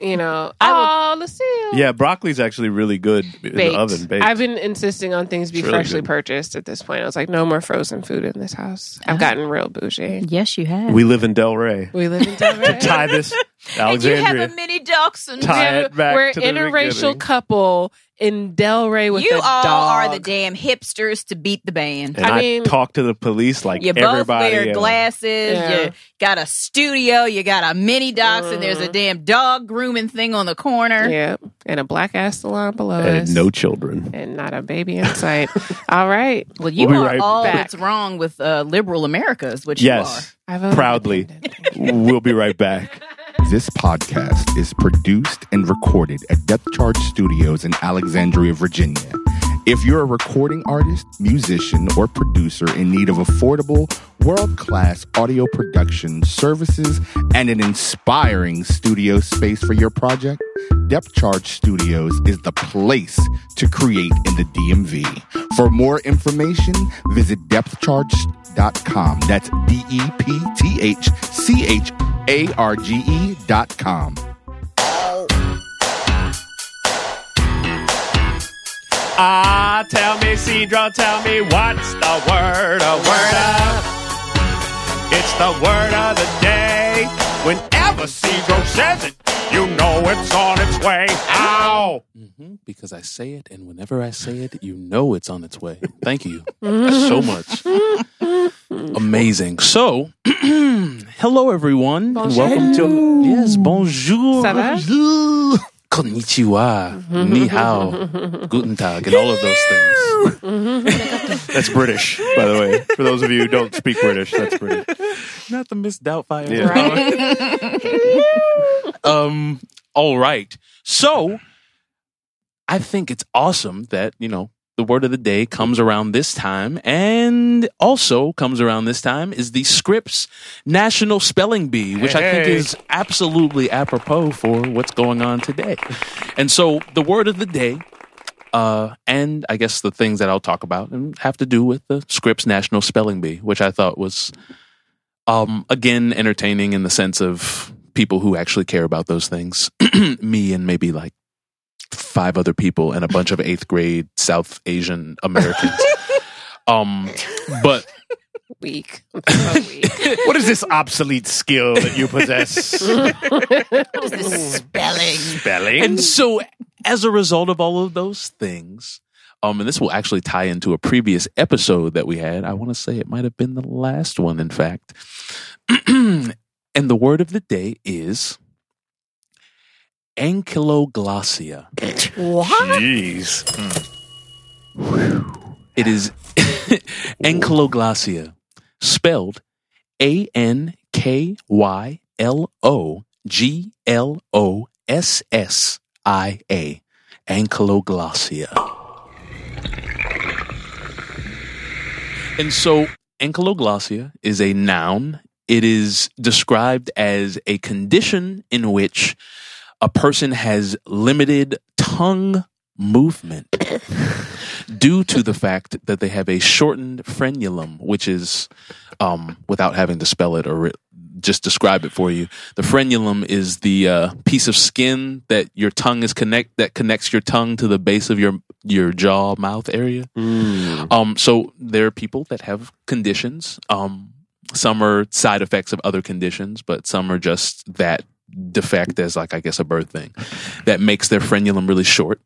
[SPEAKER 4] you know. Oh, Lucille.
[SPEAKER 1] Yeah, broccoli's actually really good in
[SPEAKER 4] baked.
[SPEAKER 1] the oven. Baked.
[SPEAKER 4] I've been insisting on things be
[SPEAKER 1] It's really
[SPEAKER 4] freshly
[SPEAKER 1] good.
[SPEAKER 4] purchased at this point. I was like, no more frozen food in this house. I've gotten real bougie.
[SPEAKER 6] Uh-huh. yes, you have.
[SPEAKER 1] we live in Del Rey.
[SPEAKER 4] We live in
[SPEAKER 1] [LAUGHS]
[SPEAKER 4] Delaware.
[SPEAKER 1] Tie
[SPEAKER 4] [LAUGHS]
[SPEAKER 1] this,
[SPEAKER 6] and you have a
[SPEAKER 1] Alexandria.
[SPEAKER 6] mini dachshund.
[SPEAKER 1] Tie it back
[SPEAKER 4] We're
[SPEAKER 1] to the
[SPEAKER 4] interracial
[SPEAKER 1] beginning.
[SPEAKER 4] couple in Delray with
[SPEAKER 6] you
[SPEAKER 4] a
[SPEAKER 6] all
[SPEAKER 4] dog.
[SPEAKER 6] are the damn hipsters to beat the band.
[SPEAKER 1] And
[SPEAKER 4] I
[SPEAKER 1] I,
[SPEAKER 4] mean-
[SPEAKER 1] talk to the police like
[SPEAKER 6] You both
[SPEAKER 1] everybody.
[SPEAKER 6] wear
[SPEAKER 1] else.
[SPEAKER 6] glasses.
[SPEAKER 4] Yeah.
[SPEAKER 6] You got a studio. You got a mini dachshund. There's a damn dog grooming thing on the corner.
[SPEAKER 4] Uh-huh. yeah, and a black ass salon below us,
[SPEAKER 1] and no children.
[SPEAKER 4] and not a baby in sight. all right,
[SPEAKER 6] Well, you
[SPEAKER 1] We'll be
[SPEAKER 6] are
[SPEAKER 1] right
[SPEAKER 6] all
[SPEAKER 4] back.
[SPEAKER 6] that's wrong with uh, liberal America is what you are.
[SPEAKER 1] Yes,
[SPEAKER 4] I
[SPEAKER 6] [LAUGHS]
[SPEAKER 4] vote
[SPEAKER 1] proudly. we'll be right
[SPEAKER 4] [LAUGHS]
[SPEAKER 1] back.
[SPEAKER 5] This podcast is produced and recorded at Depth Charge Studios in Alexandria, Virginia. If you're a recording artist, musician, or producer in need of affordable, world class audio production services and an inspiring studio space for your project, Depth Charge Studios is the place to create in the DMV. For more information, visit depthcharge.com. That's D E P T H C H A R G E dot com.
[SPEAKER 1] Ah, tell me, Cedra, tell me what's the word, a word of. It's the word of the day. Whenever Cedro says it, you know it's on its way. Ow!
[SPEAKER 7] hmm because I say it, and [LAUGHS] whenever I say it, you know it's on its way. Thank
[SPEAKER 4] [LAUGHS]
[SPEAKER 7] you so much. Amazing. So, [CLEARS THROAT] hello everyone, and welcome to yes, bonjour,
[SPEAKER 4] Ça va?
[SPEAKER 7] Bonjour. konnichiwa, ni
[SPEAKER 1] [LAUGHS]
[SPEAKER 7] hao, guten tag, and all of those things.
[SPEAKER 1] That's British, by the way. For those of you who don't speak British, that's British.
[SPEAKER 7] Not the Miss Doubtfire.
[SPEAKER 1] Yeah.
[SPEAKER 7] [LAUGHS] um all right so i think it's awesome that you know the word of the day comes around this time and also comes around this time is the scripps national spelling bee which i think
[SPEAKER 1] Hey.
[SPEAKER 7] is absolutely apropos for what's going on today and so the word of the day uh, and I guess the things that I'll talk about and have to do with the Scripps National Spelling Bee, which I thought was, um, again, entertaining in the sense of people who actually care about those things. Me and maybe like five other people and a bunch of eighth grade South Asian
[SPEAKER 1] [LAUGHS]
[SPEAKER 7] Americans. um, but
[SPEAKER 4] week. I'm so weak.
[SPEAKER 1] What is this obsolete [LAUGHS] skill that you possess?
[SPEAKER 6] What is this spelling?
[SPEAKER 1] [CLEARS THROAT] Spelling?
[SPEAKER 7] And so, as a result of all of those things, um, and this will actually tie into a previous episode that we had. I want to say it might have been the last one, in fact. [CLEARS THROAT] and the word of the day is ankyloglossia.
[SPEAKER 6] [LAUGHS]
[SPEAKER 1] Jeez.
[SPEAKER 7] It is [LAUGHS] ankyloglossia, spelled A N K Y L O G L O S S I A. Ankyloglossia. And so Ankyloglossia is a noun. It is described as a condition in which a person has limited tongue movement due to the fact that they have a shortened frenulum, which is, um, without having to spell it or re- just describe it for you, the frenulum is the uh, piece of skin that your tongue is connect that connects your tongue to the base of your your jaw mouth area. Um, so there are people that have conditions. Um, some are side effects of other conditions, but some are just that defect as like I guess a birth thing that makes their frenulum really short,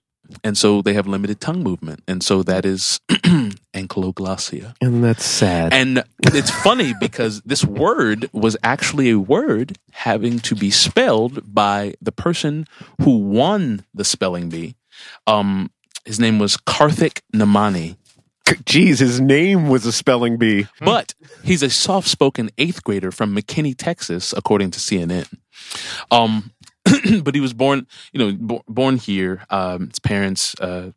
[SPEAKER 7] and so they have limited tongue movement, and so that is [CLEARS THROAT] ankyloglossia.
[SPEAKER 1] And that's sad.
[SPEAKER 7] And it's funny because this word was actually a word having to be spelled by the person who won the spelling bee. Um, his name was Karthik Namani.
[SPEAKER 1] Jeez, his name was a spelling bee.
[SPEAKER 7] But he's a soft spoken eighth grader from McKinney, Texas, according to CNN. Um, [CLEARS THROAT] but he was born, you know, bo- born here. Um, his parents, uh,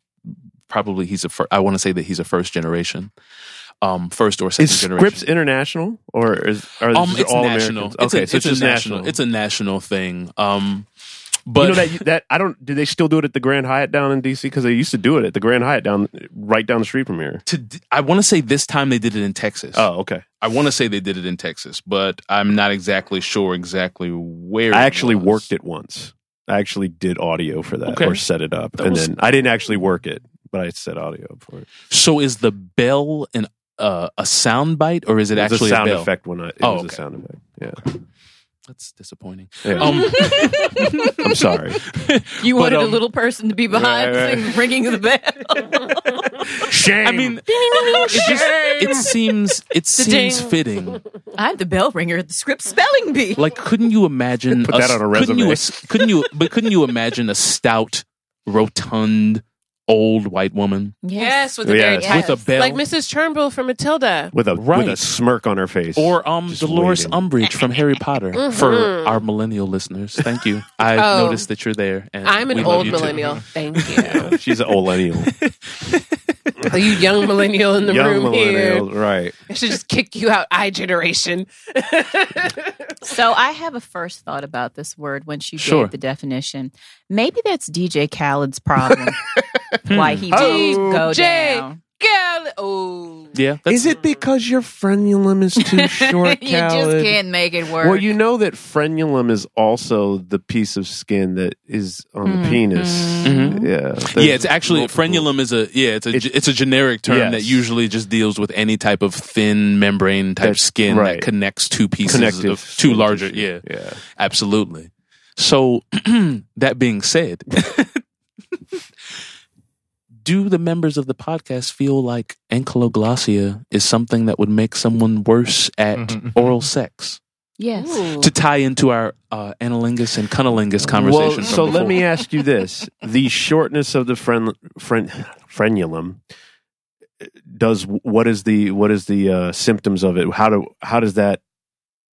[SPEAKER 7] probably he's a, fir- I want to say that he's a first generation, um, first or second
[SPEAKER 1] Is
[SPEAKER 7] generation.
[SPEAKER 1] Scripps international or is are these
[SPEAKER 7] um, it's
[SPEAKER 1] all
[SPEAKER 7] national.
[SPEAKER 1] Americans?
[SPEAKER 7] It's a-
[SPEAKER 1] Okay, so it's
[SPEAKER 7] a
[SPEAKER 1] just
[SPEAKER 7] national,
[SPEAKER 1] national.
[SPEAKER 7] It's a national thing. Um, but
[SPEAKER 1] you know that that I don't. Do they still do it at the Grand Hyatt down in DC? Because they used to do it at the Grand Hyatt down right down the street from here.
[SPEAKER 7] to, d- I want to say this time they did it in Texas.
[SPEAKER 1] Oh, okay.
[SPEAKER 7] I want to say they did it in Texas, but I'm not exactly sure exactly where.
[SPEAKER 1] I actually
[SPEAKER 7] was.
[SPEAKER 1] worked it once. I actually did audio for that
[SPEAKER 7] Okay.
[SPEAKER 1] or set it up,
[SPEAKER 7] That
[SPEAKER 1] and
[SPEAKER 7] was-
[SPEAKER 1] then I didn't actually work it, but I set audio up for it.
[SPEAKER 7] So is the bell an uh, a sound bite or is it,
[SPEAKER 1] was
[SPEAKER 7] actually
[SPEAKER 1] a sound
[SPEAKER 7] bell?
[SPEAKER 1] effect when I. It
[SPEAKER 7] Oh,
[SPEAKER 1] was
[SPEAKER 7] okay.
[SPEAKER 1] a sound effect. Yeah.
[SPEAKER 7] That's disappointing.
[SPEAKER 1] Yeah.
[SPEAKER 7] Um,
[SPEAKER 1] [LAUGHS] I'm sorry.
[SPEAKER 6] You
[SPEAKER 7] But,
[SPEAKER 6] wanted a
[SPEAKER 7] um,
[SPEAKER 6] little person to be behind
[SPEAKER 1] right, right.
[SPEAKER 6] sing- ringing the
[SPEAKER 4] [LAUGHS]
[SPEAKER 6] bell.
[SPEAKER 1] Shame.
[SPEAKER 7] I mean, it, just, it seems it seems
[SPEAKER 4] Ding.
[SPEAKER 7] fitting.
[SPEAKER 6] I'm the bell ringer at the script spelling bee.
[SPEAKER 7] Like, couldn't you imagine?
[SPEAKER 1] Put
[SPEAKER 7] s-
[SPEAKER 1] that on a
[SPEAKER 7] Couldn't you,
[SPEAKER 1] resume.
[SPEAKER 7] as- couldn't you? But couldn't you imagine a stout, rotund, old white woman
[SPEAKER 4] Yes, with a
[SPEAKER 1] Yeah,
[SPEAKER 4] very
[SPEAKER 1] it's-
[SPEAKER 4] tight-
[SPEAKER 7] with a bell,
[SPEAKER 4] like Mrs. Turnbull from Matilda.
[SPEAKER 1] with a
[SPEAKER 7] Right.
[SPEAKER 1] with a smirk on her face,
[SPEAKER 7] or um,
[SPEAKER 1] Just
[SPEAKER 7] Dolores
[SPEAKER 1] waiting.
[SPEAKER 7] Umbridge from Harry Potter? For our millennial listeners, thank you. I
[SPEAKER 4] Mm-hmm. Oh.
[SPEAKER 7] noticed that you're there, and
[SPEAKER 4] I'm an
[SPEAKER 7] we love
[SPEAKER 4] old
[SPEAKER 7] you too.
[SPEAKER 4] millennial. Thank you. [LAUGHS]
[SPEAKER 1] Yeah, she's an millennial.
[SPEAKER 4] so you young millennial in the
[SPEAKER 1] Young
[SPEAKER 4] room
[SPEAKER 1] millennial,
[SPEAKER 4] here.
[SPEAKER 1] right?
[SPEAKER 4] I should just kick you out, I generation.
[SPEAKER 6] So I have a first thought about this word when she
[SPEAKER 7] Sure.
[SPEAKER 6] gave the definition. Maybe that's DJ Khaled's problem. Hmm. Why
[SPEAKER 4] [LAUGHS]
[SPEAKER 6] he
[SPEAKER 4] Oh.
[SPEAKER 6] won't go
[SPEAKER 4] DJ.
[SPEAKER 6] down.
[SPEAKER 4] Girl, oh,
[SPEAKER 7] Yeah, that's,
[SPEAKER 1] Is it because your frenulum is too short?
[SPEAKER 6] you just
[SPEAKER 1] Khaled?
[SPEAKER 6] can't make it work.
[SPEAKER 1] Well, you know that frenulum is also the piece of skin that is on the penis.
[SPEAKER 7] Mhm.
[SPEAKER 1] Yeah.
[SPEAKER 7] yeah, it's actually frenulum is a yeah, it's a
[SPEAKER 1] It's-
[SPEAKER 7] it's a generic term
[SPEAKER 1] Yes.
[SPEAKER 7] that usually just deals with any type of thin membrane type
[SPEAKER 1] That's
[SPEAKER 7] skin
[SPEAKER 1] right.
[SPEAKER 7] that connects two pieces
[SPEAKER 1] Connective
[SPEAKER 7] of two
[SPEAKER 1] skin
[SPEAKER 7] larger.
[SPEAKER 1] tissue.
[SPEAKER 7] Yeah,
[SPEAKER 1] Yeah.
[SPEAKER 7] absolutely. So [CLEARS THROAT] that being said, [LAUGHS] do the members of the podcast feel like ankyloglossia is something that would make someone worse at
[SPEAKER 1] [LAUGHS]
[SPEAKER 7] oral sex?
[SPEAKER 6] yes.
[SPEAKER 7] To tie into our uh, analingus and cunnilingus conversation.
[SPEAKER 1] Well,
[SPEAKER 7] from
[SPEAKER 1] so let
[SPEAKER 7] before.
[SPEAKER 1] me ask
[SPEAKER 7] [LAUGHS]
[SPEAKER 1] you this: the shortness of the fren, fren, frenulum does what is the what is the uh, symptoms of it? How do how does that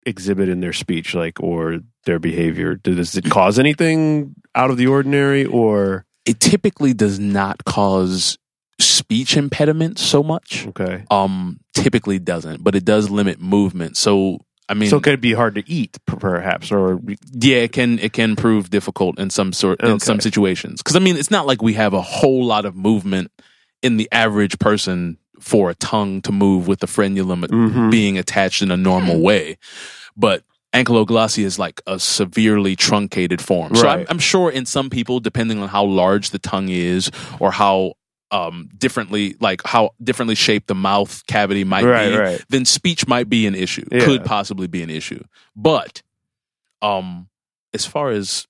[SPEAKER 1] exhibit in their speech, like or their behavior? Do- Does it cause anything out of the ordinary, or
[SPEAKER 7] it typically does not cause speech impediments so much.
[SPEAKER 1] okay?
[SPEAKER 7] Um, typically doesn't, but it does limit movement. So I mean,
[SPEAKER 1] so it could be hard to eat, per- perhaps, or
[SPEAKER 7] yeah, it can it can prove difficult in some sort in
[SPEAKER 1] Okay.
[SPEAKER 7] some situations because I mean, it's not like we have a whole lot of movement in the average person for a tongue to move with the frenulum
[SPEAKER 1] Mhm.
[SPEAKER 7] being attached in a
[SPEAKER 4] Hmm.
[SPEAKER 7] normal way, but. Ankyloglossia is like a severely truncated form. So I'm,
[SPEAKER 1] Right.
[SPEAKER 7] I'm sure in some people, depending on how large the tongue is or how um, differently, like how differently shaped the mouth cavity might
[SPEAKER 1] Right,
[SPEAKER 7] be,
[SPEAKER 1] right.
[SPEAKER 7] then speech might be an issue.
[SPEAKER 1] Yeah.
[SPEAKER 7] Could possibly be an issue. But um, as far as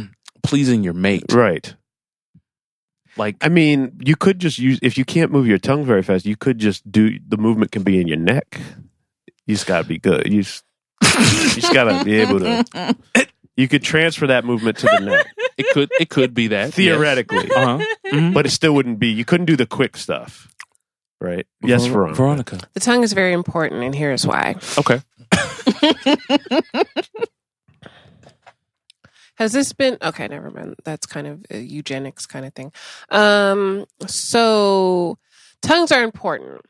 [SPEAKER 7] [CLEARS THROAT] pleasing your mate,
[SPEAKER 1] right.
[SPEAKER 7] like
[SPEAKER 1] I mean, you could just use if you can't move your tongue very fast, you could just do the movement can be in your neck. You just gotta be good. You just, you just gotta be able to. You could transfer that movement to the neck
[SPEAKER 7] [LAUGHS] it could it could be that yes. [LAUGHS]
[SPEAKER 1] theoretically,
[SPEAKER 7] Uh-huh. Mhm.
[SPEAKER 1] but it still wouldn't be. You couldn't do the quick stuff, right? Yes,
[SPEAKER 7] Ver-
[SPEAKER 1] Veronica.
[SPEAKER 7] Veronica.
[SPEAKER 4] the tongue is very important, and here's why.
[SPEAKER 7] Okay.
[SPEAKER 4] Has this been okay? Never mind. That's kind of a eugenics kind of thing. Um, so tongues are important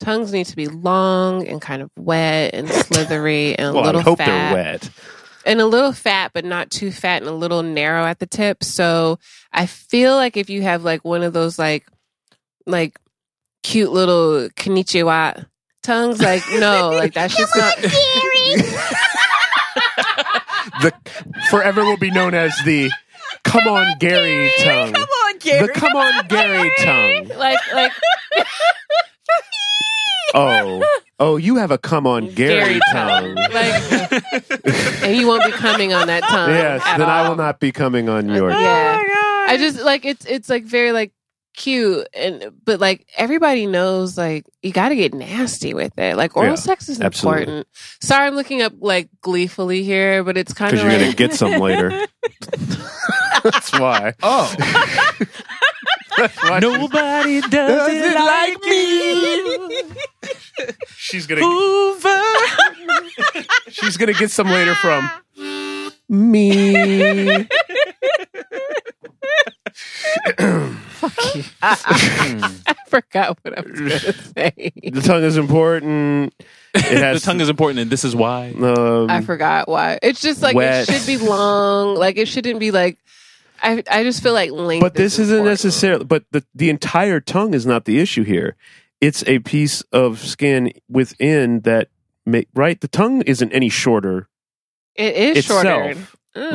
[SPEAKER 4] Tongues need to be long and kind of wet and slithery and a
[SPEAKER 1] [LAUGHS] well,
[SPEAKER 4] little
[SPEAKER 1] I hope
[SPEAKER 4] fat.
[SPEAKER 1] they're wet.
[SPEAKER 4] and a little fat, but not too fat and a little narrow at the tip. So I feel like if you have like one of those like like cute little konnichiwa tongues, like no, like that shit's not
[SPEAKER 1] The forever will be known as the "Come, on, Gary" tongue.
[SPEAKER 6] Come on, Gary.
[SPEAKER 1] The "Come on, Gary" tongue.
[SPEAKER 4] like like
[SPEAKER 1] Oh, oh, you have a "Come on, Gary"
[SPEAKER 4] Gary
[SPEAKER 1] tongue.
[SPEAKER 4] like and you won't be coming on that tongue.
[SPEAKER 1] Yes,
[SPEAKER 4] at
[SPEAKER 1] then I
[SPEAKER 4] all.
[SPEAKER 1] will not be coming on your.
[SPEAKER 4] Yeah. I just like it's it's like very like cute and but like everybody knows like you got to get nasty with it. Like [LAUGHS] oral
[SPEAKER 1] Yeah,
[SPEAKER 4] sex is
[SPEAKER 1] absolutely.
[SPEAKER 4] important. Sorry, I'm looking up like gleefully here, but it's kind
[SPEAKER 1] Because
[SPEAKER 4] of
[SPEAKER 1] you're gonna
[SPEAKER 4] like
[SPEAKER 1] get some later.
[SPEAKER 4] [LAUGHS]
[SPEAKER 1] That's why.
[SPEAKER 5] Oh,
[SPEAKER 1] [LAUGHS] That's why
[SPEAKER 7] Nobody does it like me.
[SPEAKER 1] she's gonna
[SPEAKER 6] [LAUGHS]
[SPEAKER 1] she's gonna get some later
[SPEAKER 4] [LAUGHS]
[SPEAKER 1] from me.
[SPEAKER 4] I forgot what I was
[SPEAKER 1] [LAUGHS]
[SPEAKER 4] going to say.
[SPEAKER 1] The tongue is important. It
[SPEAKER 7] [LAUGHS] the
[SPEAKER 1] has
[SPEAKER 7] tongue is important, and this is why.
[SPEAKER 1] um,
[SPEAKER 4] I forgot why. It's just like
[SPEAKER 1] Wet.
[SPEAKER 4] it should be long. Like it shouldn't be like. I I just feel like length.
[SPEAKER 1] but this
[SPEAKER 4] is
[SPEAKER 1] isn't
[SPEAKER 4] important.
[SPEAKER 1] necessarily but the, the entire tongue is not the issue here it's a piece of skin within that ma- right the tongue isn't any shorter
[SPEAKER 4] It is
[SPEAKER 1] itself
[SPEAKER 4] shorter,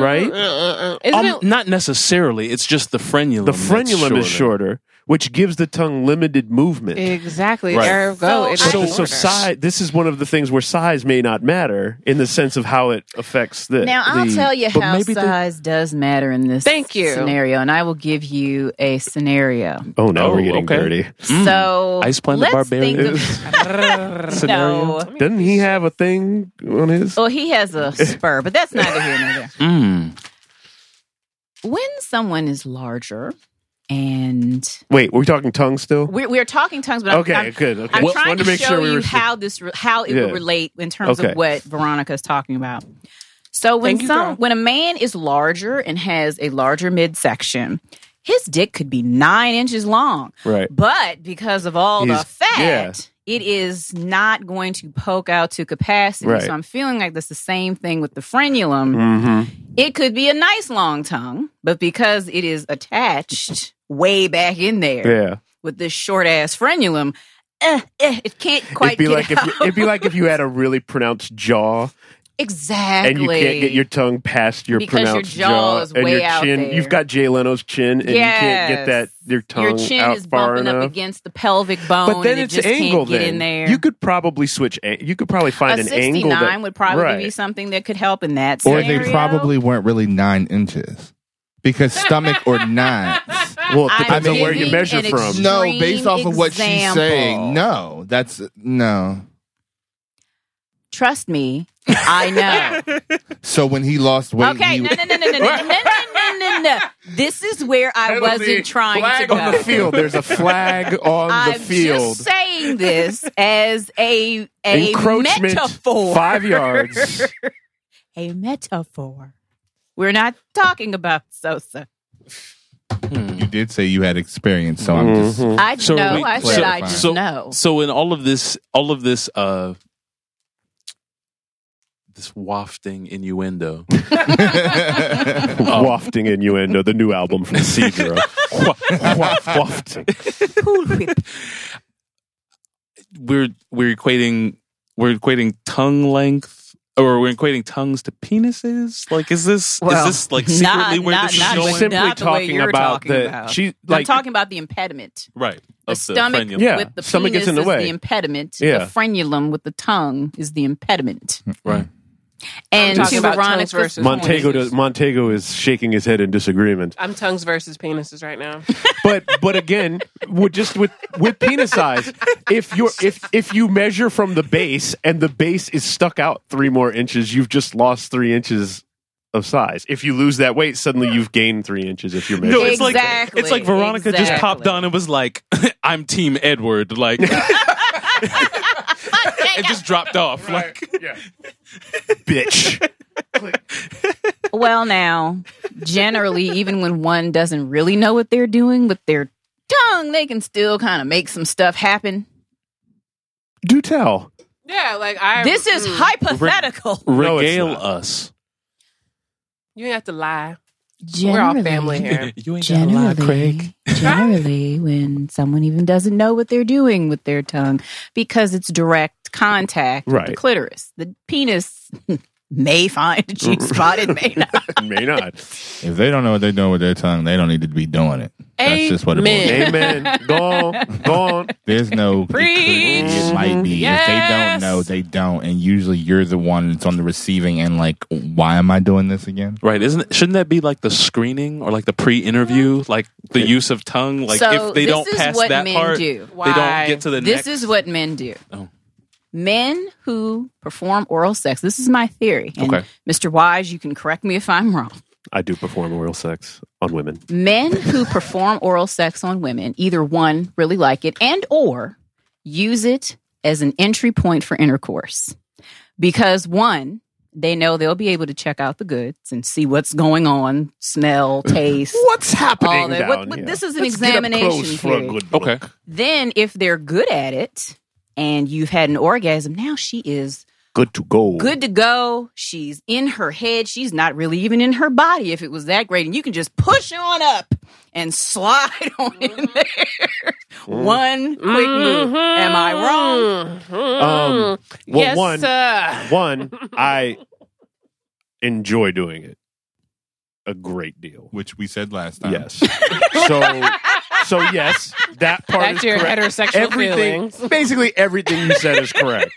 [SPEAKER 1] [CLEARS THROAT] right?
[SPEAKER 4] Uh, uh, uh. Isn't
[SPEAKER 7] Um,
[SPEAKER 4] it?
[SPEAKER 7] not necessarily. It's just the frenulum.
[SPEAKER 1] the
[SPEAKER 7] that's
[SPEAKER 1] frenulum is shorter which gives the tongue limited movement
[SPEAKER 4] Exactly.
[SPEAKER 1] Right.
[SPEAKER 4] Ergo,
[SPEAKER 6] So
[SPEAKER 4] it is
[SPEAKER 6] I-
[SPEAKER 1] so, so
[SPEAKER 4] shorter.
[SPEAKER 1] size this is one of the things where size may not matter in the sense of how it affects the
[SPEAKER 6] Now I'll
[SPEAKER 1] the-
[SPEAKER 6] tell you
[SPEAKER 1] but
[SPEAKER 6] how
[SPEAKER 1] maybe the-
[SPEAKER 6] size does matter in this
[SPEAKER 4] Thank you.
[SPEAKER 6] scenario, and I will give you a scenario.
[SPEAKER 1] oh now we're
[SPEAKER 7] Oh,
[SPEAKER 1] getting
[SPEAKER 7] okay.
[SPEAKER 1] dirty
[SPEAKER 7] Mm.
[SPEAKER 6] So
[SPEAKER 7] Ice Planet
[SPEAKER 6] let's
[SPEAKER 7] Barbarian.
[SPEAKER 6] think of-
[SPEAKER 1] Scenario?
[SPEAKER 6] [LAUGHS] No.
[SPEAKER 1] doesn't he have a thing on his
[SPEAKER 4] Oh.
[SPEAKER 6] well, he has a spur, but that's neither here nor there.
[SPEAKER 4] Hmm.
[SPEAKER 7] Mm.
[SPEAKER 6] When someone is larger, and
[SPEAKER 1] wait we're talking tongue still
[SPEAKER 6] we're, we're talking tongues, but I'm-
[SPEAKER 1] okay
[SPEAKER 6] I'm,
[SPEAKER 1] good okay
[SPEAKER 6] I'm
[SPEAKER 1] Just
[SPEAKER 6] trying
[SPEAKER 1] wanted
[SPEAKER 6] to, show you
[SPEAKER 1] were-
[SPEAKER 6] how this re- how it
[SPEAKER 1] Yeah.
[SPEAKER 6] would relate in terms
[SPEAKER 1] Okay.
[SPEAKER 6] of what Veronica is talking about. So when
[SPEAKER 4] Thank you,
[SPEAKER 6] some
[SPEAKER 4] girl.
[SPEAKER 6] when a man is larger and has a larger midsection, his dick could be nine inches long,
[SPEAKER 1] right
[SPEAKER 6] but because of all the
[SPEAKER 1] He's-
[SPEAKER 6] fat,
[SPEAKER 1] yeah.
[SPEAKER 6] it is not going to poke out to capacity.
[SPEAKER 1] Right.
[SPEAKER 6] So I'm feeling like that's the same thing with the frenulum.
[SPEAKER 1] mm-hmm
[SPEAKER 6] It could be a nice long tongue, but because it is attached way back in there,
[SPEAKER 1] yeah
[SPEAKER 6] with this short ass frenulum, eh, eh, it can't
[SPEAKER 1] it'd
[SPEAKER 6] quite
[SPEAKER 1] be
[SPEAKER 6] get
[SPEAKER 1] like if
[SPEAKER 6] out.
[SPEAKER 1] you, it'd be like if you had a really pronounced jaw
[SPEAKER 6] [LAUGHS] exactly,
[SPEAKER 1] and you can't get your tongue past your
[SPEAKER 6] Because your
[SPEAKER 1] pronounced
[SPEAKER 6] jaw is
[SPEAKER 1] and your
[SPEAKER 6] way out
[SPEAKER 1] chin.
[SPEAKER 6] there.
[SPEAKER 1] You've got Jay Leno's chin, and you can't get that
[SPEAKER 6] Yes.
[SPEAKER 1] your
[SPEAKER 6] Your
[SPEAKER 1] tongue
[SPEAKER 6] chin
[SPEAKER 1] out
[SPEAKER 6] is
[SPEAKER 1] far
[SPEAKER 6] bumping
[SPEAKER 1] enough.
[SPEAKER 6] up against the pelvic bone,
[SPEAKER 1] but then
[SPEAKER 6] and
[SPEAKER 1] it's
[SPEAKER 6] it just
[SPEAKER 1] angle.
[SPEAKER 6] can't get
[SPEAKER 1] then
[SPEAKER 6] in there.
[SPEAKER 1] you could probably switch. A- you could probably
[SPEAKER 6] a
[SPEAKER 1] find an angle.
[SPEAKER 6] sixty-nine
[SPEAKER 1] That,
[SPEAKER 6] would probably
[SPEAKER 1] right.
[SPEAKER 6] be something that could help in that
[SPEAKER 5] or
[SPEAKER 6] scenario.
[SPEAKER 5] they probably weren't really nine inches because stomach or nines.
[SPEAKER 1] [LAUGHS] Well, it
[SPEAKER 6] I'm
[SPEAKER 1] depends on where you
[SPEAKER 6] giving
[SPEAKER 1] measure
[SPEAKER 6] an
[SPEAKER 1] from.
[SPEAKER 6] example.
[SPEAKER 5] No, based off of what she's
[SPEAKER 6] Example.
[SPEAKER 5] saying. No, that's no.
[SPEAKER 6] Trust me, I
[SPEAKER 5] [LAUGHS]
[SPEAKER 6] know.
[SPEAKER 5] So when he lost weight,
[SPEAKER 6] okay,
[SPEAKER 5] he,
[SPEAKER 6] no, no, no, no, no, no, no, no, no, no. This is where I wasn't trying to
[SPEAKER 1] flag
[SPEAKER 6] go.
[SPEAKER 1] on the field. There's a
[SPEAKER 6] [LAUGHS]
[SPEAKER 1] flag on
[SPEAKER 6] I'm
[SPEAKER 1] the field.
[SPEAKER 6] just saying this as a a
[SPEAKER 1] Encroachment
[SPEAKER 6] metaphor.
[SPEAKER 1] five yards.
[SPEAKER 6] [LAUGHS] a metaphor. We're not talking about Sosa.
[SPEAKER 5] [LAUGHS] you did say you had experience, so I'm just
[SPEAKER 1] Mhm.
[SPEAKER 6] I
[SPEAKER 7] So
[SPEAKER 6] know.
[SPEAKER 7] we-
[SPEAKER 6] I said
[SPEAKER 5] so-
[SPEAKER 6] I just
[SPEAKER 7] so-
[SPEAKER 6] know.
[SPEAKER 7] So in all of this, all of this, uh, this wafting innuendo,
[SPEAKER 6] Oh.
[SPEAKER 1] Wafting innuendo, the new album from Sea
[SPEAKER 6] [LAUGHS]
[SPEAKER 1] Girl. Wa- wa- [LAUGHS] Wafting.
[SPEAKER 6] Cool whip.
[SPEAKER 7] we're we're equating we're equating tongue length. Or we're equating tongues to penises. Like, is this
[SPEAKER 6] Well,
[SPEAKER 7] is this like secretly
[SPEAKER 6] not-
[SPEAKER 7] where
[SPEAKER 6] not-
[SPEAKER 7] this is
[SPEAKER 1] She's
[SPEAKER 6] not- the-
[SPEAKER 7] going?
[SPEAKER 1] simply
[SPEAKER 6] not the way
[SPEAKER 1] talking
[SPEAKER 6] you're
[SPEAKER 1] about
[SPEAKER 6] talking
[SPEAKER 1] the
[SPEAKER 6] about.
[SPEAKER 1] she
[SPEAKER 6] I'm
[SPEAKER 1] like
[SPEAKER 6] talking about the impediment.
[SPEAKER 7] right?
[SPEAKER 6] The
[SPEAKER 7] of
[SPEAKER 6] stomach
[SPEAKER 7] frenulum.
[SPEAKER 1] Yeah,
[SPEAKER 6] with the
[SPEAKER 1] stomach
[SPEAKER 6] penis
[SPEAKER 1] gets in the
[SPEAKER 6] is
[SPEAKER 1] way.
[SPEAKER 6] the impediment.
[SPEAKER 1] Yeah. Hmm.
[SPEAKER 6] The frenulum with the tongue is the impediment.
[SPEAKER 7] Right.
[SPEAKER 6] And
[SPEAKER 4] talking
[SPEAKER 6] to
[SPEAKER 4] about tongues
[SPEAKER 6] Veronica's
[SPEAKER 4] versus
[SPEAKER 1] Montego
[SPEAKER 4] Montego.
[SPEAKER 1] does, Montego is shaking his head in disagreement.
[SPEAKER 4] I'm tongues versus penises right now.
[SPEAKER 1] But but again, with just with with penis size, if you are if if you measure from the base and the base is stuck out three more inches, you've just lost three inches of size. If you lose that weight, suddenly you've gained three inches. If you're measuring,
[SPEAKER 7] No, it's like
[SPEAKER 6] Exactly,
[SPEAKER 7] it's like Veronica just popped
[SPEAKER 6] exactly.
[SPEAKER 7] on and was like, [LAUGHS] "I'm Team Edward,"
[SPEAKER 1] [LAUGHS]
[SPEAKER 7] like, and just dropped off. Like,
[SPEAKER 1] bitch.
[SPEAKER 6] Well, now, generally, even when one doesn't really know what they're doing with their tongue, they can still kind of make some stuff happen.
[SPEAKER 1] Do tell.
[SPEAKER 7] [LAUGHS]
[SPEAKER 4] Yeah, like I.
[SPEAKER 6] This is
[SPEAKER 4] mm,
[SPEAKER 6] hypothetical.
[SPEAKER 1] No, it's
[SPEAKER 7] Regale
[SPEAKER 1] not.
[SPEAKER 7] us.
[SPEAKER 4] You have to lie. We're all family here.
[SPEAKER 7] [LAUGHS] You ain't got a
[SPEAKER 6] Generally,
[SPEAKER 7] lot, Craig. [LAUGHS]
[SPEAKER 6] generally, when someone even doesn't know what they're doing with their tongue, because it's direct contact with the
[SPEAKER 1] Right.
[SPEAKER 6] clitoris, the penis [LAUGHS] may find a G spot, it may not.
[SPEAKER 1] May not.
[SPEAKER 5] If they don't know what they're doing with their tongue, they don't need to be doing it. That's just what it
[SPEAKER 4] Amen.
[SPEAKER 5] is.
[SPEAKER 1] Amen. go on. Go on.
[SPEAKER 5] [LAUGHS] There's no it could be,
[SPEAKER 1] Preach.
[SPEAKER 5] It might be. If
[SPEAKER 4] Yes.
[SPEAKER 5] they don't know, they don't. And usually you're the one that's on the receiving end, like, why am I doing this again?
[SPEAKER 7] Right? Isn't it, shouldn't that be like the screening or like the pre-interview, like the use of tongue? Like
[SPEAKER 6] So
[SPEAKER 7] if they
[SPEAKER 6] this
[SPEAKER 7] don't
[SPEAKER 6] is
[SPEAKER 7] pass
[SPEAKER 6] what
[SPEAKER 7] that
[SPEAKER 6] men
[SPEAKER 7] part,
[SPEAKER 6] do.
[SPEAKER 7] they
[SPEAKER 4] Why?
[SPEAKER 7] don't get to the next.
[SPEAKER 6] This is what men do.
[SPEAKER 7] Oh.
[SPEAKER 6] Men who perform oral sex. This is my theory. And
[SPEAKER 7] Okay.
[SPEAKER 6] Mr. Wise, you can correct me if I'm wrong.
[SPEAKER 1] I do perform oral sex on women.
[SPEAKER 6] men who [LAUGHS] perform oral sex on women either one really like it and or use it as an entry point for intercourse because one they know they'll be able to check out the goods and see what's going on
[SPEAKER 7] [LAUGHS]
[SPEAKER 6] smell taste
[SPEAKER 1] What's happening
[SPEAKER 6] all that. What-
[SPEAKER 1] down
[SPEAKER 6] what-
[SPEAKER 1] here?
[SPEAKER 6] this is an
[SPEAKER 1] Let's get up
[SPEAKER 6] examination
[SPEAKER 1] close for a
[SPEAKER 6] period.
[SPEAKER 1] good look.
[SPEAKER 7] okay.
[SPEAKER 6] then if they're good at it and you've had an orgasm now she is
[SPEAKER 1] Good to go.
[SPEAKER 6] good to go she's in her head she's not really even in her body if it was that great and you can just push on up and slide [LAUGHS] on in there one quick move am i wrong
[SPEAKER 1] Um, well,
[SPEAKER 4] yes,
[SPEAKER 1] one,
[SPEAKER 4] sir.
[SPEAKER 1] one, I enjoy doing it a great deal.
[SPEAKER 5] Which we said last time.
[SPEAKER 1] Yes. so, so yes, that part
[SPEAKER 4] That's
[SPEAKER 1] is
[SPEAKER 4] your
[SPEAKER 1] correct.
[SPEAKER 4] heterosexual
[SPEAKER 1] Everything,
[SPEAKER 4] feelings.
[SPEAKER 1] basically, everything you said is correct.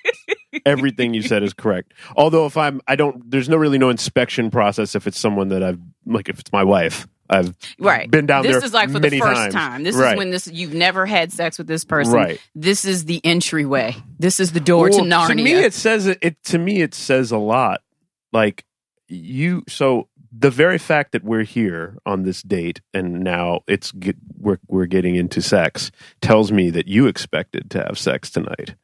[SPEAKER 1] everything you said is correct. Although, if I'm, I don't. There's no really no inspection process if it's someone that I've like if it's my wife. I've
[SPEAKER 6] right
[SPEAKER 1] been down
[SPEAKER 6] this
[SPEAKER 1] there
[SPEAKER 6] is like for
[SPEAKER 1] many
[SPEAKER 6] the first
[SPEAKER 1] times.
[SPEAKER 6] time this
[SPEAKER 1] Right.
[SPEAKER 6] is when this you've never had sex with this person
[SPEAKER 1] Right.
[SPEAKER 6] this is the entryway this is the door to
[SPEAKER 1] Well,
[SPEAKER 6] narnia
[SPEAKER 1] me, it says it, it. To me, it says a lot. Like you, so the very fact that we're here on this date and now it's get, we're we're getting into sex tells me that you expected to have sex tonight,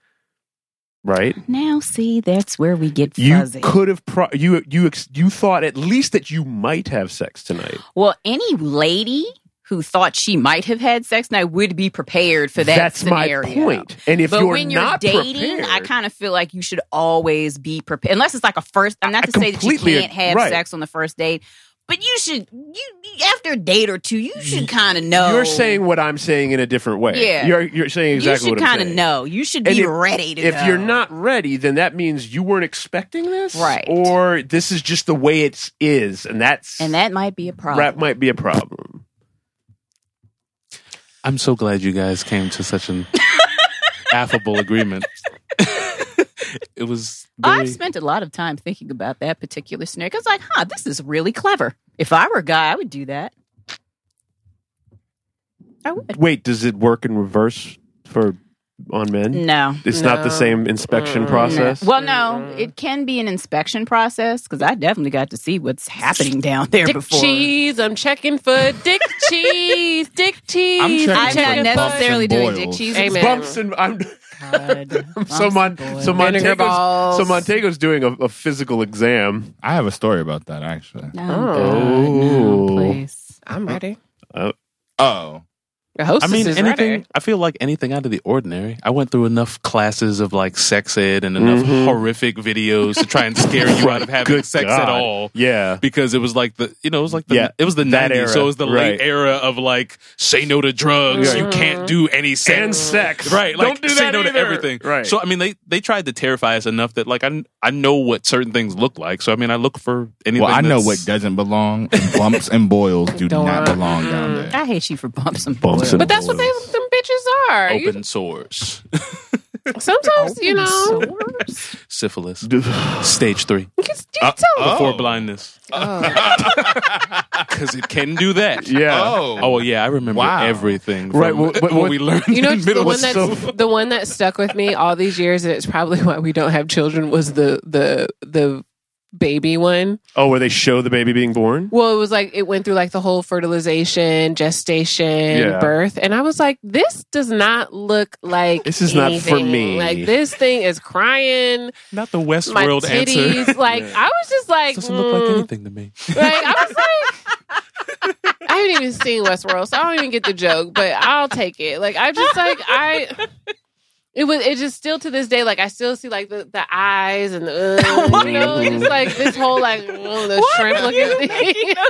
[SPEAKER 1] right?
[SPEAKER 6] now see that's where we get
[SPEAKER 1] You
[SPEAKER 6] fuzzy
[SPEAKER 1] could have pro- you you ex- you thought at least that you might have sex tonight.
[SPEAKER 6] Well, any lady who thought she might have had sex now would be prepared for that
[SPEAKER 1] That's
[SPEAKER 6] scenario.
[SPEAKER 1] my point. And if
[SPEAKER 6] but
[SPEAKER 1] you're,
[SPEAKER 6] when you're
[SPEAKER 1] not
[SPEAKER 6] dating,
[SPEAKER 1] prepared,
[SPEAKER 6] I kind of feel like you should always be prepared, unless it's like a first. I'm not
[SPEAKER 1] I
[SPEAKER 6] to say that you
[SPEAKER 1] completely
[SPEAKER 6] can't have
[SPEAKER 1] right.
[SPEAKER 6] sex on the first date, but you should. You after a date or two, you should kind of know.
[SPEAKER 1] you're saying what I'm saying in a different way.
[SPEAKER 6] Yeah.
[SPEAKER 1] you're you're saying exactly
[SPEAKER 6] you should
[SPEAKER 1] what I'm
[SPEAKER 6] kind of
[SPEAKER 1] saying.
[SPEAKER 6] know. You should
[SPEAKER 1] And
[SPEAKER 6] be
[SPEAKER 1] if-
[SPEAKER 6] ready to.
[SPEAKER 1] if
[SPEAKER 6] know.
[SPEAKER 1] you're not ready then that means you weren't expecting this
[SPEAKER 6] Right.
[SPEAKER 1] or this is just the way it is and that's
[SPEAKER 6] and that might be a problem.
[SPEAKER 1] that might be a problem
[SPEAKER 7] I'm so glad you guys came to such
[SPEAKER 1] [LAUGHS]
[SPEAKER 7] an affable agreement. it was. Very,
[SPEAKER 6] I've spent a lot of time thinking about that particular scenario. 'cause I was like, huh, this is really clever. If I were a guy, I would do that. I would.
[SPEAKER 1] wait does it work in reverse for on men
[SPEAKER 6] No.
[SPEAKER 1] it's not the
[SPEAKER 4] No.
[SPEAKER 1] same inspection
[SPEAKER 4] Mm.
[SPEAKER 1] process
[SPEAKER 6] No. Well,
[SPEAKER 1] Mm-hmm.
[SPEAKER 6] no, it can be an inspection process because I definitely got to see what's happening down there
[SPEAKER 4] Dick
[SPEAKER 6] before.
[SPEAKER 4] cheese. I'm checking for [LAUGHS] dick cheese. Dick cheese.
[SPEAKER 5] I'm checking
[SPEAKER 6] I'm not
[SPEAKER 5] for
[SPEAKER 6] necessarily
[SPEAKER 5] bumps
[SPEAKER 6] doing
[SPEAKER 5] and
[SPEAKER 6] dick
[SPEAKER 5] boils.
[SPEAKER 6] cheese.
[SPEAKER 4] Amen.
[SPEAKER 1] bumps and i'm
[SPEAKER 6] God,
[SPEAKER 1] [LAUGHS]
[SPEAKER 6] bumps
[SPEAKER 1] so, Mon-
[SPEAKER 6] and boils.
[SPEAKER 1] so
[SPEAKER 4] Vinegar
[SPEAKER 1] montego's
[SPEAKER 4] balls.
[SPEAKER 1] so montego's doing a, a physical exam
[SPEAKER 5] I have a story about that, actually.
[SPEAKER 6] No,
[SPEAKER 1] Oh.
[SPEAKER 6] God, no, please.
[SPEAKER 4] I'm ready.
[SPEAKER 5] Oh.
[SPEAKER 4] The hostess
[SPEAKER 7] I mean,
[SPEAKER 4] is
[SPEAKER 7] anything.
[SPEAKER 4] ready.
[SPEAKER 7] I feel like anything out of the ordinary. I went through enough classes of like sex ed and enough
[SPEAKER 1] Mm-hmm.
[SPEAKER 7] horrific videos to try and scare you
[SPEAKER 1] [LAUGHS]
[SPEAKER 7] out of having sex at
[SPEAKER 1] God.
[SPEAKER 7] all.
[SPEAKER 1] yeah
[SPEAKER 7] Because it was like the you know it was like the
[SPEAKER 1] Yeah,
[SPEAKER 7] it was the
[SPEAKER 1] that
[SPEAKER 7] nineties, so
[SPEAKER 1] era,
[SPEAKER 7] it was the
[SPEAKER 1] right.
[SPEAKER 7] late era of like say no to drugs,
[SPEAKER 1] Right.
[SPEAKER 7] you can't do any sex,
[SPEAKER 1] and sex
[SPEAKER 7] right? Like
[SPEAKER 1] Mm-hmm. don't do
[SPEAKER 7] say
[SPEAKER 1] that
[SPEAKER 7] no
[SPEAKER 1] either.
[SPEAKER 7] to everything,
[SPEAKER 1] right
[SPEAKER 7] So I mean, they they tried to terrify us enough that like I I know what certain things look like. So I mean, I look for anything.
[SPEAKER 5] Well, I know
[SPEAKER 7] that's-
[SPEAKER 5] what doesn't belong. and Bumps and boils do
[SPEAKER 4] Don't.
[SPEAKER 5] not belong down there.
[SPEAKER 6] I hate you for bumps
[SPEAKER 1] Bumps
[SPEAKER 6] and boils.
[SPEAKER 1] and
[SPEAKER 4] But that's what they, them bitches are. You-
[SPEAKER 7] open source
[SPEAKER 4] [LAUGHS] sometimes, you know,
[SPEAKER 1] [LAUGHS]
[SPEAKER 7] syphilis stage three
[SPEAKER 4] you can, you can tell
[SPEAKER 7] Uh,
[SPEAKER 4] Oh.
[SPEAKER 7] before blindness [LAUGHS] because Oh. it can do that.
[SPEAKER 1] yeah
[SPEAKER 7] Oh well, [LAUGHS] yeah, I remember
[SPEAKER 5] Wow.
[SPEAKER 7] everything.
[SPEAKER 1] Right,
[SPEAKER 7] Right,
[SPEAKER 1] well,
[SPEAKER 7] what,
[SPEAKER 1] what- what-
[SPEAKER 7] we learned.
[SPEAKER 4] You know,
[SPEAKER 7] in
[SPEAKER 4] the
[SPEAKER 7] middle
[SPEAKER 4] one
[SPEAKER 7] school.
[SPEAKER 4] that's [LAUGHS] the one that stuck with me all these years, and it's probably why we don't have children. Was the the the baby one?
[SPEAKER 1] oh where they show the baby being born
[SPEAKER 4] Well, it was like it went through like the whole fertilization, gestation,
[SPEAKER 1] Yeah.
[SPEAKER 4] birth, and I was like, this does not look like
[SPEAKER 1] This is not for
[SPEAKER 4] anything.
[SPEAKER 1] me.
[SPEAKER 4] Like this thing is crying,
[SPEAKER 7] not the
[SPEAKER 4] my
[SPEAKER 7] Westworld
[SPEAKER 4] titties.
[SPEAKER 7] answer.
[SPEAKER 4] Like I was just like,
[SPEAKER 7] Doesn't
[SPEAKER 4] [LAUGHS]
[SPEAKER 7] look like
[SPEAKER 4] mm.
[SPEAKER 7] anything to me.
[SPEAKER 4] Like I was like, I haven't even seen Westworld, so I don't even get the joke. But I'll take it. Like I just like I, It was. It just still to this day, like I still see like the, the eyes and the uh, you know, just like this
[SPEAKER 8] [LAUGHS]
[SPEAKER 4] whole like oh, the shrimp looking thing. [LAUGHS]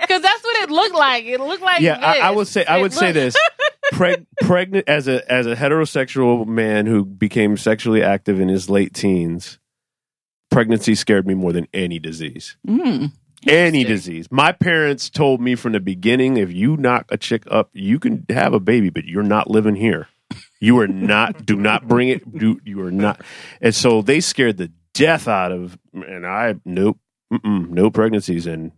[SPEAKER 4] Because that's what it looked like. It looked like
[SPEAKER 1] yeah, I, I
[SPEAKER 4] this.
[SPEAKER 1] would say I
[SPEAKER 4] It
[SPEAKER 1] would say
[SPEAKER 4] looked-
[SPEAKER 1] this: Preg- pregnant as a as a heterosexual man who became sexually active in his late teens, pregnancy scared me more than any disease.
[SPEAKER 6] Mm.
[SPEAKER 1] Any disease. My parents told me from the beginning: if you knock a chick up, you can have a baby, but you're not living here. You are not. do not bring it. Do you are not. And so they scared the death out of. And I nope. Mm-mm, no pregnancies and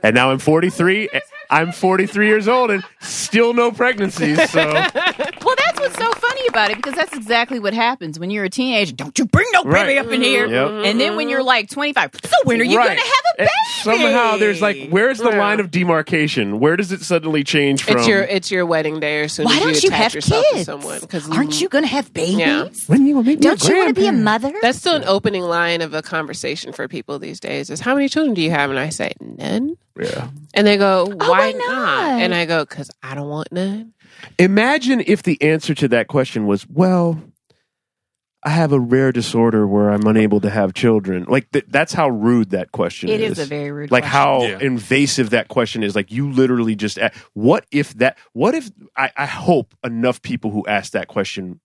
[SPEAKER 1] and now I'm 43 I'm 43 years old and still no pregnancies. So
[SPEAKER 6] [LAUGHS] Well, that's what's so funny about it because that's exactly what happens when you're a teenager. Don't you bring no baby
[SPEAKER 1] Right.
[SPEAKER 6] up in here.
[SPEAKER 1] Yep.
[SPEAKER 6] And then when you're like 25, so when are you
[SPEAKER 1] Right.
[SPEAKER 6] going to have a
[SPEAKER 1] And
[SPEAKER 6] baby?
[SPEAKER 1] somehow there's like, where's the line of demarcation? Where does it suddenly change from?
[SPEAKER 4] It's your it's your wedding day or soon.
[SPEAKER 8] Why
[SPEAKER 4] as
[SPEAKER 8] don't
[SPEAKER 4] you
[SPEAKER 8] you
[SPEAKER 4] attach
[SPEAKER 8] have
[SPEAKER 4] yourself To
[SPEAKER 8] kids?
[SPEAKER 4] someone, because
[SPEAKER 8] Aren't you going to have babies?
[SPEAKER 4] Yeah.
[SPEAKER 1] when you will make
[SPEAKER 8] Don't you want to be a mother?
[SPEAKER 4] That's still an opening line of a conversation for people these days. Is how many children do you have? And I say none.
[SPEAKER 1] Yeah.
[SPEAKER 4] And they go, why,
[SPEAKER 8] Oh, why
[SPEAKER 4] not?
[SPEAKER 8] not?
[SPEAKER 4] And I go, because I don't want none.
[SPEAKER 1] Imagine if the answer to that question was, well, I have a rare disorder where I'm unable to have children. Like th- that's how rude that question
[SPEAKER 6] It
[SPEAKER 1] is.
[SPEAKER 6] is a very rude
[SPEAKER 1] like
[SPEAKER 6] question.
[SPEAKER 1] how
[SPEAKER 7] Yeah.
[SPEAKER 1] invasive that question is. Like you literally just. a what if that? What if I, I hope enough people who ask that question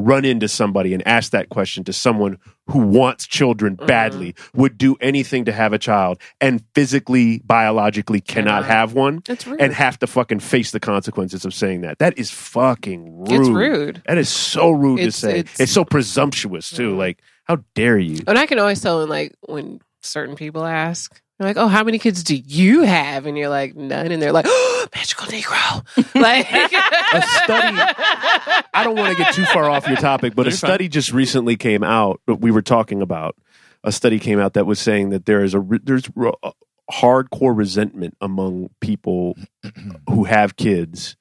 [SPEAKER 1] run into somebody and ask that question to someone who wants children
[SPEAKER 6] Mm-hmm.
[SPEAKER 1] badly, would do anything to have a child, and physically, biologically cannot
[SPEAKER 4] Cannot.
[SPEAKER 1] have one
[SPEAKER 4] It's rude.
[SPEAKER 1] and have to fucking face the consequences of saying that. That is fucking rude.
[SPEAKER 4] It's rude.
[SPEAKER 1] That is so rude
[SPEAKER 4] It's-
[SPEAKER 1] to say.
[SPEAKER 4] it's-
[SPEAKER 1] It's, so presumptuous too. Like, how dare you?
[SPEAKER 4] And I can always tell when like when certain people ask, they're like, "Oh, how many kids do you have?" And you're like, "None," and they're like, [GASPS] "Magical Negro."
[SPEAKER 8] [LAUGHS]
[SPEAKER 4] [LAUGHS] Like,
[SPEAKER 1] A study. I don't want to get too far off your topic, but a
[SPEAKER 7] You're fine.
[SPEAKER 1] study just recently came out that we were talking about. A study came out that was saying that there is a re- there's re- a hardcore resentment among people who have kids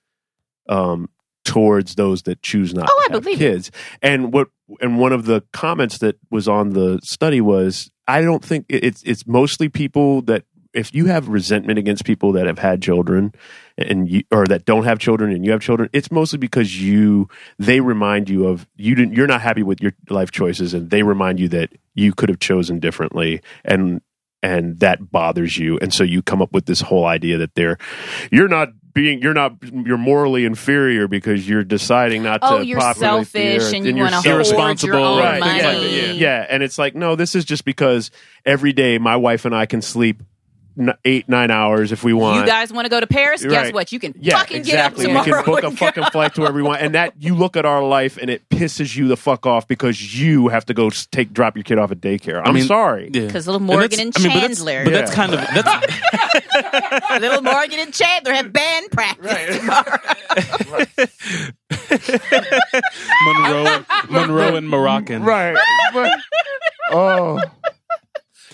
[SPEAKER 1] um, towards those that choose not
[SPEAKER 6] Oh,
[SPEAKER 1] to
[SPEAKER 6] I
[SPEAKER 1] have
[SPEAKER 6] believe it.
[SPEAKER 1] kids. And what and one of the comments that was on the study was, I don't think it- it's it's mostly people that if you have resentment against people that have had children and you or that don't have children and you have children, it's mostly because you they remind you of you didn't you're not happy with your life choices and they remind you that you could have chosen differently and and that bothers you and so you come up with this whole idea that they're you're not being you're not you're morally inferior because you're deciding not
[SPEAKER 6] Oh,
[SPEAKER 1] to
[SPEAKER 6] you're
[SPEAKER 1] popularly
[SPEAKER 6] selfish
[SPEAKER 1] fear-
[SPEAKER 6] and you
[SPEAKER 1] you're
[SPEAKER 6] want to
[SPEAKER 1] selfish.
[SPEAKER 6] hoard your
[SPEAKER 7] irresponsible
[SPEAKER 6] own
[SPEAKER 7] and
[SPEAKER 1] things
[SPEAKER 6] money.
[SPEAKER 1] like that, yeah. yeah and it's like no this is just because every day my wife and i can sleep n- eight nine hours if we want
[SPEAKER 6] You guys want to go to Paris?
[SPEAKER 1] You're
[SPEAKER 6] Guess
[SPEAKER 1] right.
[SPEAKER 6] what? You can
[SPEAKER 1] yeah,
[SPEAKER 6] fucking
[SPEAKER 1] exactly.
[SPEAKER 6] get
[SPEAKER 1] We can
[SPEAKER 6] up tomorrow.
[SPEAKER 1] book a
[SPEAKER 6] and
[SPEAKER 1] fucking flight to where we want, and that you look at our life and it pisses you the fuck off because you have to go s- take drop your kid off at daycare. I'm
[SPEAKER 7] mean,
[SPEAKER 1] sorry.
[SPEAKER 7] Yeah.
[SPEAKER 6] Because little
[SPEAKER 7] And
[SPEAKER 6] Morgan
[SPEAKER 7] that's-
[SPEAKER 6] and
[SPEAKER 7] I mean, but that's-
[SPEAKER 6] Chandler,
[SPEAKER 7] But that's,
[SPEAKER 1] Yeah.
[SPEAKER 7] kind of that's
[SPEAKER 6] [LAUGHS] little Morgan and Chandler have band practice tomorrow.
[SPEAKER 7] [LAUGHS] Monroe, Monroe and Moroccan.
[SPEAKER 1] Right. But- oh.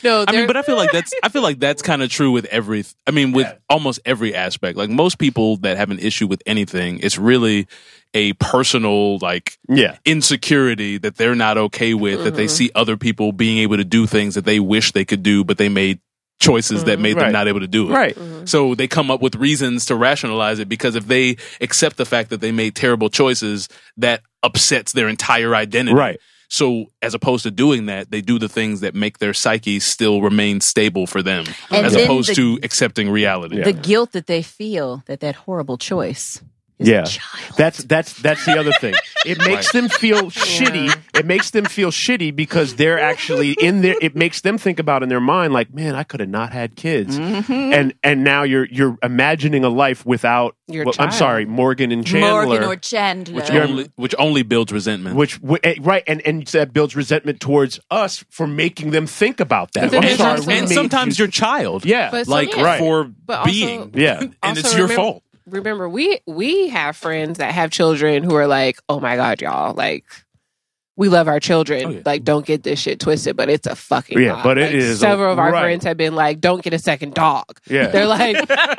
[SPEAKER 4] no,
[SPEAKER 7] I mean,
[SPEAKER 4] they're-
[SPEAKER 7] but I feel like that's I feel like that's kind of true with every. I mean, with almost every aspect. Like most people that have an issue with anything, it's really a personal like
[SPEAKER 1] Yeah.
[SPEAKER 7] insecurity that they're not okay with that
[SPEAKER 4] Mm-hmm.
[SPEAKER 7] they see other people being able to do things that they wish they could do but they made choices that
[SPEAKER 4] Mm-hmm.
[SPEAKER 7] made
[SPEAKER 1] Right.
[SPEAKER 7] them not able to do it
[SPEAKER 1] Right.
[SPEAKER 7] so they come up with reasons to rationalize it because if they accept the fact that they made terrible choices that upsets their entire identity
[SPEAKER 1] Right.
[SPEAKER 7] so as opposed to doing that they do the things that make their psyche still remain stable for them
[SPEAKER 6] And
[SPEAKER 7] as
[SPEAKER 6] then
[SPEAKER 7] opposed
[SPEAKER 6] the-
[SPEAKER 7] to accepting reality
[SPEAKER 1] Yeah.
[SPEAKER 6] The guilt that they feel that that horrible choice is
[SPEAKER 1] Yeah.
[SPEAKER 6] a child.
[SPEAKER 1] That's that's that's the other thing.
[SPEAKER 7] [LAUGHS]
[SPEAKER 1] It makes them feel shitty. It makes them feel shitty because they're actually in there. It makes them think about in their mind like, man, I could have not had kids,
[SPEAKER 7] Mm-hmm.
[SPEAKER 6] Mm-hmm.
[SPEAKER 1] and and now you're you're imagining a life without.
[SPEAKER 4] Your
[SPEAKER 1] well, I'm
[SPEAKER 4] child.
[SPEAKER 1] sorry, Morgan and Chandler.
[SPEAKER 6] Morgan or Chandler.
[SPEAKER 7] which only which only builds resentment
[SPEAKER 1] which w- eh, right and and that builds resentment towards us for making them think about that.
[SPEAKER 4] But then
[SPEAKER 1] I'm
[SPEAKER 4] there's
[SPEAKER 1] sorry,
[SPEAKER 4] also-
[SPEAKER 1] we
[SPEAKER 7] and
[SPEAKER 1] made
[SPEAKER 7] sometimes
[SPEAKER 1] you-
[SPEAKER 7] your child
[SPEAKER 1] yeah,
[SPEAKER 4] But-
[SPEAKER 7] like
[SPEAKER 4] So,
[SPEAKER 1] yeah.
[SPEAKER 7] for
[SPEAKER 4] But also-
[SPEAKER 7] being
[SPEAKER 4] [LAUGHS]
[SPEAKER 1] Yeah.
[SPEAKER 7] and
[SPEAKER 4] Also
[SPEAKER 7] it's your
[SPEAKER 4] remem-
[SPEAKER 7] fault
[SPEAKER 4] remember we we have friends that have children who are like, "Oh my god, y'all, like we love our children.
[SPEAKER 7] Oh, yeah.
[SPEAKER 4] Like don't get this shit twisted, but it's a fucking
[SPEAKER 1] Yeah,
[SPEAKER 4] lot."
[SPEAKER 1] but it
[SPEAKER 4] Like,
[SPEAKER 1] is a-
[SPEAKER 4] Several of our
[SPEAKER 1] right.
[SPEAKER 4] friends have been like, "Don't get a second dog."
[SPEAKER 1] Yeah.
[SPEAKER 4] They're like,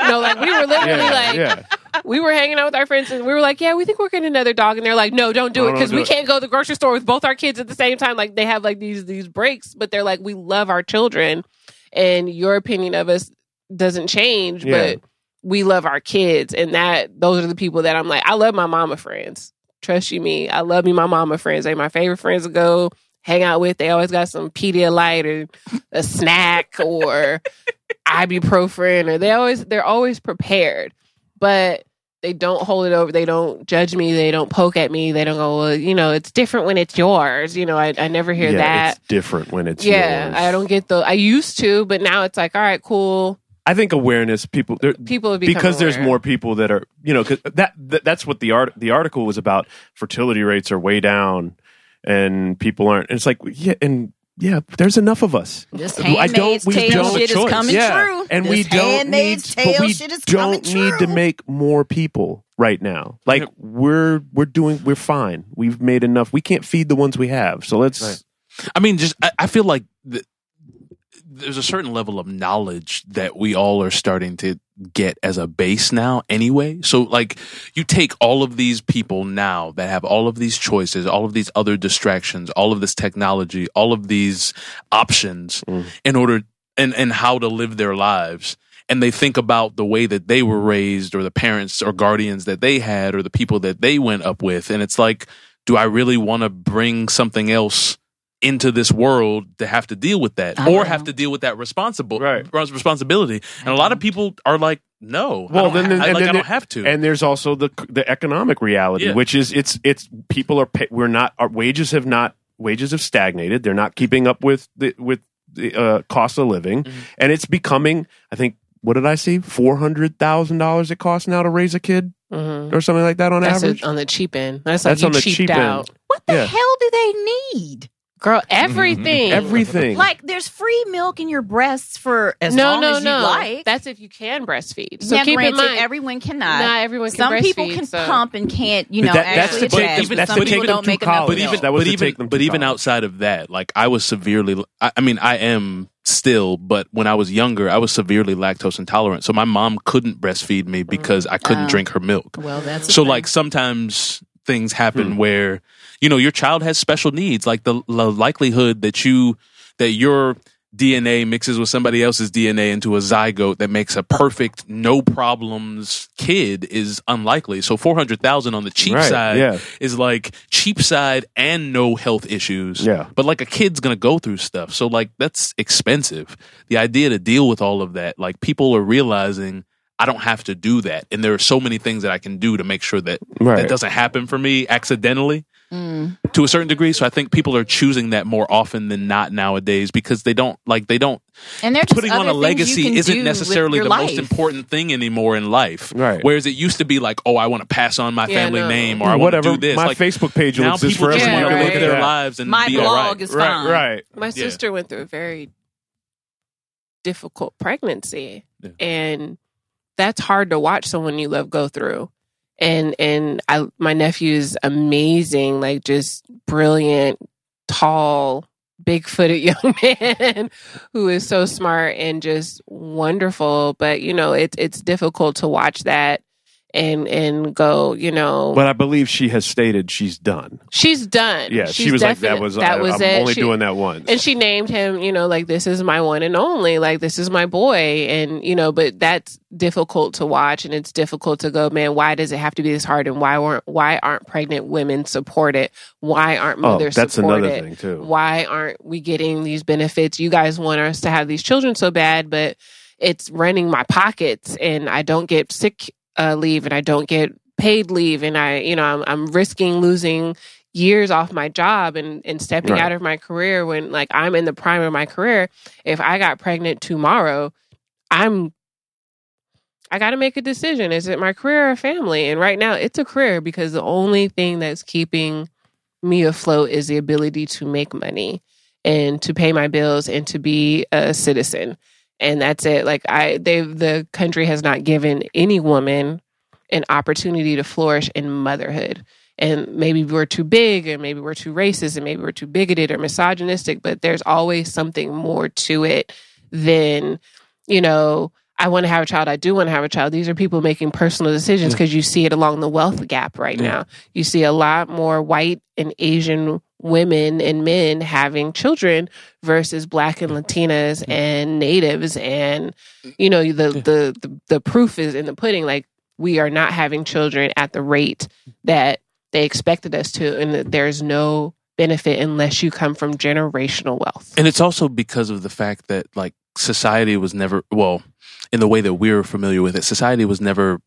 [SPEAKER 4] "No, like we were literally
[SPEAKER 1] yeah,
[SPEAKER 4] like
[SPEAKER 1] yeah.
[SPEAKER 4] we were hanging out with our friends and we were like, "Yeah, we think we're getting another dog." And they're like, "No, don't do
[SPEAKER 1] No,
[SPEAKER 4] it
[SPEAKER 1] don't
[SPEAKER 4] because
[SPEAKER 1] do
[SPEAKER 4] we
[SPEAKER 1] it."
[SPEAKER 4] can't go to the grocery store with both our kids at the same time." Like they have like these these breaks, but they're like, "We love our children, and your opinion of us doesn't change,
[SPEAKER 1] Yeah.
[SPEAKER 4] but we love our kids." And that those are the people that I'm like, I love my mama friends. Trust you me. I love me my mama friends. They my favorite friends to go hang out with. They always got some Pedialyte or a snack or ibuprofen or they always they're always prepared. But they don't hold it over. They don't judge me. They don't poke at me. They don't go, well, you know, it's different when it's yours. You know, I, I never hear
[SPEAKER 1] yeah,
[SPEAKER 4] that.
[SPEAKER 1] It's different when it's
[SPEAKER 4] Yeah,
[SPEAKER 1] yours.
[SPEAKER 4] I don't get the. I used to, but now it's like, all right, cool.
[SPEAKER 1] I think awareness people there,
[SPEAKER 4] People have become
[SPEAKER 1] because there's
[SPEAKER 4] aware.
[SPEAKER 1] more people that are you know 'cause that, that that's what the art the article was about fertility rates are way down and people aren't and it's like yeah and yeah there's enough of us
[SPEAKER 6] This
[SPEAKER 1] I don't
[SPEAKER 6] handmaid's
[SPEAKER 1] we
[SPEAKER 6] tale
[SPEAKER 1] don't
[SPEAKER 6] shit is coming
[SPEAKER 1] yeah.
[SPEAKER 6] true.
[SPEAKER 1] and
[SPEAKER 8] This
[SPEAKER 1] we don't need
[SPEAKER 8] Handmaid's
[SPEAKER 1] but
[SPEAKER 8] Tale
[SPEAKER 1] we
[SPEAKER 8] shit is coming
[SPEAKER 1] don't need to
[SPEAKER 8] true.
[SPEAKER 1] make more people right now like
[SPEAKER 7] Yep.
[SPEAKER 1] we're we're doing we're fine we've made enough we can't feed the ones we have so let's
[SPEAKER 7] Right. I mean, just I, I feel like th there's a certain level of knowledge that we all are starting to get as a base now, anyway. So, like, you take all of these people now that have all of these choices, all of these other distractions, all of this technology, all of these options
[SPEAKER 1] Mm.
[SPEAKER 7] in order and and how to live their lives. And they think about the way that they were raised, or the parents or guardians that they had, or the people that they went up with. And it's like, do I really want to bring something else into this world to have to deal with that
[SPEAKER 6] I
[SPEAKER 7] or have
[SPEAKER 6] don't know.
[SPEAKER 7] to
[SPEAKER 1] Mm-hmm.
[SPEAKER 7] deal with that responsible
[SPEAKER 1] Right.
[SPEAKER 7] res- responsibility? And a lot
[SPEAKER 1] Mm-hmm.
[SPEAKER 7] of people are like, no, well,
[SPEAKER 1] Well,
[SPEAKER 7] I
[SPEAKER 1] then-
[SPEAKER 7] don't,
[SPEAKER 1] then-
[SPEAKER 7] I,
[SPEAKER 1] and
[SPEAKER 7] like,
[SPEAKER 1] then
[SPEAKER 7] I
[SPEAKER 1] there-
[SPEAKER 7] don't have to.
[SPEAKER 1] and there's also the the economic reality,
[SPEAKER 7] Yeah.
[SPEAKER 1] which is it's it's people are pay, we're not our wages have not wages have stagnated. They're not keeping up with the with the uh, cost of living,
[SPEAKER 7] Mm-hmm.
[SPEAKER 1] and it's becoming. I think what did I see? Four hundred thousand dollars it costs now to raise a kid
[SPEAKER 6] Mm-hmm.
[SPEAKER 4] hmm
[SPEAKER 7] Mm-hmm.
[SPEAKER 1] or something like that on
[SPEAKER 4] That's
[SPEAKER 1] average.
[SPEAKER 4] a, on the cheap end. That's,
[SPEAKER 1] That's
[SPEAKER 4] like
[SPEAKER 1] on
[SPEAKER 4] you
[SPEAKER 1] the
[SPEAKER 4] cheaped
[SPEAKER 1] cheap end.
[SPEAKER 4] out,
[SPEAKER 8] What the
[SPEAKER 1] Yeah.
[SPEAKER 8] hell do they need?
[SPEAKER 4] girl. Everything,
[SPEAKER 1] Everything.
[SPEAKER 6] Like there's free milk in your breasts for as
[SPEAKER 4] no,
[SPEAKER 6] long
[SPEAKER 4] no,
[SPEAKER 6] as you
[SPEAKER 4] no.
[SPEAKER 6] like.
[SPEAKER 4] That's if you can breastfeed. So
[SPEAKER 6] Now,
[SPEAKER 4] keep
[SPEAKER 6] granted,
[SPEAKER 4] in mind,
[SPEAKER 6] everyone cannot.
[SPEAKER 4] not everyone can
[SPEAKER 6] Some
[SPEAKER 4] breastfeed.
[SPEAKER 6] people can
[SPEAKER 4] so.
[SPEAKER 6] pump and can't, you
[SPEAKER 1] But
[SPEAKER 6] know,
[SPEAKER 1] that- that's
[SPEAKER 6] actually
[SPEAKER 1] the take-
[SPEAKER 6] attach, but,
[SPEAKER 7] that's
[SPEAKER 6] some
[SPEAKER 7] the
[SPEAKER 6] people
[SPEAKER 7] take
[SPEAKER 6] don't
[SPEAKER 1] them
[SPEAKER 6] make
[SPEAKER 1] to
[SPEAKER 6] enough
[SPEAKER 1] college.
[SPEAKER 7] but
[SPEAKER 1] No.
[SPEAKER 7] even,
[SPEAKER 6] milk.
[SPEAKER 1] That was
[SPEAKER 7] but
[SPEAKER 1] to
[SPEAKER 7] even,
[SPEAKER 1] take them to
[SPEAKER 7] but even
[SPEAKER 1] college.
[SPEAKER 7] outside of that, like I was severely, I, I mean, I am still, but when I was younger, I was severely lactose intolerant. So my mom couldn't breastfeed me because I couldn't
[SPEAKER 6] Oh.
[SPEAKER 7] drink her milk.
[SPEAKER 6] well, that's a
[SPEAKER 7] So
[SPEAKER 6] thing.
[SPEAKER 7] like sometimes things happen
[SPEAKER 1] Hmm.
[SPEAKER 7] where you know your child has special needs. Like the, the likelihood that you that your DNA mixes with somebody else's DNA into a zygote that makes a perfect no problems kid is unlikely. So four hundred thousand on the cheap
[SPEAKER 1] Right,
[SPEAKER 7] side
[SPEAKER 1] yeah.
[SPEAKER 7] is like cheap side and no health issues.
[SPEAKER 1] Yeah.
[SPEAKER 7] But like a kid's gonna go through stuff. So like that's expensive. The idea to deal with all of that, like people are realizing I don't have to do that. And there are so many things that I can do to make sure that
[SPEAKER 1] Right.
[SPEAKER 7] that doesn't happen for me accidentally
[SPEAKER 6] mm.
[SPEAKER 7] to a certain degree. So I think people are choosing that more often than not nowadays because they don't like they don't
[SPEAKER 6] and there's
[SPEAKER 7] putting on a legacy isn't necessarily the most important thing anymore in life.
[SPEAKER 1] Right.
[SPEAKER 7] Whereas it used to be like, oh, I want to pass on my
[SPEAKER 4] Yeah,
[SPEAKER 7] family
[SPEAKER 4] no.
[SPEAKER 7] name or I want to
[SPEAKER 1] Whatever.
[SPEAKER 7] do this.
[SPEAKER 1] My
[SPEAKER 7] like,
[SPEAKER 1] Facebook page will
[SPEAKER 7] now
[SPEAKER 1] exist
[SPEAKER 7] people
[SPEAKER 1] for
[SPEAKER 7] just
[SPEAKER 1] everyone.
[SPEAKER 7] want to
[SPEAKER 4] Yeah,
[SPEAKER 1] You
[SPEAKER 7] live
[SPEAKER 1] can
[SPEAKER 7] their
[SPEAKER 1] look at that.
[SPEAKER 7] lives and
[SPEAKER 6] My
[SPEAKER 7] be
[SPEAKER 6] blog
[SPEAKER 7] all right.
[SPEAKER 6] is
[SPEAKER 1] Right.
[SPEAKER 6] fine.
[SPEAKER 1] Right.
[SPEAKER 4] My
[SPEAKER 7] Yeah.
[SPEAKER 4] sister went through a very difficult pregnancy,
[SPEAKER 7] Yeah.
[SPEAKER 4] and that's hard to watch someone you love go through. And and I, my nephew is amazing, like just brilliant, tall, big-footed [LAUGHS] young man who is so smart and just wonderful. But you know, it's it's difficult to watch that and and go, you know,
[SPEAKER 1] But I believe she has stated she's done.
[SPEAKER 4] she's done.
[SPEAKER 1] Yeah,
[SPEAKER 4] she's
[SPEAKER 1] she was like, "That
[SPEAKER 4] definite-
[SPEAKER 1] was,
[SPEAKER 4] that
[SPEAKER 1] I,
[SPEAKER 4] was
[SPEAKER 1] I'm
[SPEAKER 4] it.
[SPEAKER 1] only
[SPEAKER 4] She-
[SPEAKER 1] doing that once."
[SPEAKER 4] and she named him you know like this is my one and only like this is my boy and you know but that's difficult to watch and it's difficult to go man why does it have to be this hard and why weren't why aren't pregnant women supported why aren't
[SPEAKER 1] oh,
[SPEAKER 4] mothers
[SPEAKER 1] that's
[SPEAKER 4] supported
[SPEAKER 1] another thing too.
[SPEAKER 4] why aren't we getting these benefits you guys want us to have these children so bad but it's running my pockets and i don't get sick uh, leave and i don't get paid leave and i you know i'm, I'm risking losing years off my job and, and stepping
[SPEAKER 1] Right.
[SPEAKER 4] out of my career when like i'm in the prime of my career if i got pregnant tomorrow i'm I got to make a decision. Is it my career or family? And right now, it's a career because the only thing that's keeping me afloat is the ability to make money and to pay my bills and to be a citizen. And that's it. Like I they the country has not given any woman an opportunity to flourish in motherhood. And maybe we're too big and maybe we're too racist and maybe we're too bigoted or misogynistic, but there's always something more to it than, you know, I want to have a child. I do want to have a child. These are people making personal decisions because you see it along the wealth gap right now you see a lot more white and Asian women and men having children versus black and Latinas and natives and you know the the the, the proof is in the pudding like we are not having children at the rate that They expected us to, and that there's no benefit unless you come from generational wealth.
[SPEAKER 7] And it's also because of the fact that like society was never well, in the way that we're familiar with it, society was never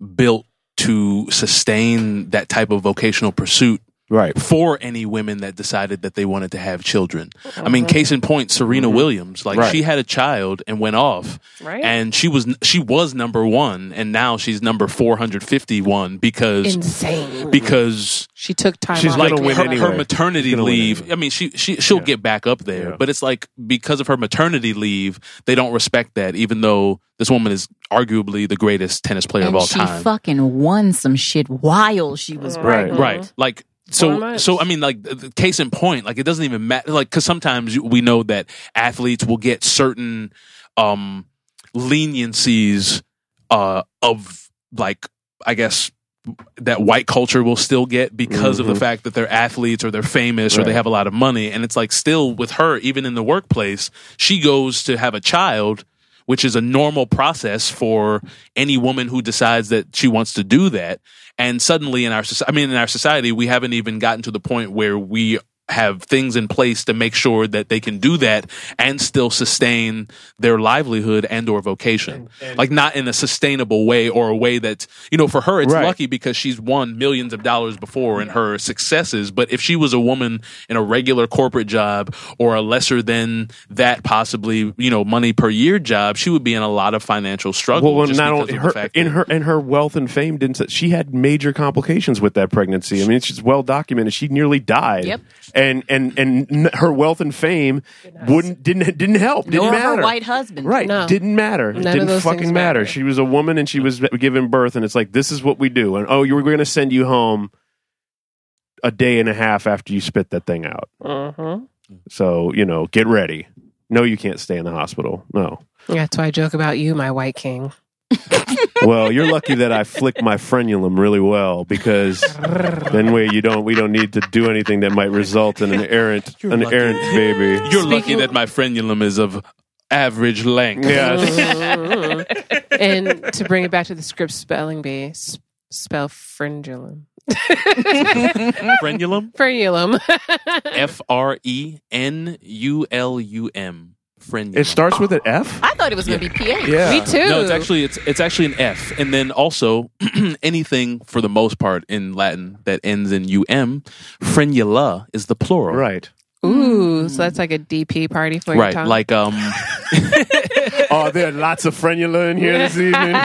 [SPEAKER 7] built to sustain that type of vocational pursuit
[SPEAKER 1] Right.
[SPEAKER 7] for any women that decided that they wanted to have children. I
[SPEAKER 4] Mm-hmm.
[SPEAKER 7] mean, case in point, Serena Williams, like
[SPEAKER 1] Mm-hmm. Right.
[SPEAKER 7] she had a child and went off,
[SPEAKER 4] Right.
[SPEAKER 7] and she was she was number one, and now she's number four hundred fifty one because
[SPEAKER 4] Insane.
[SPEAKER 7] because
[SPEAKER 4] she took time.
[SPEAKER 1] She's
[SPEAKER 4] off
[SPEAKER 1] gonna
[SPEAKER 7] like
[SPEAKER 4] to
[SPEAKER 1] win
[SPEAKER 4] do
[SPEAKER 7] her,
[SPEAKER 4] that.
[SPEAKER 1] anyway.
[SPEAKER 7] her maternity
[SPEAKER 1] She's gonna win
[SPEAKER 7] leave.
[SPEAKER 1] anyway.
[SPEAKER 7] I mean, she she she'll
[SPEAKER 1] Yeah.
[SPEAKER 7] get back up there,
[SPEAKER 1] Yeah.
[SPEAKER 7] but it's like because of her maternity leave, they don't respect that. Even though this woman is arguably the greatest tennis player
[SPEAKER 6] and
[SPEAKER 7] of all
[SPEAKER 6] she
[SPEAKER 7] time,
[SPEAKER 6] fucking won some shit while she was
[SPEAKER 1] Right.
[SPEAKER 6] pregnant.
[SPEAKER 7] right? Like.
[SPEAKER 4] Very
[SPEAKER 7] So,
[SPEAKER 4] much.
[SPEAKER 7] so I mean, like, the- the case in point, like, it doesn't even matter, like, because sometimes you- we know that athletes will get certain um leniencies uh of like, I guess that white culture will still get because
[SPEAKER 1] Mm-hmm.
[SPEAKER 7] of the fact that they're athletes or they're famous or they
[SPEAKER 1] Right.
[SPEAKER 7] have a lot of money. And it's like still with her, even in the workplace, she goes to have a child, which is a normal process for any woman who decides that she wants to do that. And suddenly in our society, I mean, in our society, we haven't even gotten to the point where we have things in place to make sure that they can do that and still sustain their livelihood and or vocation like not in a sustainable way or a way that's you know for her it's
[SPEAKER 1] Right.
[SPEAKER 7] lucky lucky because she's won millions of dollars before in her successes. But if she was a woman in a regular corporate job or a lesser than that, possibly you know money per year job, she would be in a lot of financial struggle.
[SPEAKER 1] Well, well
[SPEAKER 7] just
[SPEAKER 1] not
[SPEAKER 7] because
[SPEAKER 1] only
[SPEAKER 7] of the
[SPEAKER 1] her
[SPEAKER 7] fact
[SPEAKER 1] in
[SPEAKER 7] that-
[SPEAKER 1] her and her wealth and fame didn't. s- She had major complications with that pregnancy. I mean, it's just well documented. She nearly died.
[SPEAKER 6] Yep.
[SPEAKER 1] And and and n- her wealth and fame wouldn't didn't didn't help. Didn't
[SPEAKER 6] Nor
[SPEAKER 1] matter.
[SPEAKER 6] her white husband.
[SPEAKER 1] Right,
[SPEAKER 4] No.
[SPEAKER 1] didn't matter. It
[SPEAKER 4] None of
[SPEAKER 1] didn't
[SPEAKER 4] those
[SPEAKER 1] fucking
[SPEAKER 4] things
[SPEAKER 1] matter.
[SPEAKER 4] matter.
[SPEAKER 1] She was a woman and she was giving birth, and it's like this is what we do. And oh, you were going to send you home a day and a half after you spit that thing out.
[SPEAKER 4] Mhm.
[SPEAKER 1] So you know, get ready. No, you can't stay in the hospital. No.
[SPEAKER 4] That's why I joke about you, my white king.
[SPEAKER 1] Well, you're lucky that I flick my frenulum really well because then we you don't we don't need to do anything that might result in an errant
[SPEAKER 7] You're
[SPEAKER 1] an
[SPEAKER 7] lucky.
[SPEAKER 1] errant baby.
[SPEAKER 7] you're lucky that my frenulum is of average length.
[SPEAKER 1] Yes.
[SPEAKER 4] Mhm. [LAUGHS] and to bring it back to the script spelling bee, s-
[SPEAKER 1] [LAUGHS]
[SPEAKER 4] spell frenulum.
[SPEAKER 7] frenulum,
[SPEAKER 6] [LAUGHS]
[SPEAKER 4] Frenulum.
[SPEAKER 7] F R E N U L U M, frenulum.
[SPEAKER 1] It starts with an F.
[SPEAKER 6] I thought it was going to be PH.
[SPEAKER 1] Yeah.
[SPEAKER 4] Me too.
[SPEAKER 7] No, it's actually it's it's actually an F, and then also [CLEARS THROAT] anything for the most part in Latin that ends in um, frenula is the plural,
[SPEAKER 1] Right.
[SPEAKER 6] Mm.
[SPEAKER 4] Ooh, so that's like a DP party for your
[SPEAKER 7] Right,
[SPEAKER 4] tongue.
[SPEAKER 1] uh,
[SPEAKER 7] like um,
[SPEAKER 1] [LAUGHS] Oh, there are lots of frenula in here this
[SPEAKER 4] [LAUGHS]
[SPEAKER 1] evening.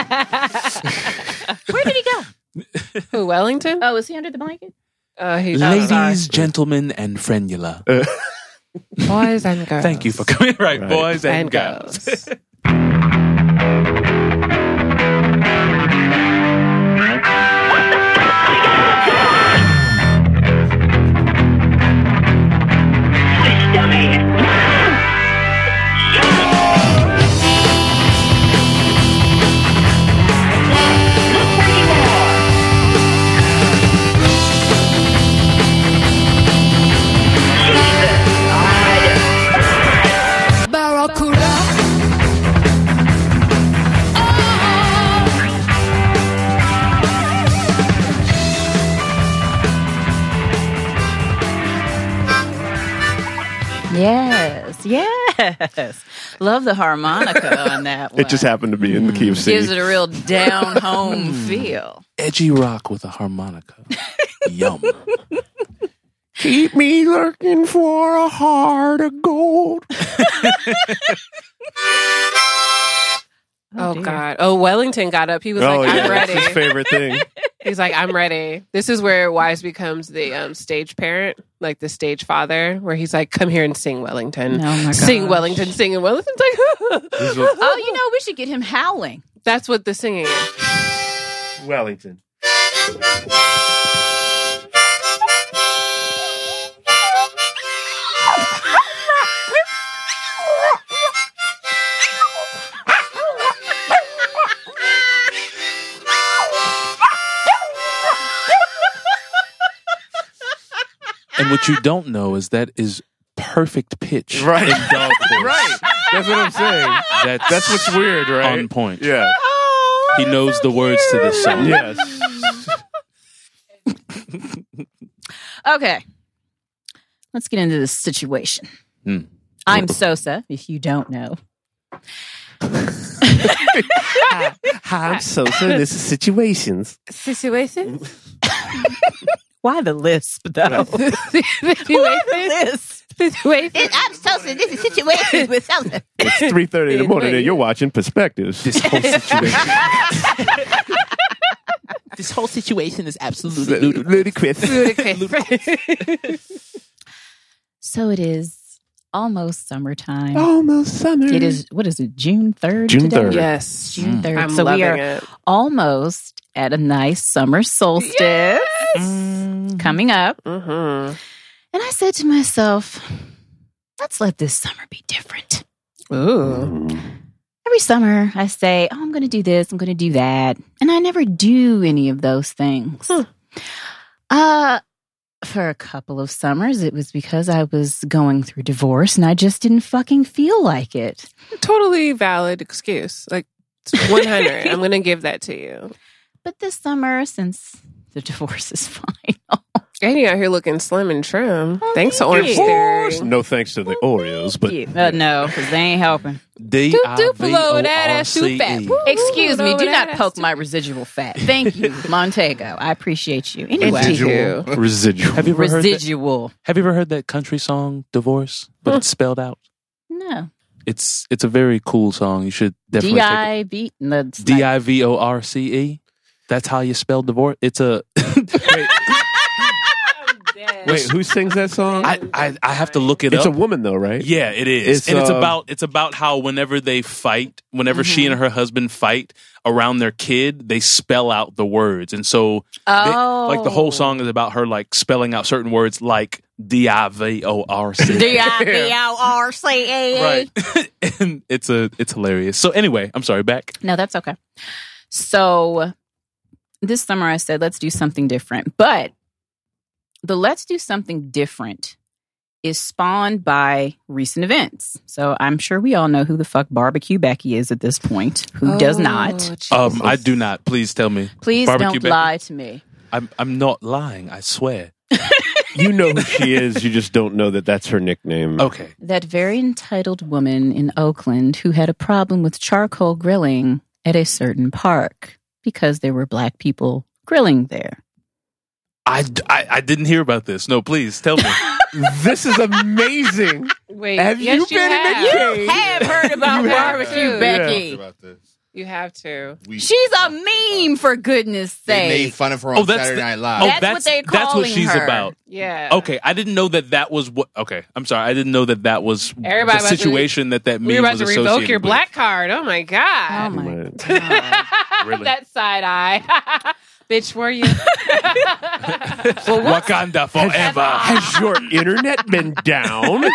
[SPEAKER 6] Where did he
[SPEAKER 1] [LAUGHS]
[SPEAKER 6] go?
[SPEAKER 4] Who, Wellington?
[SPEAKER 6] Oh, is he under the blanket?
[SPEAKER 4] Uh, he's oh, sorry.
[SPEAKER 7] ladies, gentlemen, and
[SPEAKER 1] [LAUGHS]
[SPEAKER 7] frenula.
[SPEAKER 4] boys and girls.
[SPEAKER 7] Thank you for coming, [LAUGHS] right,
[SPEAKER 1] Uh, Right.
[SPEAKER 7] boys and,
[SPEAKER 4] and
[SPEAKER 7] girls.
[SPEAKER 1] [LAUGHS]
[SPEAKER 4] girls.
[SPEAKER 2] Barracuda.
[SPEAKER 6] [LAUGHS] Yes, yes. Love the harmonica on that one.
[SPEAKER 1] It just happened to be in the key of
[SPEAKER 6] gives
[SPEAKER 1] C.
[SPEAKER 6] it a real
[SPEAKER 1] [LAUGHS]
[SPEAKER 6] down home feel.
[SPEAKER 7] Edgy rock with a harmonica. Yum.
[SPEAKER 1] [LAUGHS] Keep me looking for a heart of gold.
[SPEAKER 4] Oh, God. Oh, Wellington got up. He was
[SPEAKER 1] oh
[SPEAKER 4] like,
[SPEAKER 1] yeah,
[SPEAKER 4] I'm
[SPEAKER 1] that's his
[SPEAKER 4] ready.
[SPEAKER 1] favorite
[SPEAKER 4] [LAUGHS]
[SPEAKER 1] thing.
[SPEAKER 4] He's like, I'm ready. This is where Wise becomes the um, stage parent, like the stage father, where he's like, come here and sing Wellington.
[SPEAKER 6] Oh, my
[SPEAKER 4] Sing
[SPEAKER 6] gosh.
[SPEAKER 4] Wellington, sing and Wellington's like,
[SPEAKER 6] Oh, you know, we should get him howling.
[SPEAKER 4] [LAUGHS] that's what the singing is.
[SPEAKER 1] Wellington.
[SPEAKER 7] and what you don't know is that is perfect pitch,
[SPEAKER 1] [LAUGHS] Right.
[SPEAKER 7] In dog voice.
[SPEAKER 1] Right. That's what I'm saying.
[SPEAKER 7] That's,
[SPEAKER 1] That's what's weird, right?
[SPEAKER 7] on point.
[SPEAKER 1] Yeah.
[SPEAKER 7] He knows the words to this song.
[SPEAKER 1] Yes.
[SPEAKER 7] [LAUGHS]
[SPEAKER 6] Okay. Let's get into this situation.
[SPEAKER 7] Hmm.
[SPEAKER 6] I'm Sosa, if you don't know.
[SPEAKER 1] Hi, I'm Sosa. This is Situations. [LAUGHS]
[SPEAKER 4] Situation?
[SPEAKER 6] Why the lisp, though? Why the
[SPEAKER 4] Situation?
[SPEAKER 6] lisp?
[SPEAKER 4] Situation?
[SPEAKER 8] It, I'm Sosa. This is situations with Sosa.
[SPEAKER 4] [LAUGHS]
[SPEAKER 1] It's three thirty in the morning, and you're watching Perspectives.
[SPEAKER 7] This whole situation.
[SPEAKER 9] This whole situation is absolutely
[SPEAKER 5] Ludicrous.
[SPEAKER 9] [LAUGHS]
[SPEAKER 6] So it is almost summertime.
[SPEAKER 1] Almost summer.
[SPEAKER 6] It is, what is it, June 3rd?
[SPEAKER 1] June
[SPEAKER 6] today?
[SPEAKER 1] 3rd.
[SPEAKER 4] Yes.
[SPEAKER 6] June 3rd.
[SPEAKER 4] I'm
[SPEAKER 6] so
[SPEAKER 4] loving
[SPEAKER 6] we are
[SPEAKER 4] it.
[SPEAKER 6] almost at a nice summer solstice coming up.
[SPEAKER 4] Mm-hmm.
[SPEAKER 6] And I said to myself, let's let this summer be different.
[SPEAKER 4] Ooh.
[SPEAKER 6] Every summer, I say, oh, I'm going to do this, I'm going to do that. And I never do any of those things. Uh, for a couple of summers, it was because I was going through divorce and I just didn't fucking feel like it.
[SPEAKER 4] Totally valid excuse. Like, it's
[SPEAKER 6] [LAUGHS]
[SPEAKER 4] 100. I'm going to give that to you.
[SPEAKER 6] But this summer, since the divorce is final,
[SPEAKER 4] And you out here looking slim and trim.
[SPEAKER 6] Oh,
[SPEAKER 4] Thanks to
[SPEAKER 6] thank
[SPEAKER 4] Orange
[SPEAKER 6] you.
[SPEAKER 4] Theory.
[SPEAKER 1] No thanks to the Oreos, but
[SPEAKER 6] uh, no, because they ain't helping.
[SPEAKER 7] D
[SPEAKER 4] Doop
[SPEAKER 7] I
[SPEAKER 4] doop
[SPEAKER 7] V
[SPEAKER 4] below
[SPEAKER 7] O
[SPEAKER 4] that
[SPEAKER 7] R
[SPEAKER 4] ass shoe
[SPEAKER 7] C
[SPEAKER 4] fat.
[SPEAKER 7] E.
[SPEAKER 6] Excuse me, do not
[SPEAKER 4] That
[SPEAKER 6] poke
[SPEAKER 4] ass-
[SPEAKER 6] my residual [LAUGHS] fat. Thank you, Montego. I appreciate you. Anyway,
[SPEAKER 4] Anywho.
[SPEAKER 1] residual.
[SPEAKER 7] Have you ever heard that?
[SPEAKER 6] residual.
[SPEAKER 7] Have you ever heard that country song "Divorce," but it's spelled out?
[SPEAKER 6] No,
[SPEAKER 7] It's it's a very cool song. You should definitely
[SPEAKER 6] D
[SPEAKER 7] check it
[SPEAKER 6] I B.
[SPEAKER 7] [LAUGHS]
[SPEAKER 6] No, it's
[SPEAKER 7] D
[SPEAKER 6] not-
[SPEAKER 7] I V O R C E. That's how you spell divorce. It's a wait,
[SPEAKER 1] Wait, who sings that song?
[SPEAKER 7] I, I I have to look it
[SPEAKER 1] it's a
[SPEAKER 7] up.
[SPEAKER 1] woman, though, right?
[SPEAKER 7] [LAUGHS] yeah, it is,
[SPEAKER 1] It's,
[SPEAKER 7] and it's
[SPEAKER 1] uh,
[SPEAKER 7] about it's about how whenever they fight, whenever she
[SPEAKER 6] Mm-hmm.
[SPEAKER 7] and her husband fight around their kid, they spell out the words, and so they-
[SPEAKER 6] Oh,
[SPEAKER 7] like the whole song is about her like spelling out certain words like D I V O R C. E.
[SPEAKER 6] D I
[SPEAKER 8] B
[SPEAKER 6] B.
[SPEAKER 8] O R C
[SPEAKER 6] E.
[SPEAKER 8] A.
[SPEAKER 7] Right, [LAUGHS] and it's a it's hilarious. So anyway, I'm sorry. Back
[SPEAKER 6] No, that's okay. So this summer I said, let's do something different. But the let's do something different is spawned by recent events. So I'm sure we all know who the fuck Barbecue Becky is at this point. Who does
[SPEAKER 7] Oh,
[SPEAKER 4] Oh,
[SPEAKER 6] not?
[SPEAKER 7] um, I do not. Please tell me.
[SPEAKER 6] Please
[SPEAKER 7] Barbecue
[SPEAKER 6] don't
[SPEAKER 7] Becky?
[SPEAKER 6] lie to me.
[SPEAKER 7] I'm I'm not lying. I swear.
[SPEAKER 1] You know who she is. You just don't know that that's her nickname.
[SPEAKER 7] Okay.
[SPEAKER 6] That very entitled woman in Oakland who had a problem with charcoal grilling at a certain park because there were black people grilling there.
[SPEAKER 7] I, I, I didn't hear about this. No, please
[SPEAKER 6] [LAUGHS]
[SPEAKER 7] tell me.
[SPEAKER 1] this is amazing.
[SPEAKER 4] Wait,
[SPEAKER 1] Have
[SPEAKER 4] yes,
[SPEAKER 1] you
[SPEAKER 4] you
[SPEAKER 1] been in
[SPEAKER 4] have.
[SPEAKER 1] the cave?
[SPEAKER 6] have heard about
[SPEAKER 4] You have
[SPEAKER 6] barbecue,
[SPEAKER 4] to.
[SPEAKER 6] Becky.
[SPEAKER 5] About this.
[SPEAKER 4] You have to.
[SPEAKER 5] We-
[SPEAKER 6] She's a meme, for goodness'
[SPEAKER 5] They made
[SPEAKER 6] sake.
[SPEAKER 5] fun of her
[SPEAKER 7] Oh,
[SPEAKER 5] on
[SPEAKER 7] that's
[SPEAKER 5] Saturday
[SPEAKER 7] the-
[SPEAKER 5] Night Live.
[SPEAKER 7] oh,
[SPEAKER 6] That's what they're
[SPEAKER 7] that's what
[SPEAKER 6] calling
[SPEAKER 7] she's
[SPEAKER 6] her.
[SPEAKER 7] about. Oh,
[SPEAKER 4] Yeah.
[SPEAKER 7] Okay, I didn't know that that was what. Okay, I'm sorry, I didn't know that that was
[SPEAKER 4] Everybody
[SPEAKER 7] the
[SPEAKER 4] about to-
[SPEAKER 7] situation that that meme
[SPEAKER 4] We are about
[SPEAKER 7] was
[SPEAKER 4] to
[SPEAKER 7] associated
[SPEAKER 4] revoke your
[SPEAKER 7] with.
[SPEAKER 4] black card. Oh my
[SPEAKER 6] Oh
[SPEAKER 4] god.
[SPEAKER 6] my
[SPEAKER 1] Right.
[SPEAKER 6] god.
[SPEAKER 7] Really?
[SPEAKER 4] that side eye. [LAUGHS] Bitch, were you?
[SPEAKER 7] Wakanda forever.
[SPEAKER 1] Has your
[SPEAKER 6] [LAUGHS]
[SPEAKER 1] internet been down?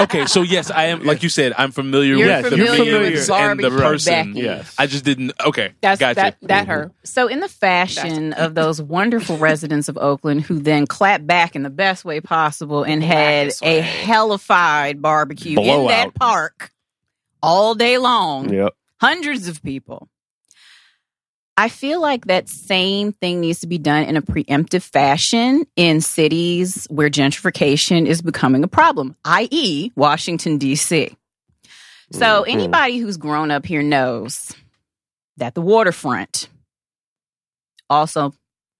[SPEAKER 7] okay, so yes, I am. Like you said, I'm familiar
[SPEAKER 6] You're
[SPEAKER 7] with the
[SPEAKER 1] familiar
[SPEAKER 7] meme
[SPEAKER 1] with
[SPEAKER 7] and the
[SPEAKER 6] Barbecue
[SPEAKER 7] person.
[SPEAKER 6] Becky.
[SPEAKER 1] Yes.
[SPEAKER 7] I just didn't. Okay,
[SPEAKER 4] That's
[SPEAKER 7] gotcha. Mm-hmm.
[SPEAKER 4] that that her.
[SPEAKER 6] So, in the fashion of those wonderful residents of Oakland who then clapped back in the best way possible and had a hellified barbecue in
[SPEAKER 1] Blowout.
[SPEAKER 6] that park all day long,
[SPEAKER 1] yep.
[SPEAKER 6] hundreds of people. I feel like that same thing needs to be done in a preemptive fashion in cities where gentrification is becoming a problem, i.e., Washington, D.C. So,
[SPEAKER 1] Mhm.
[SPEAKER 6] anybody who's grown up here knows that the waterfront, also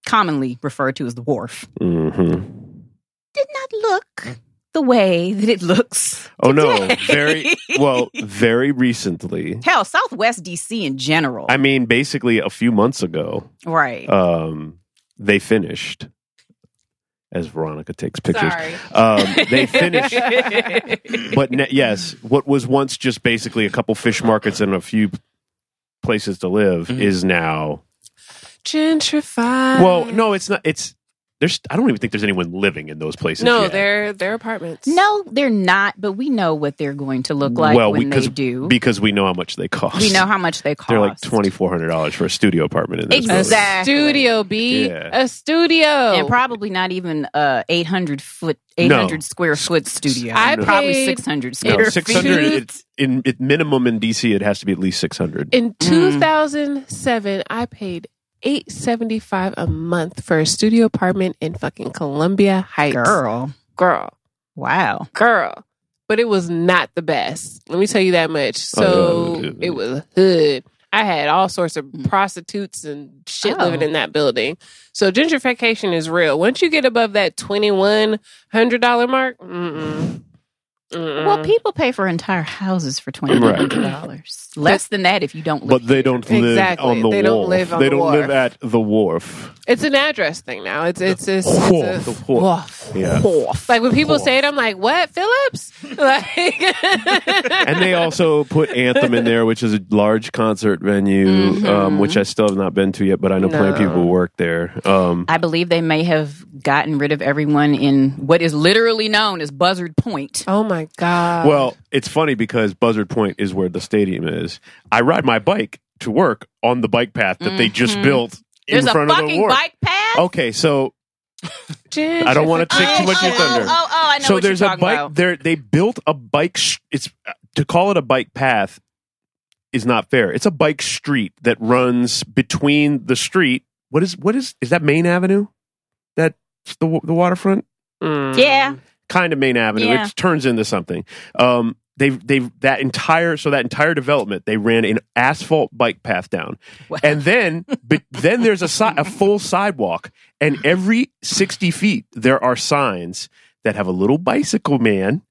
[SPEAKER 6] commonly referred to as the wharf,
[SPEAKER 1] Mm-hmm.
[SPEAKER 6] did not look the way that it looks.
[SPEAKER 1] Mm. Oh no!
[SPEAKER 6] Today.
[SPEAKER 1] Very well. Very recently.
[SPEAKER 6] [LAUGHS] Hell, Southwest D.C. in general.
[SPEAKER 1] I mean, basically a few months ago,
[SPEAKER 6] right.
[SPEAKER 1] um, they finished. As Veronica takes pictures,
[SPEAKER 4] Sorry.
[SPEAKER 1] um, they finished. but ne- yes, what was once just basically a couple fish markets and a few places to live
[SPEAKER 7] Mhm.
[SPEAKER 1] is now.
[SPEAKER 4] Gentrified.
[SPEAKER 1] Well, no, it's not. It's there's. I don't even think there's anyone living in those places.
[SPEAKER 4] No,
[SPEAKER 1] yet.
[SPEAKER 4] they're they're apartments.
[SPEAKER 6] No, they're not, but we know what they're going to look like
[SPEAKER 1] Well, we-
[SPEAKER 6] when
[SPEAKER 1] 'cause
[SPEAKER 6] they do.
[SPEAKER 1] because we know how much they cost.
[SPEAKER 6] we know how much they cost.
[SPEAKER 1] They're like twenty four hundred dollars for a studio apartment in this building.
[SPEAKER 6] Exactly.
[SPEAKER 4] Studio B.
[SPEAKER 1] Yeah.
[SPEAKER 4] A studio.
[SPEAKER 6] And probably not even a 800 foot, 800 square foot studio.
[SPEAKER 4] I
[SPEAKER 6] probably
[SPEAKER 4] paid-
[SPEAKER 6] 600
[SPEAKER 1] No,
[SPEAKER 6] square feet.
[SPEAKER 1] six hundred.
[SPEAKER 4] feet.
[SPEAKER 1] It, in
[SPEAKER 6] Hmm. Mm.
[SPEAKER 1] it, minimum in DC, it has to be at least six hundred.
[SPEAKER 4] In 2007, I paid eight seventy five a month for a studio apartment in fucking Columbia Heights.
[SPEAKER 6] Girl.
[SPEAKER 4] girl,
[SPEAKER 6] Wow.
[SPEAKER 4] girl. But it was not the best. Let me tell you that much.
[SPEAKER 1] Oh,
[SPEAKER 4] So
[SPEAKER 1] yeah.
[SPEAKER 4] it was hood. I had all sorts of prostitutes and shit
[SPEAKER 6] Hmm. Oh.
[SPEAKER 4] living in that building. So gentrification is real. Once you get above that twenty one hundred dollar mark, mm-mm,
[SPEAKER 1] Uh,
[SPEAKER 4] mm-mm.
[SPEAKER 6] Well, people pay for entire houses for twenty one hundred dollars. Less than that if you don't live
[SPEAKER 1] But they don't live
[SPEAKER 4] Exactly.
[SPEAKER 1] on the
[SPEAKER 4] They
[SPEAKER 1] wharf.
[SPEAKER 4] don't live on
[SPEAKER 1] they
[SPEAKER 4] the
[SPEAKER 1] don't live
[SPEAKER 4] wharf.
[SPEAKER 1] at the wharf.
[SPEAKER 4] it's an address thing now. It's it's it's, it's
[SPEAKER 1] Wharf.
[SPEAKER 4] a-
[SPEAKER 1] The wharf.
[SPEAKER 6] [LAUGHS]
[SPEAKER 1] Yeah.
[SPEAKER 4] Like when people say it, I'm like, "What, Phillips?" [LAUGHS] Like,
[SPEAKER 1] and they also put Anthem in there, which is a large concert venue,
[SPEAKER 6] Mm-hmm.
[SPEAKER 1] um, which I still have not been to yet, but I know plenty of
[SPEAKER 4] No.
[SPEAKER 1] people work there. Um,
[SPEAKER 6] I believe they may have gotten rid of everyone in what is literally known as Buzzard Point.
[SPEAKER 4] oh my god!
[SPEAKER 6] Um,
[SPEAKER 1] well, it's funny because Buzzard Point is where the stadium is. I ride my bike to work on the bike path that they
[SPEAKER 4] Mm-hmm.
[SPEAKER 1] just built in
[SPEAKER 6] Mm-hmm. There's a
[SPEAKER 1] front of the
[SPEAKER 6] fucking
[SPEAKER 1] wharf.
[SPEAKER 6] bike path.
[SPEAKER 1] Okay, so I don't want to take too much of your thunder.
[SPEAKER 6] Oh, oh, I know
[SPEAKER 1] so
[SPEAKER 6] what
[SPEAKER 1] there's
[SPEAKER 6] you're
[SPEAKER 1] a
[SPEAKER 6] talking
[SPEAKER 1] bike
[SPEAKER 6] about.
[SPEAKER 1] there they built a bike sh- it's to call it a bike path is not fair it's a bike street that runs between the street what is what is is that main avenue that's the, wa- the waterfront
[SPEAKER 4] Mm.
[SPEAKER 6] Yeah.
[SPEAKER 1] kind of main avenue
[SPEAKER 6] Yeah.
[SPEAKER 1] it turns into something um they've they've that entire so that entire development they ran an asphalt bike path down
[SPEAKER 6] Wow.
[SPEAKER 1] and then
[SPEAKER 6] [LAUGHS]
[SPEAKER 1] but then there's a si- a full sidewalk and every 60 feet there are signs that have a little bicycle man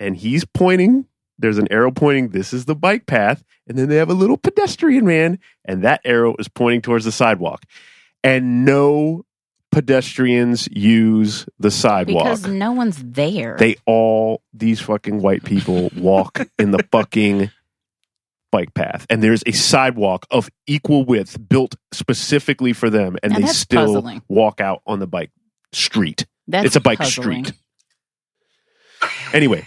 [SPEAKER 1] and he's pointing there's an arrow pointing this is the bike path and then they have a little pedestrian man and that arrow is pointing towards the sidewalk and no pedestrians use the sidewalk
[SPEAKER 6] Because no one's there.
[SPEAKER 1] they all these fucking white people walk in
[SPEAKER 6] [LAUGHS]
[SPEAKER 1] the fucking bike path and there's a sidewalk of equal width built specifically for them and
[SPEAKER 6] Now
[SPEAKER 1] they
[SPEAKER 6] that's
[SPEAKER 1] still
[SPEAKER 6] puzzling.
[SPEAKER 1] walk out on the bike street
[SPEAKER 6] That's
[SPEAKER 1] it's a bike
[SPEAKER 6] puzzling.
[SPEAKER 1] street anyway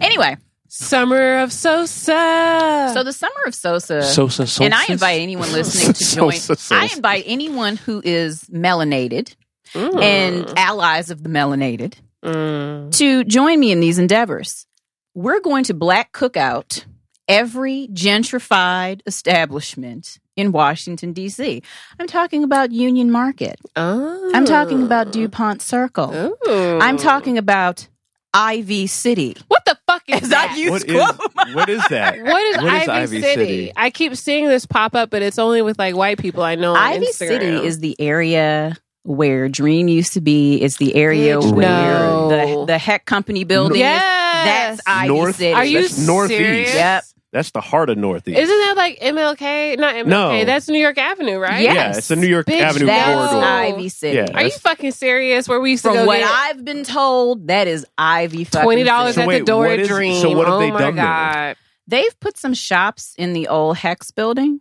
[SPEAKER 6] Anyway,
[SPEAKER 4] Summer of Sosa.
[SPEAKER 6] so the summer of Sosa.
[SPEAKER 7] Sosa, Sosa.
[SPEAKER 6] and I invite anyone listening to
[SPEAKER 1] Sosa,
[SPEAKER 6] join.
[SPEAKER 1] Sosa.
[SPEAKER 6] I invite anyone who is melanated
[SPEAKER 4] Mm.
[SPEAKER 6] and allies of the melanated
[SPEAKER 4] Mm.
[SPEAKER 6] to join me in these endeavors. We're going to black cook out every gentrified establishment in Washington, D.C. I'm talking about Union Market.
[SPEAKER 4] Oh.
[SPEAKER 6] I'm talking about DuPont Circle.
[SPEAKER 4] Ooh.
[SPEAKER 6] I'm talking about Ivy City.
[SPEAKER 4] What the fuck is
[SPEAKER 6] As
[SPEAKER 4] that?
[SPEAKER 6] I use
[SPEAKER 1] what is,
[SPEAKER 6] quote.
[SPEAKER 1] what is that
[SPEAKER 4] what is
[SPEAKER 1] What is
[SPEAKER 4] Ivy,
[SPEAKER 1] Ivy
[SPEAKER 4] City?
[SPEAKER 1] City?
[SPEAKER 4] I keep seeing this pop up, but it's only with like white people I know. on
[SPEAKER 6] Ivy
[SPEAKER 4] Instagram.
[SPEAKER 6] City is the area where Dream used to be. It's the area
[SPEAKER 4] Bitch, no.
[SPEAKER 6] where the, the Heck Company building
[SPEAKER 4] yes.
[SPEAKER 6] is. That's Ivy
[SPEAKER 1] North-
[SPEAKER 6] City.
[SPEAKER 4] Are you
[SPEAKER 1] That's northeast.
[SPEAKER 4] serious?
[SPEAKER 6] Yep.
[SPEAKER 1] that's the heart of northeast
[SPEAKER 4] Isn't that like MLK? Not MLK.
[SPEAKER 1] No.
[SPEAKER 4] That's New York Avenue, right?
[SPEAKER 6] Yes.
[SPEAKER 1] yeah it's the new york
[SPEAKER 4] Bitch,
[SPEAKER 1] avenue
[SPEAKER 4] that
[SPEAKER 6] That's
[SPEAKER 1] corridor
[SPEAKER 4] I-
[SPEAKER 6] Ivy City.
[SPEAKER 1] Yeah.
[SPEAKER 4] Are you fucking serious? Where we used to
[SPEAKER 6] From
[SPEAKER 4] go
[SPEAKER 6] what
[SPEAKER 4] get
[SPEAKER 6] I've been told, that is Ivy fucking
[SPEAKER 4] twenty dollars
[SPEAKER 1] So
[SPEAKER 6] City.
[SPEAKER 4] at
[SPEAKER 1] wait,
[SPEAKER 4] the door
[SPEAKER 1] what
[SPEAKER 4] at
[SPEAKER 1] is- so
[SPEAKER 4] Dream.
[SPEAKER 1] what have
[SPEAKER 4] oh
[SPEAKER 1] they
[SPEAKER 4] my
[SPEAKER 1] done there?
[SPEAKER 4] god!
[SPEAKER 6] They've put some shops in the old Hex building.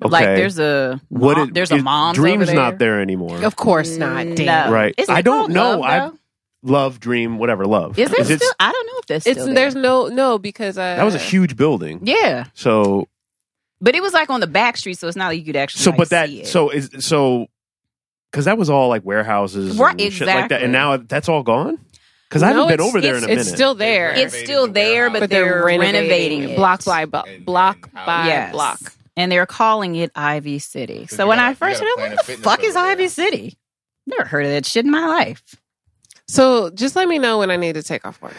[SPEAKER 6] Like
[SPEAKER 1] Okay.
[SPEAKER 6] there's a
[SPEAKER 1] what
[SPEAKER 6] mom-
[SPEAKER 1] it-
[SPEAKER 6] there's a
[SPEAKER 1] it-
[SPEAKER 6] mom's
[SPEAKER 1] dreams
[SPEAKER 6] over
[SPEAKER 1] not there anymore
[SPEAKER 4] Of course not.
[SPEAKER 6] No.
[SPEAKER 4] Damn.
[SPEAKER 1] Right.
[SPEAKER 6] Isn't it
[SPEAKER 1] I don't
[SPEAKER 6] called
[SPEAKER 1] know.
[SPEAKER 6] Love,
[SPEAKER 1] I've-
[SPEAKER 6] though?
[SPEAKER 1] love dream whatever love
[SPEAKER 6] Is there
[SPEAKER 1] it
[SPEAKER 6] still? I don't know if that's
[SPEAKER 4] It's
[SPEAKER 6] still
[SPEAKER 4] there's
[SPEAKER 6] there.
[SPEAKER 4] no no because uh,
[SPEAKER 1] that was a huge building
[SPEAKER 6] Yeah,
[SPEAKER 1] So
[SPEAKER 6] but it was like on the back street, so it's not like you could actually.
[SPEAKER 1] so
[SPEAKER 6] like,
[SPEAKER 1] but that
[SPEAKER 6] see it.
[SPEAKER 1] so is so because that was all like warehouses
[SPEAKER 6] Right,
[SPEAKER 1] and shit like that,
[SPEAKER 6] exactly.
[SPEAKER 1] and now that's all gone. Because I
[SPEAKER 4] No,
[SPEAKER 1] haven't been
[SPEAKER 4] it's-
[SPEAKER 1] over there in
[SPEAKER 4] it's-
[SPEAKER 1] a minute.
[SPEAKER 4] It's still there.
[SPEAKER 6] it's still there, but,
[SPEAKER 4] but
[SPEAKER 6] they're,
[SPEAKER 4] they're
[SPEAKER 6] renovating, it.
[SPEAKER 4] block by bu-
[SPEAKER 5] And-
[SPEAKER 4] block
[SPEAKER 5] and
[SPEAKER 4] by
[SPEAKER 6] Yes.
[SPEAKER 4] block.
[SPEAKER 6] and they're calling it Ivy City. So
[SPEAKER 5] you
[SPEAKER 6] when
[SPEAKER 5] gotta-
[SPEAKER 6] I
[SPEAKER 5] you
[SPEAKER 6] first heard,
[SPEAKER 5] gotta
[SPEAKER 6] it,
[SPEAKER 5] plan
[SPEAKER 6] what
[SPEAKER 5] a
[SPEAKER 6] the
[SPEAKER 5] fitness
[SPEAKER 6] fuck is
[SPEAKER 5] over there.
[SPEAKER 6] Ivy City? Never heard of that shit in my life.
[SPEAKER 4] So just let me know when I need to take off work.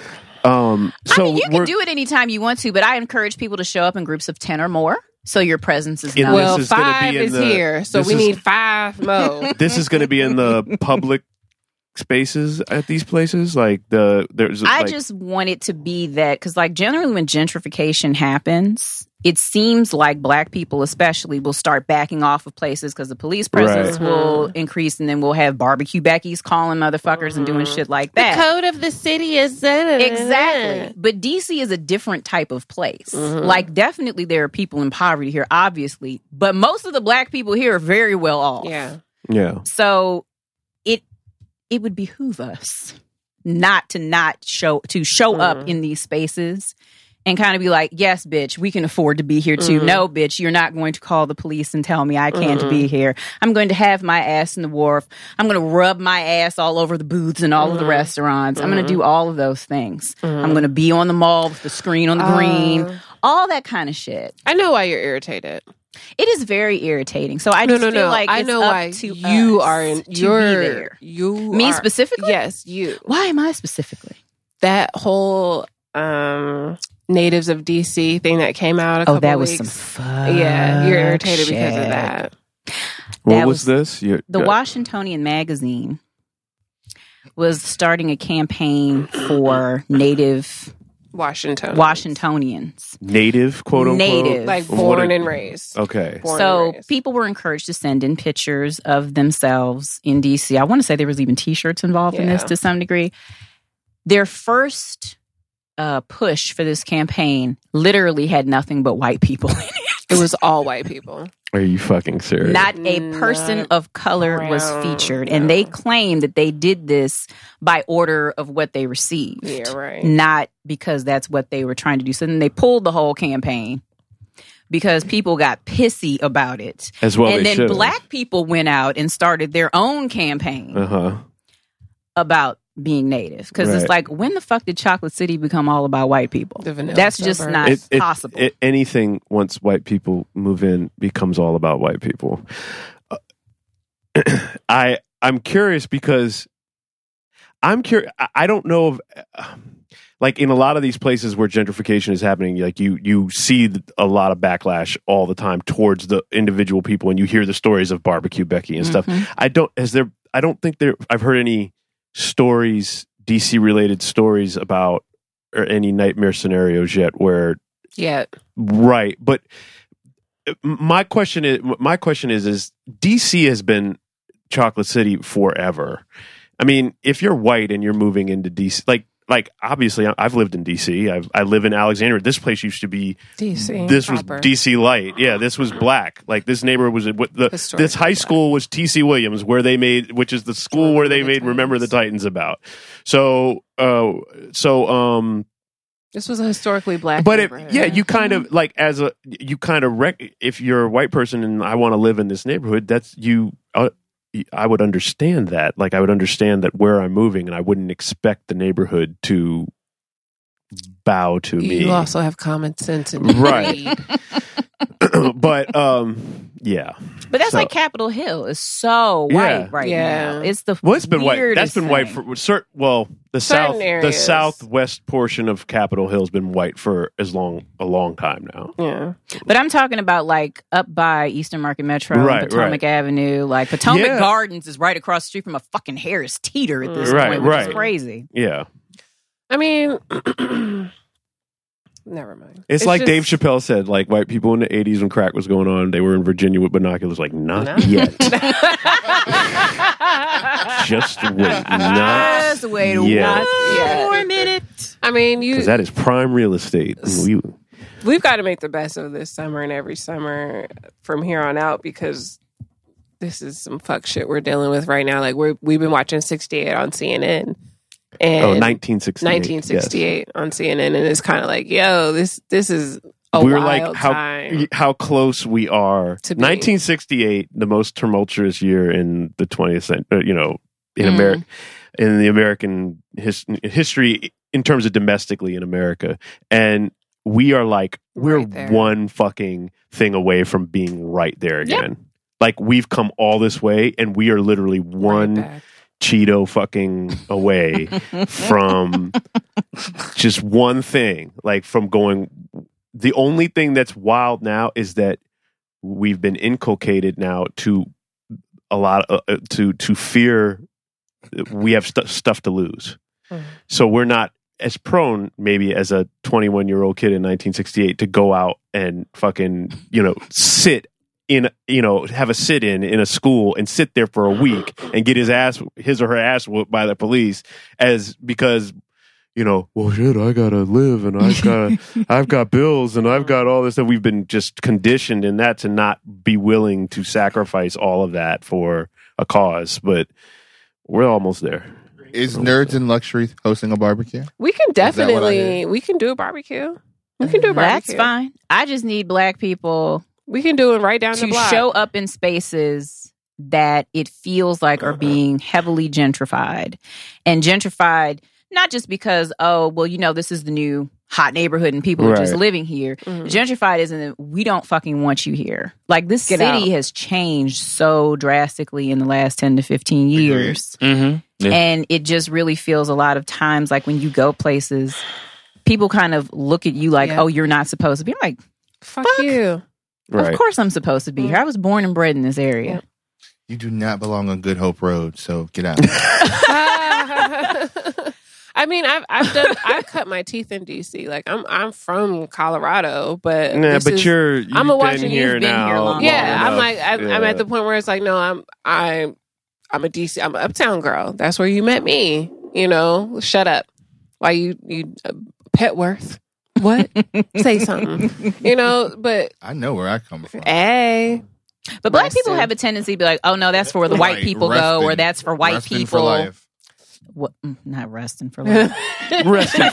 [SPEAKER 1] um, so
[SPEAKER 6] I mean, you
[SPEAKER 1] [LAUGHS]
[SPEAKER 6] can
[SPEAKER 1] we're-
[SPEAKER 6] do it anytime you want to, but I encourage people to show up in groups of ten or more, so your presence is
[SPEAKER 1] In
[SPEAKER 6] known.
[SPEAKER 1] this
[SPEAKER 4] well,
[SPEAKER 1] is gonna be
[SPEAKER 4] five
[SPEAKER 1] in
[SPEAKER 4] is
[SPEAKER 1] the-
[SPEAKER 4] here, so
[SPEAKER 1] this
[SPEAKER 4] we
[SPEAKER 1] is-
[SPEAKER 4] need five more.
[SPEAKER 1] [LAUGHS] this is going to be in the public spaces at these places. Like the there's
[SPEAKER 6] I
[SPEAKER 1] like,
[SPEAKER 6] just want it to be that because, like, generally when gentrification happens, it seems like black people, especially, will start backing off of places because the police presence
[SPEAKER 4] Right.
[SPEAKER 6] will increase, and then we'll have barbecue Becky's calling motherfuckers and doing shit like that.
[SPEAKER 4] Code of the city is that
[SPEAKER 6] Exactly. But DC is a different type of place. Like, definitely there are people in poverty here, obviously, but most of the black people here are very well off.
[SPEAKER 4] Yeah.
[SPEAKER 1] yeah.
[SPEAKER 6] So it it would behoove us not to not show to show
[SPEAKER 4] Mm.
[SPEAKER 6] up in these spaces and kind of be like, yes, bitch, we can afford to be here too.
[SPEAKER 4] Mm.
[SPEAKER 6] No, bitch, you're not going to call the police and tell me I can't be
[SPEAKER 4] Mm-hmm.
[SPEAKER 6] here. I'm going to have my ass in the wharf. I'm going to rub my ass all over the booths and all of
[SPEAKER 4] Mm-hmm.
[SPEAKER 6] the restaurants. I'm going to do all of those things. I'm going to
[SPEAKER 4] Uh.
[SPEAKER 6] be on the mall with the screen on the green, all that kind of shit.
[SPEAKER 4] I know why you're irritated.
[SPEAKER 6] It is very irritating. So I
[SPEAKER 4] no,
[SPEAKER 6] just
[SPEAKER 4] no,
[SPEAKER 6] feel
[SPEAKER 4] no.
[SPEAKER 6] like
[SPEAKER 4] I
[SPEAKER 6] it's
[SPEAKER 4] know
[SPEAKER 6] up
[SPEAKER 4] why
[SPEAKER 6] to
[SPEAKER 4] you
[SPEAKER 6] us
[SPEAKER 4] are in
[SPEAKER 6] to be
[SPEAKER 4] your
[SPEAKER 6] there.
[SPEAKER 4] you
[SPEAKER 6] Me
[SPEAKER 4] are-
[SPEAKER 6] specifically?
[SPEAKER 4] Yes, you.
[SPEAKER 6] Why am I specifically?
[SPEAKER 4] That whole um natives of DC thing that came out. A
[SPEAKER 6] Oh,
[SPEAKER 4] couple
[SPEAKER 6] that was
[SPEAKER 4] weeks.
[SPEAKER 6] some fun.
[SPEAKER 4] Yeah, you're irritated because of that.
[SPEAKER 1] What
[SPEAKER 6] That
[SPEAKER 1] was,
[SPEAKER 6] was-
[SPEAKER 1] this? You're,
[SPEAKER 6] The
[SPEAKER 1] uh,
[SPEAKER 6] Washingtonian magazine was starting a campaign for native
[SPEAKER 4] Washington,
[SPEAKER 6] Washingtonians.
[SPEAKER 1] native, quote unquote.
[SPEAKER 6] Native.
[SPEAKER 4] like
[SPEAKER 1] Well, what
[SPEAKER 4] born
[SPEAKER 1] are-
[SPEAKER 4] and raised.
[SPEAKER 1] Okay.
[SPEAKER 4] Born
[SPEAKER 6] so
[SPEAKER 4] and raised.
[SPEAKER 6] people were encouraged to send in pictures of themselves in DC. I want to say there was even T-shirts involved in this
[SPEAKER 4] Yeah.
[SPEAKER 6] to some degree. Their first uh, push for this campaign literally had nothing but white people in
[SPEAKER 4] it was all white people.
[SPEAKER 1] Are you fucking serious?
[SPEAKER 6] Not a person
[SPEAKER 4] Not
[SPEAKER 6] of color was
[SPEAKER 4] brown,
[SPEAKER 6] featured,
[SPEAKER 4] no.
[SPEAKER 6] and they claim that they did this by order of what they received,
[SPEAKER 4] Yeah, right.
[SPEAKER 6] not because that's what they were trying to do. So then they pulled the whole campaign because people got pissy about it.
[SPEAKER 1] As well
[SPEAKER 6] and
[SPEAKER 1] they
[SPEAKER 6] then
[SPEAKER 1] should.
[SPEAKER 6] black people went out and started their own campaign
[SPEAKER 1] Uh huh.
[SPEAKER 6] about being native because it's
[SPEAKER 1] Right.
[SPEAKER 6] like when the fuck did chocolate city become all about white people
[SPEAKER 4] The vanilla
[SPEAKER 6] that's just
[SPEAKER 4] suburbs.
[SPEAKER 6] not
[SPEAKER 1] It- it-
[SPEAKER 6] possible
[SPEAKER 1] it- anything once white people move in becomes all about white people. Uh, [CLEARS THROAT] I I'm curious because I'm curious. I don't know of like in a lot of these places where gentrification is happening. Like you you see th- a lot of backlash all the time towards the individual people, and you hear the stories of barbecue Becky and stuff. I don't has there I don't think there I've heard any stories DC related stories about or any nightmare scenarios yet where
[SPEAKER 4] Yeah,
[SPEAKER 1] right but uh, my question is my question is is DC has been chocolate city forever I mean if you're white and you're moving into DC like like obviously I- I've lived in DC I've, I live in Alexandria this place used to be
[SPEAKER 4] DC.
[SPEAKER 1] this
[SPEAKER 4] proper.
[SPEAKER 1] was DC light. Yeah, this was black. Like this neighbor was what the
[SPEAKER 4] Historically
[SPEAKER 1] this high school was TC Williams, where they made which is the school where they made Remember the Titans about. So, uh, so um,
[SPEAKER 4] This was a historically black.
[SPEAKER 1] but it,
[SPEAKER 4] neighborhood.
[SPEAKER 1] yeah, you kind of like as a you kind of rec- if you're a white person and I want to live in this neighborhood, that's you. Uh, I would understand that. Like I would understand that where I'm moving, and I wouldn't expect the neighborhood to bow to me. Mm-hmm.
[SPEAKER 4] You also have common sense and
[SPEAKER 1] Right.
[SPEAKER 4] greed.
[SPEAKER 1] [CLEARS THROAT] but um, yeah.
[SPEAKER 6] but that's
[SPEAKER 1] so-
[SPEAKER 6] like capitol hill is so white
[SPEAKER 1] Yeah.
[SPEAKER 6] right
[SPEAKER 4] Yeah.
[SPEAKER 6] now it's the
[SPEAKER 1] Well, it's been white. That's
[SPEAKER 6] weirdest
[SPEAKER 1] been white
[SPEAKER 6] thing.
[SPEAKER 1] for cer well, the
[SPEAKER 4] Certain
[SPEAKER 1] south, the
[SPEAKER 4] areas.
[SPEAKER 1] southwest portion of Capitol Hill has been white for as long a long time now.
[SPEAKER 4] Yeah,
[SPEAKER 6] But I'm talking about like up by Eastern Market Metro, and
[SPEAKER 1] Right,
[SPEAKER 6] Potomac
[SPEAKER 1] right.
[SPEAKER 6] Avenue, like Potomac
[SPEAKER 1] Yeah.
[SPEAKER 6] Gardens is right across the street from a fucking Harris Teeter at this
[SPEAKER 1] Right,
[SPEAKER 6] point, which
[SPEAKER 1] right.
[SPEAKER 6] is crazy.
[SPEAKER 1] Yeah,
[SPEAKER 4] I mean, [CLEARS THROAT] never mind.
[SPEAKER 1] it's, like
[SPEAKER 4] just-
[SPEAKER 1] Dave
[SPEAKER 4] [LAUGHS]
[SPEAKER 1] Chappelle said, like white people in the '80s when crack was going on, they were in Virginia with binoculars. Like not
[SPEAKER 4] No. [LAUGHS]
[SPEAKER 1] yet, just wait, not
[SPEAKER 6] Just wait
[SPEAKER 1] yet,
[SPEAKER 4] Yeah.
[SPEAKER 6] one more minute.
[SPEAKER 4] I mean, you.
[SPEAKER 1] because that is prime real estate. We-
[SPEAKER 4] we've got to make the best of this summer and every summer from here on out because this is some fuck shit we're dealing with right now. Like we're we've been watching 68 on CNN and
[SPEAKER 1] oh, 1968.
[SPEAKER 4] 1968 on CNN, and it's kind of like, yo, this this is a
[SPEAKER 1] yes. We were
[SPEAKER 4] wild
[SPEAKER 1] like how
[SPEAKER 4] time.
[SPEAKER 1] how close we are.
[SPEAKER 4] To be.
[SPEAKER 1] 1968, the most tumultuous year in the 20th century. You know, in
[SPEAKER 4] Mm-hmm.
[SPEAKER 1] America. in the American his- history in terms of domestically in America. And we are like, we're
[SPEAKER 4] Right there.
[SPEAKER 1] one fucking thing away from being right there again. Like, we've come all this way and we are literally one
[SPEAKER 4] Right back.
[SPEAKER 1] Cheeto fucking
[SPEAKER 4] [LAUGHS]
[SPEAKER 1] away [LAUGHS] from just one thing, like from going. The only thing that's wild now is that we've been inculcated now to a lot uh, uh, to to fear that we have stu stuff to lose,
[SPEAKER 4] Mhm.
[SPEAKER 1] so we're not as prone maybe as a 21 year old kid in 1968 to go out and fucking you know sit in you know have a sit in in a school and sit there for a week and get his ass his or her ass whooped by the police as because you know well shit I gotta live and I've got I've got bills and I've got all this that we've been just conditioned in that to not be willing to sacrifice all of that for a cause but we're almost there
[SPEAKER 5] Is Nerds and Luxury hosting a barbecue?
[SPEAKER 4] We can
[SPEAKER 5] Is that what I
[SPEAKER 4] definitely we can do a barbecue. We can do a barbecue.
[SPEAKER 6] That's fine. I just need black people
[SPEAKER 4] We can do it right down the
[SPEAKER 6] to
[SPEAKER 4] block.
[SPEAKER 6] show up in spaces that it feels like are being heavily gentrified and gentrified not just because oh well you know this is the new hot neighborhood and people are just
[SPEAKER 5] Right.
[SPEAKER 6] living here.
[SPEAKER 4] Mm-hmm.
[SPEAKER 6] Gentrified isn't it, we don't fucking want you here. Like this
[SPEAKER 4] Get
[SPEAKER 6] city
[SPEAKER 4] out.
[SPEAKER 6] has changed so drastically in the last 10 to 15 years.
[SPEAKER 7] Mm-hmm. Yeah.
[SPEAKER 6] And it just really feels a lot of times like when you go places people kind of look at you like,
[SPEAKER 4] Yeah.
[SPEAKER 6] "Oh, you're not supposed to be." I'm like,
[SPEAKER 4] Fuck, you.
[SPEAKER 5] Right.
[SPEAKER 6] "Of course I'm supposed to be here. I was born and bred in this area."
[SPEAKER 5] You do not belong on Good Hope Road, so get
[SPEAKER 7] [LAUGHS]
[SPEAKER 5] out.
[SPEAKER 4] I mean, I've I've done I've cut my teeth in DC. Like I'm I'm from Colorado, but
[SPEAKER 1] Nah,
[SPEAKER 4] this
[SPEAKER 1] but
[SPEAKER 4] is-
[SPEAKER 1] you're. You've
[SPEAKER 4] I'ma
[SPEAKER 1] been
[SPEAKER 4] watch it. You've
[SPEAKER 1] here
[SPEAKER 6] been here
[SPEAKER 1] now.
[SPEAKER 6] long
[SPEAKER 1] long
[SPEAKER 4] yeah. I'm
[SPEAKER 1] enough.
[SPEAKER 4] like I'm, I'm
[SPEAKER 1] Yeah.
[SPEAKER 4] at the point where it's like no, I'm I'm I'm a DC. I'm an uptown girl. That's where you met me. You know, shut up. Why you you uh, Petworth? What? Say something. You know, but
[SPEAKER 5] I know where I come from.
[SPEAKER 4] hey,
[SPEAKER 6] Eh? But black
[SPEAKER 4] Resting.
[SPEAKER 6] people have a tendency to be like, "Oh no, that's for where the white
[SPEAKER 5] Right,
[SPEAKER 6] people go
[SPEAKER 5] resting.
[SPEAKER 6] or that's for white
[SPEAKER 5] Resting
[SPEAKER 6] people."
[SPEAKER 5] for
[SPEAKER 6] [LAUGHS]
[SPEAKER 5] life.
[SPEAKER 6] What, mm, not resting for life.
[SPEAKER 1] [LAUGHS] resting,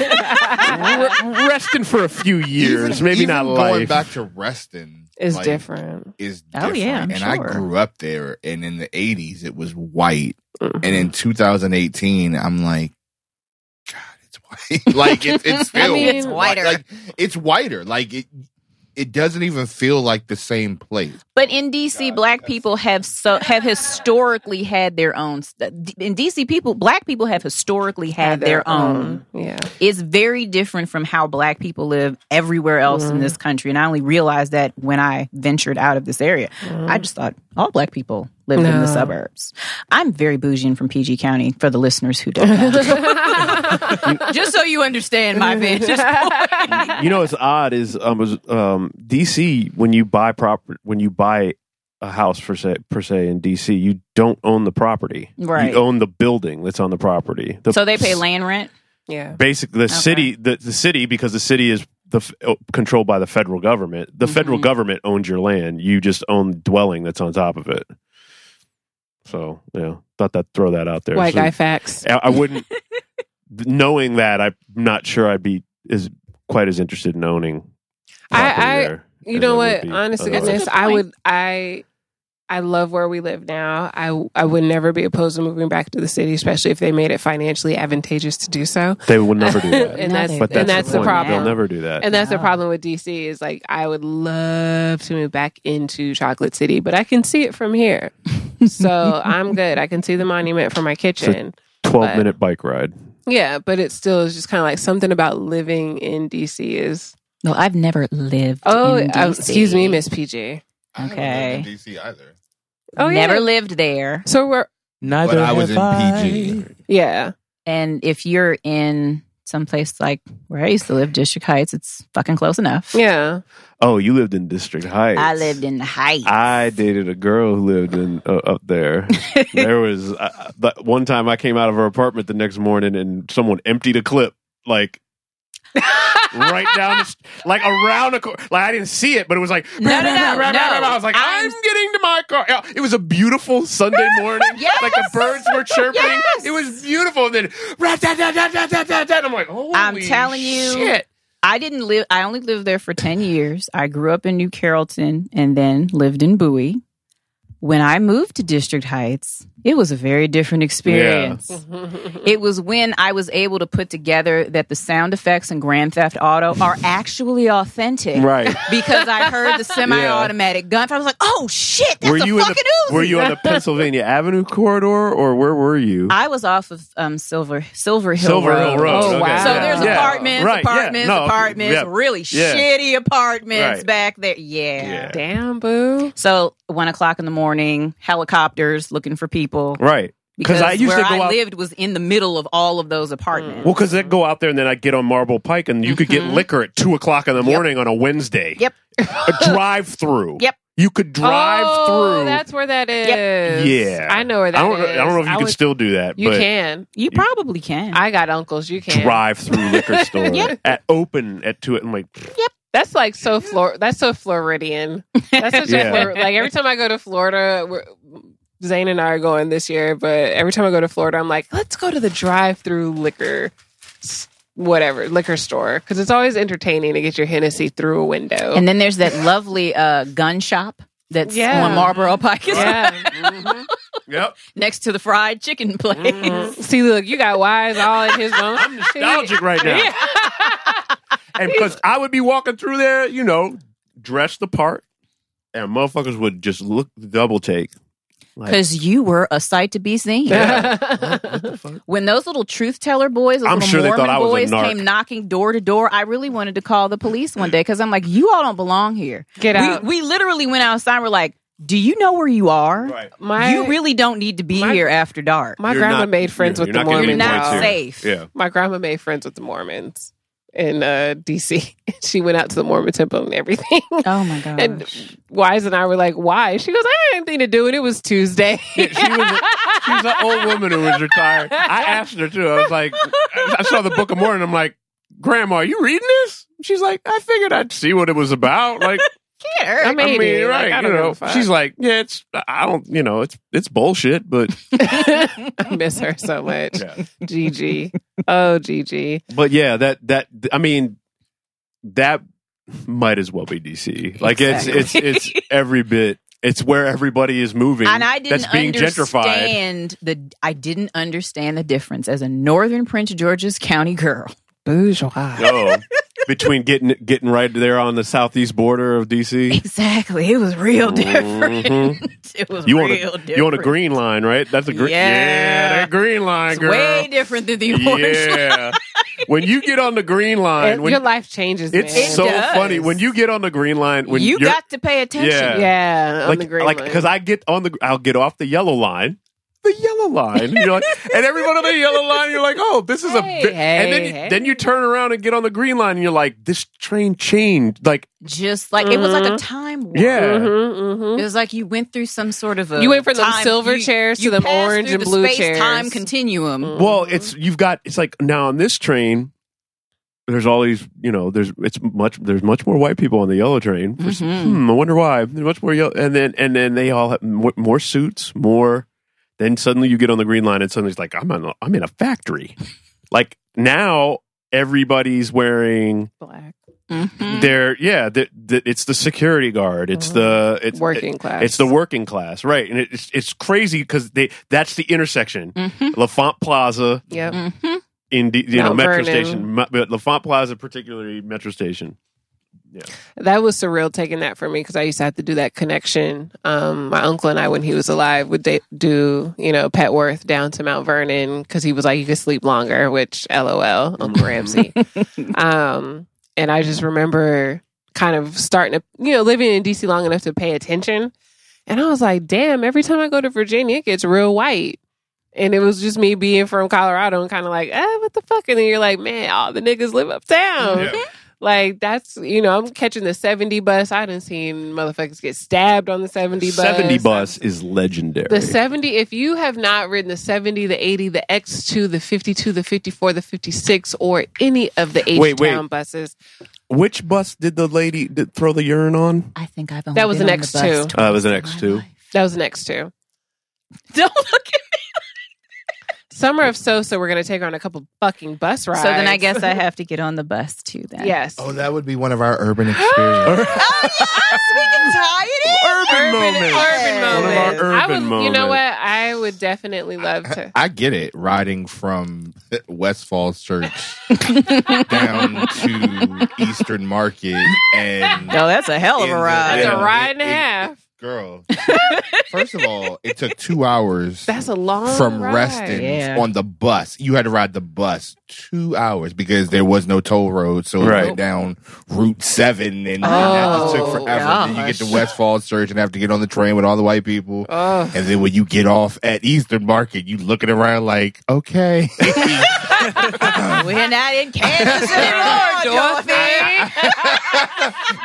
[SPEAKER 1] re- resting for a few years,
[SPEAKER 5] Even-
[SPEAKER 1] maybe
[SPEAKER 5] even
[SPEAKER 1] not
[SPEAKER 5] going
[SPEAKER 1] life.
[SPEAKER 5] back
[SPEAKER 1] [LAUGHS]
[SPEAKER 5] to Reston
[SPEAKER 4] it's
[SPEAKER 5] like,
[SPEAKER 4] different.
[SPEAKER 5] Is
[SPEAKER 6] Oh,
[SPEAKER 5] different.
[SPEAKER 6] yeah, I'm
[SPEAKER 5] and I
[SPEAKER 6] sure.
[SPEAKER 5] grew up there, and in the '80s it was white,
[SPEAKER 4] Mm-hmm.
[SPEAKER 5] and in 2018 I'm like, God, it's white. [LAUGHS] like it, it's
[SPEAKER 4] [LAUGHS] I
[SPEAKER 5] still
[SPEAKER 4] mean, It's
[SPEAKER 8] whiter.
[SPEAKER 5] Like it's whiter. Like it, it doesn't even feel like the same place.
[SPEAKER 6] But in DC, black people have so have historically had their own. st- In DC, people black people have historically had, their, own.
[SPEAKER 4] Yeah.
[SPEAKER 6] It's very different from how black people live everywhere else in
[SPEAKER 4] Mm-hmm.
[SPEAKER 6] this country, and I only realized that when I ventured out of this area. I just thought all black people lived in the
[SPEAKER 4] Mm-hmm. No.
[SPEAKER 6] suburbs. I'm very bougie and from PG County for the listeners who
[SPEAKER 4] [LAUGHS]
[SPEAKER 6] don't. know. just so
[SPEAKER 1] [LAUGHS]
[SPEAKER 6] you understand my vantage.
[SPEAKER 1] you know what's odd is um, was, um, DC when you buy proper when you buy a house per se per se in DC you don't own the property
[SPEAKER 6] Right.
[SPEAKER 1] you own the building that's on the property The-
[SPEAKER 6] [LAUGHS] So they pay land rent.
[SPEAKER 4] Yeah.
[SPEAKER 1] basically the city the, the city because the city is the f- oh, controlled by the federal government the federal
[SPEAKER 6] Mm-hmm.
[SPEAKER 1] government owns your land you just own the dwelling that's on top of it so yeah thought that throw that out there
[SPEAKER 4] White
[SPEAKER 1] So-
[SPEAKER 4] guy facts.
[SPEAKER 1] I, I
[SPEAKER 6] [LAUGHS]
[SPEAKER 1] wouldn't knowing that I'm not sure I'd be as quite as interested in owning.
[SPEAKER 4] I-
[SPEAKER 1] property
[SPEAKER 4] I-
[SPEAKER 1] there
[SPEAKER 4] You
[SPEAKER 1] as
[SPEAKER 4] know
[SPEAKER 1] I would
[SPEAKER 4] what?
[SPEAKER 1] be
[SPEAKER 4] Honestly,
[SPEAKER 1] otherwise.
[SPEAKER 4] goodness, I would. I I love where we live now. I I would never be opposed to moving back to the city, especially if they made it financially advantageous to do so.
[SPEAKER 1] they would never
[SPEAKER 4] [LAUGHS]
[SPEAKER 1] do that.
[SPEAKER 4] and that's
[SPEAKER 6] they-
[SPEAKER 1] but that's,
[SPEAKER 4] and that's the,
[SPEAKER 1] point.
[SPEAKER 4] problem.
[SPEAKER 1] They'll never do that.
[SPEAKER 4] and that's the
[SPEAKER 6] No.
[SPEAKER 4] problem with DC is like I would love to move back into Chocolate City, but I can see it from here, so I'm good. I can see the monument from my kitchen.
[SPEAKER 1] Twelve
[SPEAKER 4] but-
[SPEAKER 1] minute bike ride.
[SPEAKER 4] yeah, but it still is just kind of like something about living in DC is.
[SPEAKER 6] No, I've never lived.
[SPEAKER 4] Oh,
[SPEAKER 6] in
[SPEAKER 4] uh,
[SPEAKER 6] DC.
[SPEAKER 4] excuse me, Miss PG.
[SPEAKER 5] I haven't
[SPEAKER 6] Okay.
[SPEAKER 5] lived in DC either.
[SPEAKER 4] Oh,
[SPEAKER 6] never
[SPEAKER 4] yeah.
[SPEAKER 6] lived there.
[SPEAKER 4] So we're
[SPEAKER 7] Neither
[SPEAKER 5] but I was in
[SPEAKER 7] have I.
[SPEAKER 5] PG.
[SPEAKER 4] yeah.
[SPEAKER 6] And if you're in some place like where I used to live, District Heights, it's fucking close enough.
[SPEAKER 4] Yeah.
[SPEAKER 1] Oh, you lived in District Heights.
[SPEAKER 6] I lived in the Heights.
[SPEAKER 1] I dated a girl who lived in uh, up
[SPEAKER 4] [LAUGHS]
[SPEAKER 1] there. there was uh, but one time I came out of her apartment the next morning and someone emptied a clip like right down the, st- like around a cor- like I didn't see it but it was like
[SPEAKER 6] No, no, no,
[SPEAKER 1] I was like
[SPEAKER 6] no.
[SPEAKER 1] I'm, getting to my car. Yeah, it was a beautiful
[SPEAKER 6] [LAUGHS]
[SPEAKER 1] Sunday morning.
[SPEAKER 6] Yes.
[SPEAKER 1] Like the birds were chirping.
[SPEAKER 6] Yes.
[SPEAKER 1] It was beautiful and then rat, da, da, da, da, da, da, da, and I'm like, "Holy
[SPEAKER 6] I'm telling you,
[SPEAKER 1] shit.
[SPEAKER 6] I didn't live. I only lived there for ten years. I grew up in New Carrollton and then lived in Bowie. When I moved to District Heights, it was a very different experience. [LAUGHS] It was when I was able to put together that the sound effects in Grand Theft Auto
[SPEAKER 1] [LAUGHS]
[SPEAKER 6] are actually authentic.
[SPEAKER 1] Right.
[SPEAKER 6] [LAUGHS] Because I
[SPEAKER 1] [LAUGHS]
[SPEAKER 6] heard the semi-automatic gun. I was like, "Oh shit, that's
[SPEAKER 1] were
[SPEAKER 6] a
[SPEAKER 1] you in
[SPEAKER 6] fucking
[SPEAKER 1] the,
[SPEAKER 6] Uzi.
[SPEAKER 1] Were you
[SPEAKER 6] [LAUGHS]
[SPEAKER 1] on the Pennsylvania Avenue corridor or where were you?
[SPEAKER 6] I was off of um, Silver Silver Hill
[SPEAKER 1] Silver
[SPEAKER 6] Road.
[SPEAKER 1] Hill Road.
[SPEAKER 4] Oh,
[SPEAKER 1] okay.
[SPEAKER 4] wow.
[SPEAKER 6] So there's
[SPEAKER 1] Yeah.
[SPEAKER 6] apartments,
[SPEAKER 1] Right, yeah.
[SPEAKER 6] apartments,
[SPEAKER 1] No, okay,
[SPEAKER 6] apartments,
[SPEAKER 1] yeah.
[SPEAKER 6] really
[SPEAKER 1] Yeah.
[SPEAKER 6] shitty apartments
[SPEAKER 1] Right.
[SPEAKER 6] back there. Yeah.
[SPEAKER 1] Yeah.
[SPEAKER 4] Damn, boo.
[SPEAKER 6] So one o'clock in the morning, helicopters looking for people.
[SPEAKER 1] Right.
[SPEAKER 6] Because
[SPEAKER 1] Because I used to
[SPEAKER 6] where
[SPEAKER 1] go
[SPEAKER 6] I
[SPEAKER 1] out.
[SPEAKER 6] lived was in the middle of all of those apartments.
[SPEAKER 1] Well, because I'd go out there and then I'd get on Marble Pike and you could get
[SPEAKER 4] Mm-hmm.
[SPEAKER 1] liquor at two o'clock in the morning on a Wednesday.
[SPEAKER 6] Yep.
[SPEAKER 1] a drive
[SPEAKER 4] [LAUGHS]
[SPEAKER 1] through.
[SPEAKER 6] Yep.
[SPEAKER 1] You could drive
[SPEAKER 4] oh,
[SPEAKER 1] through.
[SPEAKER 4] That's where that is.
[SPEAKER 1] yeah.
[SPEAKER 4] I know where that
[SPEAKER 1] I don't, I
[SPEAKER 4] is.
[SPEAKER 1] don't know if you can
[SPEAKER 4] would-
[SPEAKER 1] still do that,
[SPEAKER 4] You
[SPEAKER 1] but
[SPEAKER 4] can.
[SPEAKER 6] you probably can.
[SPEAKER 4] I got uncles. You can.
[SPEAKER 1] drive through
[SPEAKER 4] [LAUGHS]
[SPEAKER 1] liquor store at open at two. I'm like,
[SPEAKER 4] That's like so Flor. That's so Floridian. That's such
[SPEAKER 1] Yeah.
[SPEAKER 4] a Flor- like every time I go to Florida. We're, Zane and I are going this year, but every time I go to Florida, I'm like, let's go to the drive-through liquor, s- whatever liquor store, because it's always entertaining to get your Hennessy through a window.
[SPEAKER 6] and then there's that lovely uh, gun shop that's
[SPEAKER 4] Yeah.
[SPEAKER 6] on Marlboro Pike
[SPEAKER 4] yeah,
[SPEAKER 1] yep.
[SPEAKER 6] [LAUGHS] next to the fried chicken place.
[SPEAKER 4] [LAUGHS] see, look, you got wise all in his own. [LAUGHS]
[SPEAKER 1] Nostalgic right now. and because I would be walking through there, you know, dressed the part, and motherfuckers would just look double take.
[SPEAKER 6] Because you were a sight to be seen. [LAUGHS] When those little truth teller boys, those
[SPEAKER 1] I'm
[SPEAKER 6] little
[SPEAKER 1] sure they
[SPEAKER 6] Mormon
[SPEAKER 1] thought I was a
[SPEAKER 6] boys
[SPEAKER 1] narc.
[SPEAKER 6] came knocking door to door, I really wanted to call the police one day because I'm like, you all don't belong here.
[SPEAKER 4] Get
[SPEAKER 6] We-
[SPEAKER 4] out.
[SPEAKER 6] We, literally went outside. We're like, do you know where you are? [LAUGHS]
[SPEAKER 4] my
[SPEAKER 6] you really don't need to be
[SPEAKER 4] my-
[SPEAKER 6] here after dark.
[SPEAKER 4] my
[SPEAKER 1] You're
[SPEAKER 4] grandma
[SPEAKER 1] not-
[SPEAKER 4] made friends
[SPEAKER 1] you're-
[SPEAKER 4] with
[SPEAKER 1] you're
[SPEAKER 4] the
[SPEAKER 1] not getting
[SPEAKER 6] You're
[SPEAKER 4] Mormons.
[SPEAKER 1] any points
[SPEAKER 6] not
[SPEAKER 1] here.
[SPEAKER 6] safe.
[SPEAKER 1] Yeah,
[SPEAKER 4] My grandma made friends with the Mormons in uh, [LAUGHS] DC. she went out to the Mormon temple and everything.
[SPEAKER 6] [LAUGHS] Oh my gosh.
[SPEAKER 4] And Wise and I were like, "Why?" She goes, "I had anything to do, and it was Tuesday."
[SPEAKER 1] [LAUGHS] Yeah, she was. A, she was an old woman who was retired. I asked her too. I was like, I saw the Book of Mormon. I'm like, Grandma, are you reading this? She's like, I figured I'd see what it was about. Like,
[SPEAKER 4] I made
[SPEAKER 1] I mean,
[SPEAKER 4] it. Like,
[SPEAKER 1] right?
[SPEAKER 4] I
[SPEAKER 1] you
[SPEAKER 4] don't
[SPEAKER 1] know,
[SPEAKER 4] give a fuck.
[SPEAKER 1] she's like, yeah, it's. I don't. You know, it's it's bullshit, but
[SPEAKER 4] [LAUGHS] I miss her so much.
[SPEAKER 1] Yeah.
[SPEAKER 4] Gigi. Oh, Gigi.
[SPEAKER 1] but yeah, that that I mean, that might as well be DC. Like it's it's
[SPEAKER 6] [LAUGHS]
[SPEAKER 1] it's every bit. It's where everybody is moving.
[SPEAKER 6] and I didn't
[SPEAKER 1] that's being gentrified.
[SPEAKER 6] understand the. I didn't understand the difference as a Northern Prince George's County girl.
[SPEAKER 4] Bourgeois.
[SPEAKER 1] Oh, between getting getting right there on the southeast border of
[SPEAKER 6] [LAUGHS]
[SPEAKER 1] DC.
[SPEAKER 6] Exactly, it was real different.
[SPEAKER 1] Mhm.
[SPEAKER 6] [LAUGHS] It was
[SPEAKER 1] You
[SPEAKER 6] real
[SPEAKER 1] want a
[SPEAKER 6] different.
[SPEAKER 1] you want a green line, right? That's a green. Yeah,
[SPEAKER 6] Yeah.
[SPEAKER 1] that green line,
[SPEAKER 6] It's
[SPEAKER 1] girl.
[SPEAKER 6] way different than the [LAUGHS] orange.
[SPEAKER 1] yeah. when you get on the green line,
[SPEAKER 4] And
[SPEAKER 1] when
[SPEAKER 4] your life changes,
[SPEAKER 1] it's
[SPEAKER 4] man.
[SPEAKER 1] so
[SPEAKER 6] does.
[SPEAKER 1] funny when you get on the green line. When
[SPEAKER 6] you
[SPEAKER 1] you're-
[SPEAKER 6] got to pay attention.
[SPEAKER 1] Yeah.
[SPEAKER 4] yeah, on
[SPEAKER 1] like
[SPEAKER 4] the green
[SPEAKER 1] like
[SPEAKER 4] line.
[SPEAKER 1] because I get on the I'll get off the yellow line. The yellow
[SPEAKER 6] [LAUGHS]
[SPEAKER 1] line, you're like, and everyone on the yellow line, you're like, oh, this is
[SPEAKER 6] Hey,
[SPEAKER 1] a, bit. and then
[SPEAKER 6] hey,
[SPEAKER 1] you,
[SPEAKER 6] hey.
[SPEAKER 1] then you turn around and get on the green line, and you're like, this train changed, like,
[SPEAKER 6] Just like it was like a time warp.
[SPEAKER 1] yeah,
[SPEAKER 4] Mhm, mhm.
[SPEAKER 6] It was like you went through some sort of a
[SPEAKER 4] You went from them
[SPEAKER 6] time-
[SPEAKER 4] silver
[SPEAKER 6] you-
[SPEAKER 4] chairs to
[SPEAKER 6] you
[SPEAKER 4] them
[SPEAKER 6] passed
[SPEAKER 4] orange
[SPEAKER 6] through
[SPEAKER 4] and
[SPEAKER 6] the
[SPEAKER 4] blue
[SPEAKER 6] space time
[SPEAKER 4] chairs.
[SPEAKER 6] continuum. [LAUGHS]
[SPEAKER 1] Well, it's you've got it's like now on this train. There's all these, you know. There's it's much. There's much more white people on the yellow train. For s-
[SPEAKER 6] Mhm.
[SPEAKER 1] Hmm, I wonder why. There's much more yellow, and then and then they all have more, more suits, more. Then suddenly you get on the green line, and suddenly it's like I'm in a, I'm in a factory. like now everybody's wearing
[SPEAKER 4] Black
[SPEAKER 6] Mhm.
[SPEAKER 1] their yeah. The, the, it's the security guard. It's the it's
[SPEAKER 4] Mm-hmm. working class.
[SPEAKER 1] It's the working class, right? And it's it's crazy because they that's the intersection, [LAUGHS]
[SPEAKER 6] Mhm.
[SPEAKER 1] Lafont Plaza
[SPEAKER 4] Yep.
[SPEAKER 1] [LAUGHS]
[SPEAKER 6] Mhm.
[SPEAKER 1] in D- you know
[SPEAKER 4] Mount
[SPEAKER 1] metro
[SPEAKER 4] Vernon.
[SPEAKER 1] station, mu- but Lafont Plaza, particularly metro station.
[SPEAKER 4] That was surreal taking that for me because I used to have to do that connection. Um, my uncle and I, when he was alive, would da- do you know Petworth down to Mount Vernon because he was like you could sleep longer, which LOL, Uncle Ramsey. um, and I just remember kind of starting to you know living in DC long enough to pay attention, and I was like, damn, every time I go to Virginia, it gets real white. And it was just me being from Colorado and kind of like, eh, what the fuck? And then you're like, man, all the niggas live uptown. Like that's you know I'm catching the 70 bus. I didn't seen motherfuckers get stabbed on the 70 bus.
[SPEAKER 1] Seventy bus is legendary.
[SPEAKER 4] The 70. If you have not ridden the 70, the 80, the X2, the 52, the 54, the 56, or any of the H
[SPEAKER 1] Wait, wait.
[SPEAKER 4] town buses,
[SPEAKER 1] Which bus did the lady did throw the urine on?
[SPEAKER 6] I think I've only
[SPEAKER 4] That was
[SPEAKER 6] been
[SPEAKER 4] an
[SPEAKER 6] on the
[SPEAKER 4] X
[SPEAKER 6] bus
[SPEAKER 4] two.
[SPEAKER 6] twice
[SPEAKER 1] Uh, it was an
[SPEAKER 6] in
[SPEAKER 1] X
[SPEAKER 6] my
[SPEAKER 1] two.
[SPEAKER 6] life.
[SPEAKER 4] that was the next [LAUGHS] two.
[SPEAKER 6] Don't look at
[SPEAKER 4] Summer of Sosa, we're gonna take her on a couple fucking bus rides.
[SPEAKER 6] So then I
[SPEAKER 4] [LAUGHS]
[SPEAKER 6] guess I have to get on the bus too. Then
[SPEAKER 4] yes.
[SPEAKER 5] Oh, that would be one of our urban experiences.
[SPEAKER 4] [GASPS]
[SPEAKER 1] Urban, moment. [LAUGHS] One
[SPEAKER 4] Urban
[SPEAKER 1] of our
[SPEAKER 4] moments. I would,
[SPEAKER 1] urban
[SPEAKER 4] You know
[SPEAKER 1] moments.
[SPEAKER 4] what? I would definitely love to.
[SPEAKER 5] I get it. Riding from West Falls Church down to Eastern Market and
[SPEAKER 6] No, that's a hell of
[SPEAKER 5] in
[SPEAKER 6] a
[SPEAKER 5] the-
[SPEAKER 6] ride.
[SPEAKER 4] That's
[SPEAKER 5] Yeah.
[SPEAKER 4] a ride and a
[SPEAKER 5] It- it-
[SPEAKER 4] half.
[SPEAKER 5] girl. First of all, it took two hours
[SPEAKER 4] That's a long
[SPEAKER 5] from
[SPEAKER 4] ride.
[SPEAKER 5] Reston
[SPEAKER 6] Yeah.
[SPEAKER 5] on the bus. You had to ride the bus two hours because there was no toll road, so it
[SPEAKER 1] Right.
[SPEAKER 5] went down Route Seven, and that just took forever. Then you get to West Falls Church and have to get on the train with all the white people,
[SPEAKER 4] Oh.
[SPEAKER 5] and then when you get off at Eastern Market, you looking around like, okay, [LAUGHS]
[SPEAKER 6] We're not
[SPEAKER 4] [LAUGHS]
[SPEAKER 6] in Kansas anymore, Dorothy.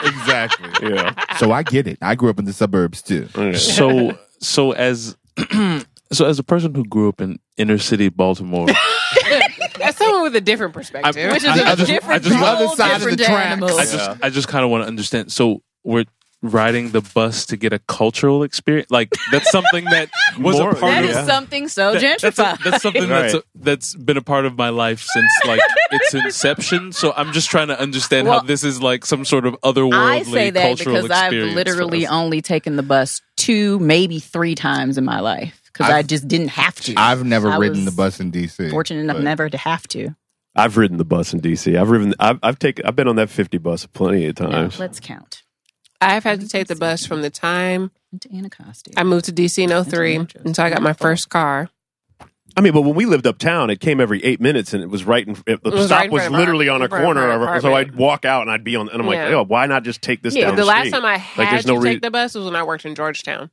[SPEAKER 5] exactly.
[SPEAKER 1] Yeah.
[SPEAKER 5] So I get it. I grew up in the suburbs too. [LAUGHS]
[SPEAKER 1] Okay.
[SPEAKER 7] so so as [CLEARS THROAT] so as a person who grew up in inner city
[SPEAKER 6] [LAUGHS]
[SPEAKER 7] Baltimore,
[SPEAKER 4] [LAUGHS] That's someone with a different perspective.
[SPEAKER 7] I-
[SPEAKER 6] Which is
[SPEAKER 7] I- I
[SPEAKER 6] a
[SPEAKER 7] just- I
[SPEAKER 6] different,
[SPEAKER 7] just-
[SPEAKER 6] whole
[SPEAKER 5] other side of the
[SPEAKER 6] different
[SPEAKER 5] tracks.
[SPEAKER 6] animal.
[SPEAKER 7] I just I just kind of want to understand. So we're riding the bus to get a cultural experience. Like that's something that was
[SPEAKER 1] More-
[SPEAKER 7] a part
[SPEAKER 6] [LAUGHS] that
[SPEAKER 7] of
[SPEAKER 6] is something so
[SPEAKER 7] that- that's,
[SPEAKER 6] Oh, gentrified.
[SPEAKER 7] a- that's something that's
[SPEAKER 1] [LAUGHS] Right.
[SPEAKER 7] that's been a part of my life since like its inception. So I'm just trying to understand
[SPEAKER 6] Well,
[SPEAKER 7] how this is like some sort of otherworldly
[SPEAKER 6] I say that
[SPEAKER 7] cultural
[SPEAKER 6] because I've
[SPEAKER 7] experience for
[SPEAKER 6] literally
[SPEAKER 7] us.
[SPEAKER 6] only taken the bus two, maybe three times in my life because I
[SPEAKER 5] I've-
[SPEAKER 6] just didn't have to.
[SPEAKER 5] [LAUGHS] I've never
[SPEAKER 6] I
[SPEAKER 5] ridden the
[SPEAKER 6] was
[SPEAKER 5] bus in DC.
[SPEAKER 6] Fortunate enough
[SPEAKER 5] but-
[SPEAKER 6] never to have to.
[SPEAKER 1] I've ridden the bus in DC. I've ridden. I've, I've taken. I've been on that fifty bus plenty of
[SPEAKER 6] Now,
[SPEAKER 1] times.
[SPEAKER 6] let's count.
[SPEAKER 4] I've had to take the bus from the time
[SPEAKER 6] To Anacostia.
[SPEAKER 4] I moved to DC in 03 and so I got my first car.
[SPEAKER 1] I mean, but when we lived uptown, it came every eight minutes, and it was right. In, it, the
[SPEAKER 4] was
[SPEAKER 1] stop
[SPEAKER 4] right in
[SPEAKER 1] was
[SPEAKER 4] front of our-
[SPEAKER 1] literally on a
[SPEAKER 4] in front of
[SPEAKER 1] corner,
[SPEAKER 4] our
[SPEAKER 1] of our- so
[SPEAKER 4] apartment.
[SPEAKER 1] I'd walk out and I'd be on, and I'm like,
[SPEAKER 4] Yeah.
[SPEAKER 1] oh, why not just take this
[SPEAKER 4] Yeah,
[SPEAKER 1] down
[SPEAKER 4] the last
[SPEAKER 1] street?
[SPEAKER 4] time I had
[SPEAKER 1] there's
[SPEAKER 4] to
[SPEAKER 1] no re-
[SPEAKER 4] take the bus was when I worked in Georgetown.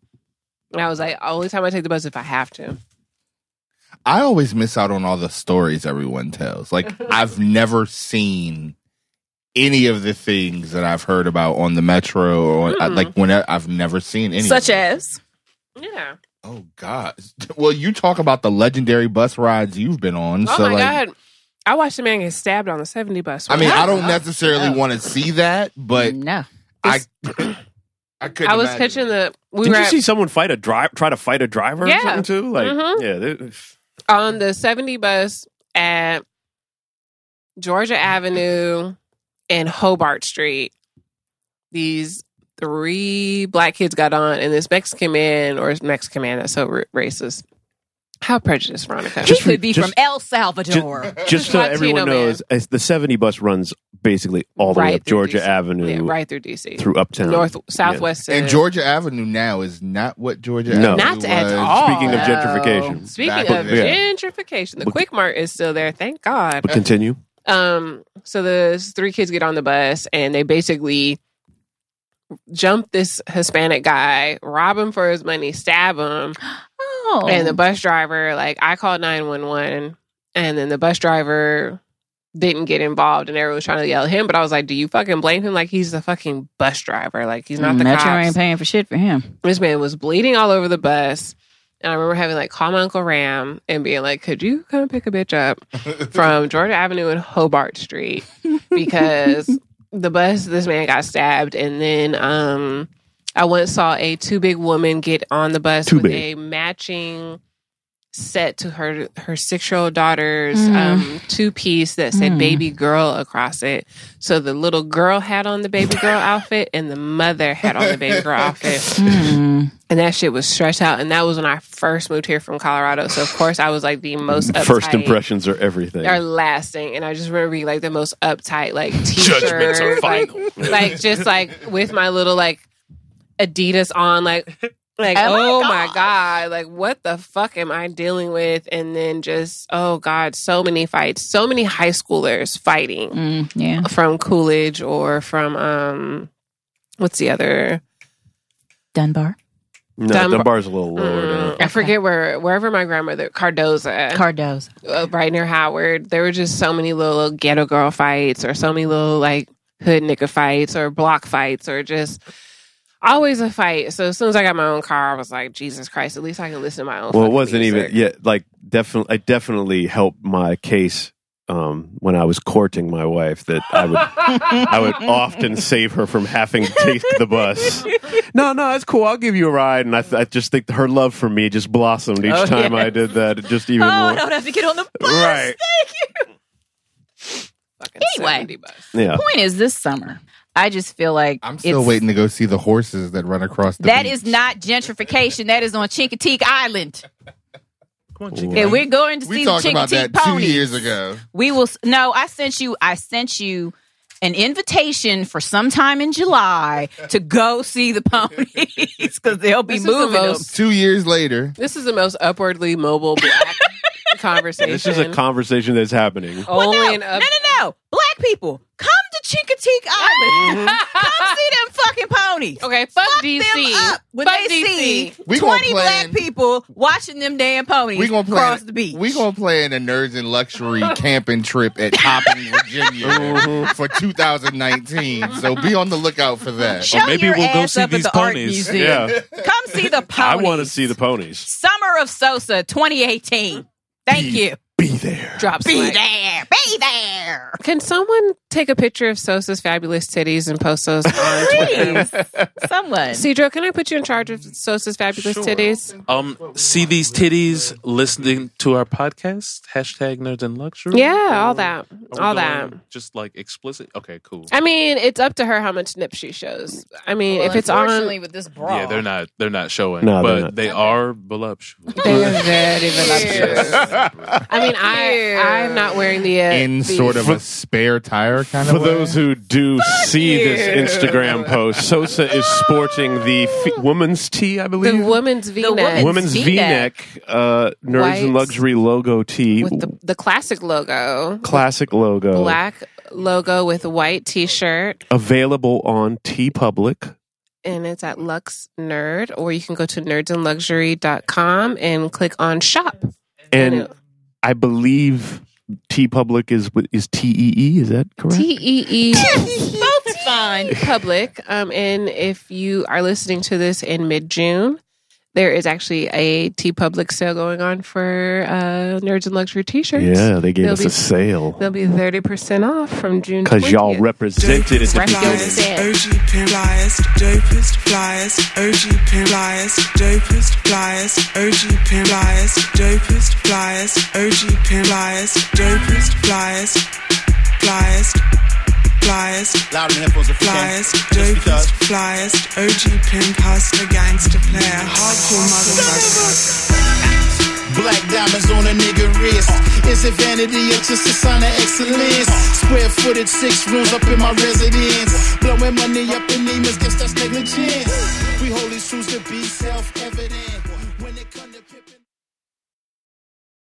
[SPEAKER 4] And I was like, only time I take the bus if I have to.
[SPEAKER 5] I always miss out on all the stories everyone tells.
[SPEAKER 4] [LAUGHS]
[SPEAKER 5] Like I've never seen any of the things that I've heard about on the metro or on, I- like when I, I've never seen any.
[SPEAKER 6] Such as
[SPEAKER 4] Yeah.
[SPEAKER 5] oh god. [LAUGHS] Well, you talk about the legendary bus rides you've been on.
[SPEAKER 4] Oh
[SPEAKER 5] so
[SPEAKER 4] my
[SPEAKER 5] like,
[SPEAKER 4] God. I watched a man get stabbed on the 70 bus.
[SPEAKER 5] I mean, I don't
[SPEAKER 6] No.
[SPEAKER 5] necessarily
[SPEAKER 6] No.
[SPEAKER 5] want to see that, but
[SPEAKER 6] no.
[SPEAKER 5] I, [CLEARS THROAT] I could.
[SPEAKER 4] I was catching the. We
[SPEAKER 1] Did
[SPEAKER 4] were
[SPEAKER 1] you
[SPEAKER 4] at-
[SPEAKER 1] see someone fight a drive? Try to fight a driver
[SPEAKER 4] Yeah.
[SPEAKER 1] or something too? Like,
[SPEAKER 4] Mhm.
[SPEAKER 1] yeah, they-
[SPEAKER 4] on the 70 bus at Georgia Avenue and Hobart Street. These three black kids got on, and this Mexican man, or Mexican man, that's so r- racist. How prejudiced, Veronica.
[SPEAKER 1] Just
[SPEAKER 8] he
[SPEAKER 1] re-
[SPEAKER 8] could be
[SPEAKER 1] just-
[SPEAKER 8] from El Salvador.
[SPEAKER 1] just so
[SPEAKER 4] Latino
[SPEAKER 1] everyone
[SPEAKER 4] man.
[SPEAKER 1] knows, as the seventy bus runs basically all the way
[SPEAKER 4] Right
[SPEAKER 1] up
[SPEAKER 4] through
[SPEAKER 1] Georgia
[SPEAKER 4] DC.
[SPEAKER 1] Avenue
[SPEAKER 4] Yeah, right through DC.
[SPEAKER 1] through uptown.
[SPEAKER 4] North, Southwest.
[SPEAKER 5] And
[SPEAKER 4] to-
[SPEAKER 5] Georgia Avenue now is not what Georgia
[SPEAKER 1] No.
[SPEAKER 5] Avenue
[SPEAKER 4] Not at
[SPEAKER 5] was
[SPEAKER 4] all.
[SPEAKER 1] Speaking of
[SPEAKER 6] Oh.
[SPEAKER 1] gentrification,
[SPEAKER 4] Speaking
[SPEAKER 5] back
[SPEAKER 4] of
[SPEAKER 1] then.
[SPEAKER 4] gentrification, the
[SPEAKER 1] But-
[SPEAKER 4] Quick Mart is still there. Thank God.
[SPEAKER 1] but continue.
[SPEAKER 4] Um, so the s- three kids get on the bus and they basically jump this Hispanic guy, rob him for his money, stab him,
[SPEAKER 6] Oh.
[SPEAKER 4] and the bus driver, like I called nine one one, and then the bus driver didn't get involved, and everyone was trying to yell at him, but I was like, "Do you fucking blame him? Like he's the fucking bus driver, like he's not the
[SPEAKER 6] Metro
[SPEAKER 4] cops."
[SPEAKER 6] Mm, ain't paying for shit
[SPEAKER 4] [LAUGHS]
[SPEAKER 6] for him.
[SPEAKER 4] this man was bleeding all over the bus. And I remember having like call my Uncle Ram and being like, could you come pick a
[SPEAKER 1] [LAUGHS]
[SPEAKER 4] bitch up from Georgia Avenue and Hobart Street? Because the bus, this man got stabbed. And then um, I once saw a too big woman get on the bus
[SPEAKER 1] Too
[SPEAKER 4] with
[SPEAKER 1] big.
[SPEAKER 4] a matching set to her her six year old daughter's
[SPEAKER 6] Mm.
[SPEAKER 4] um, two piece that said
[SPEAKER 6] Mm.
[SPEAKER 4] baby girl across it. So the little girl had on the baby girl outfit and the mother had on the baby
[SPEAKER 6] [LAUGHS]
[SPEAKER 4] girl outfit
[SPEAKER 6] Hmm.
[SPEAKER 4] Mm. and that shit was stretched out. And that was when I first moved here from Colorado. So of course I was like the most uptight,
[SPEAKER 1] [LAUGHS] First impressions are everything.
[SPEAKER 4] are lasting. And I just remember being like the most uptight, like
[SPEAKER 7] Judgments are
[SPEAKER 4] t-shirt, like,
[SPEAKER 7] final.
[SPEAKER 4] like just like with my little like Adidas on, like like oh,
[SPEAKER 6] Oh my
[SPEAKER 4] my god, like what the fuck am I dealing with? And then just oh god, so many fights, so many high schoolers fighting
[SPEAKER 6] Mm, yeah.
[SPEAKER 4] from Coolidge or from um. What's the other?
[SPEAKER 6] Dunbar.
[SPEAKER 1] no,
[SPEAKER 4] Dunbar-
[SPEAKER 1] Dunbar's a little lower
[SPEAKER 4] Mm,
[SPEAKER 1] down.
[SPEAKER 4] I forget where wherever my grandmother Cardoza,
[SPEAKER 6] Cardozo.
[SPEAKER 4] uh, right near Howard. There were just so many little ghetto girl fights, or so many little like hood nigga fights, or block fights, or just always a fight. So as soon as I got my own car, I was like, Jesus Christ! At least I can listen to my own.
[SPEAKER 1] Well, it
[SPEAKER 4] fucking
[SPEAKER 1] wasn't
[SPEAKER 4] music.
[SPEAKER 1] even. Yeah, like definitely, I definitely helped my case um, when I was courting my wife that I
[SPEAKER 6] [LAUGHS]
[SPEAKER 1] would, I would often save her from having to take the bus. No, no, it's cool. I'll give you a ride, and I, th- I just think her love for me just blossomed each time I did that. It Just even
[SPEAKER 8] Oh, I
[SPEAKER 1] more.
[SPEAKER 8] don't have to get on the bus.
[SPEAKER 1] Right.
[SPEAKER 4] Fucking
[SPEAKER 6] Anyway.
[SPEAKER 4] 70 bucks.
[SPEAKER 1] Yeah.
[SPEAKER 6] Point is, this summer, I just feel like
[SPEAKER 5] I'm still waiting to go see the horses that run across the.
[SPEAKER 6] That
[SPEAKER 5] beach.
[SPEAKER 6] is not gentrification. That is on Chincoteague Island.
[SPEAKER 7] Come on, chicken.
[SPEAKER 6] And we're going to
[SPEAKER 5] We
[SPEAKER 6] see the
[SPEAKER 5] talked about that
[SPEAKER 6] Chincoteague
[SPEAKER 5] two
[SPEAKER 6] ponies.
[SPEAKER 5] years ago.
[SPEAKER 6] We will. s- No, I sent you. I sent you an invitation for sometime in July to go see the ponies because they'll be
[SPEAKER 4] This is the
[SPEAKER 6] moving. them.
[SPEAKER 4] most-
[SPEAKER 5] Two years later,
[SPEAKER 4] This is the most upwardly
[SPEAKER 1] [LAUGHS]
[SPEAKER 4] mobile black conversation.
[SPEAKER 1] This is a conversation that's happening.
[SPEAKER 4] only
[SPEAKER 6] no,
[SPEAKER 4] an
[SPEAKER 6] no,
[SPEAKER 4] up-
[SPEAKER 6] no, no. Black people, come to
[SPEAKER 4] [LAUGHS]
[SPEAKER 6] Chincoteague Island. come see them fucking ponies.
[SPEAKER 4] Okay, fuck, DC.
[SPEAKER 6] Them up when
[SPEAKER 4] fuck
[SPEAKER 6] they
[SPEAKER 4] DC.
[SPEAKER 6] see
[SPEAKER 5] We gonna
[SPEAKER 6] twenty
[SPEAKER 5] plan-
[SPEAKER 6] black people watching them damn ponies
[SPEAKER 5] we gonna plan
[SPEAKER 6] cross the beach.
[SPEAKER 5] We gonna plan a nerds and
[SPEAKER 6] [LAUGHS]
[SPEAKER 5] luxury camping trip at Hopping, Virginia,
[SPEAKER 1] Mm-hmm.
[SPEAKER 5] for 2019. So be on the lookout for that.
[SPEAKER 6] Show
[SPEAKER 7] maybe
[SPEAKER 6] your
[SPEAKER 7] we'll go
[SPEAKER 6] ass
[SPEAKER 7] see
[SPEAKER 6] up
[SPEAKER 7] these
[SPEAKER 6] at the art
[SPEAKER 7] ponies.
[SPEAKER 6] museum.
[SPEAKER 1] Yeah.
[SPEAKER 6] Come see the ponies.
[SPEAKER 1] I want to see the ponies.
[SPEAKER 6] Summer of Sosa 2018. Thank you.
[SPEAKER 1] Be there.
[SPEAKER 4] Drops
[SPEAKER 6] Be
[SPEAKER 4] like-
[SPEAKER 6] there. Be there.
[SPEAKER 4] Can someone take a picture of Sosa's fabulous titties and post those
[SPEAKER 6] [LAUGHS]
[SPEAKER 4] on Twitter?
[SPEAKER 6] Someone.
[SPEAKER 4] Cedro, can I put you in charge of Sosa's fabulous titties?
[SPEAKER 7] Um, see these titties listening to our podcast. Hashtag nerds and luxury.
[SPEAKER 4] Yeah, all
[SPEAKER 7] Or
[SPEAKER 4] that.
[SPEAKER 7] are we
[SPEAKER 4] All
[SPEAKER 7] going
[SPEAKER 4] that.
[SPEAKER 7] Just like explicit. Okay, cool.
[SPEAKER 4] I mean, it's up to her how much nip she shows. I mean, if it's on,
[SPEAKER 6] with this bra.
[SPEAKER 7] Yeah, they're not. They're not showing.
[SPEAKER 1] No, they're
[SPEAKER 7] but
[SPEAKER 1] not.
[SPEAKER 7] [LAUGHS] they are voluptuous. [LAUGHS]
[SPEAKER 4] they're very voluptuous.
[SPEAKER 7] Yes.
[SPEAKER 4] I mean, mean, I I'm not wearing the uh,
[SPEAKER 5] in
[SPEAKER 4] the-
[SPEAKER 5] sort of a spare tire kind
[SPEAKER 1] For
[SPEAKER 5] of way.
[SPEAKER 1] those who do see this Instagram post, Sosa is sporting the f- woman's tee, I
[SPEAKER 4] the
[SPEAKER 1] believe.
[SPEAKER 4] woman's V-neck
[SPEAKER 6] woman's
[SPEAKER 1] woman's V
[SPEAKER 6] V-neck.
[SPEAKER 1] neck, uh, Nerds and
[SPEAKER 4] White.
[SPEAKER 1] Luxury logo tee,
[SPEAKER 4] with the, the classic logo,
[SPEAKER 1] classic logo,
[SPEAKER 4] black logo with a white T-shirt,
[SPEAKER 1] available on T Public.
[SPEAKER 4] and it's at Lux Nerd, or you can go to nerdsandluxury.com and click on shop.
[SPEAKER 1] And I believe T Public is is T E E. Is that correct?
[SPEAKER 4] T E E. Both fine. Public. Um, and if you are listening to this in mid June, there is actually a T Public sale going on for uh, Nerds and Luxury t shirts.
[SPEAKER 1] yeah, they gave
[SPEAKER 4] They'll
[SPEAKER 1] us
[SPEAKER 4] be-
[SPEAKER 1] a sale
[SPEAKER 4] They'll be 30% off from June
[SPEAKER 1] because y'all
[SPEAKER 4] 20th.
[SPEAKER 1] represented it.
[SPEAKER 2] Dopest flyers, OG pin flyers, dopest flyers, OG pin flyers, dopest flyers, OG pin flyers, dopest flyers, OG pin flyers, dopest flyers, flyers, flyers,
[SPEAKER 3] Loud in the headphones if you can.
[SPEAKER 2] flyers,
[SPEAKER 3] Just
[SPEAKER 2] dopest
[SPEAKER 3] because.
[SPEAKER 2] flyers, OG pin pasta gangster player, hardcore motherfucker.
[SPEAKER 3] Black diamonds on a nigga wrist. Is it vanity or just a sign of excellence? Square footed, six rooms up in my residence. Blowing money up in demons, guess that's negligence. We hold these truths to be self evident.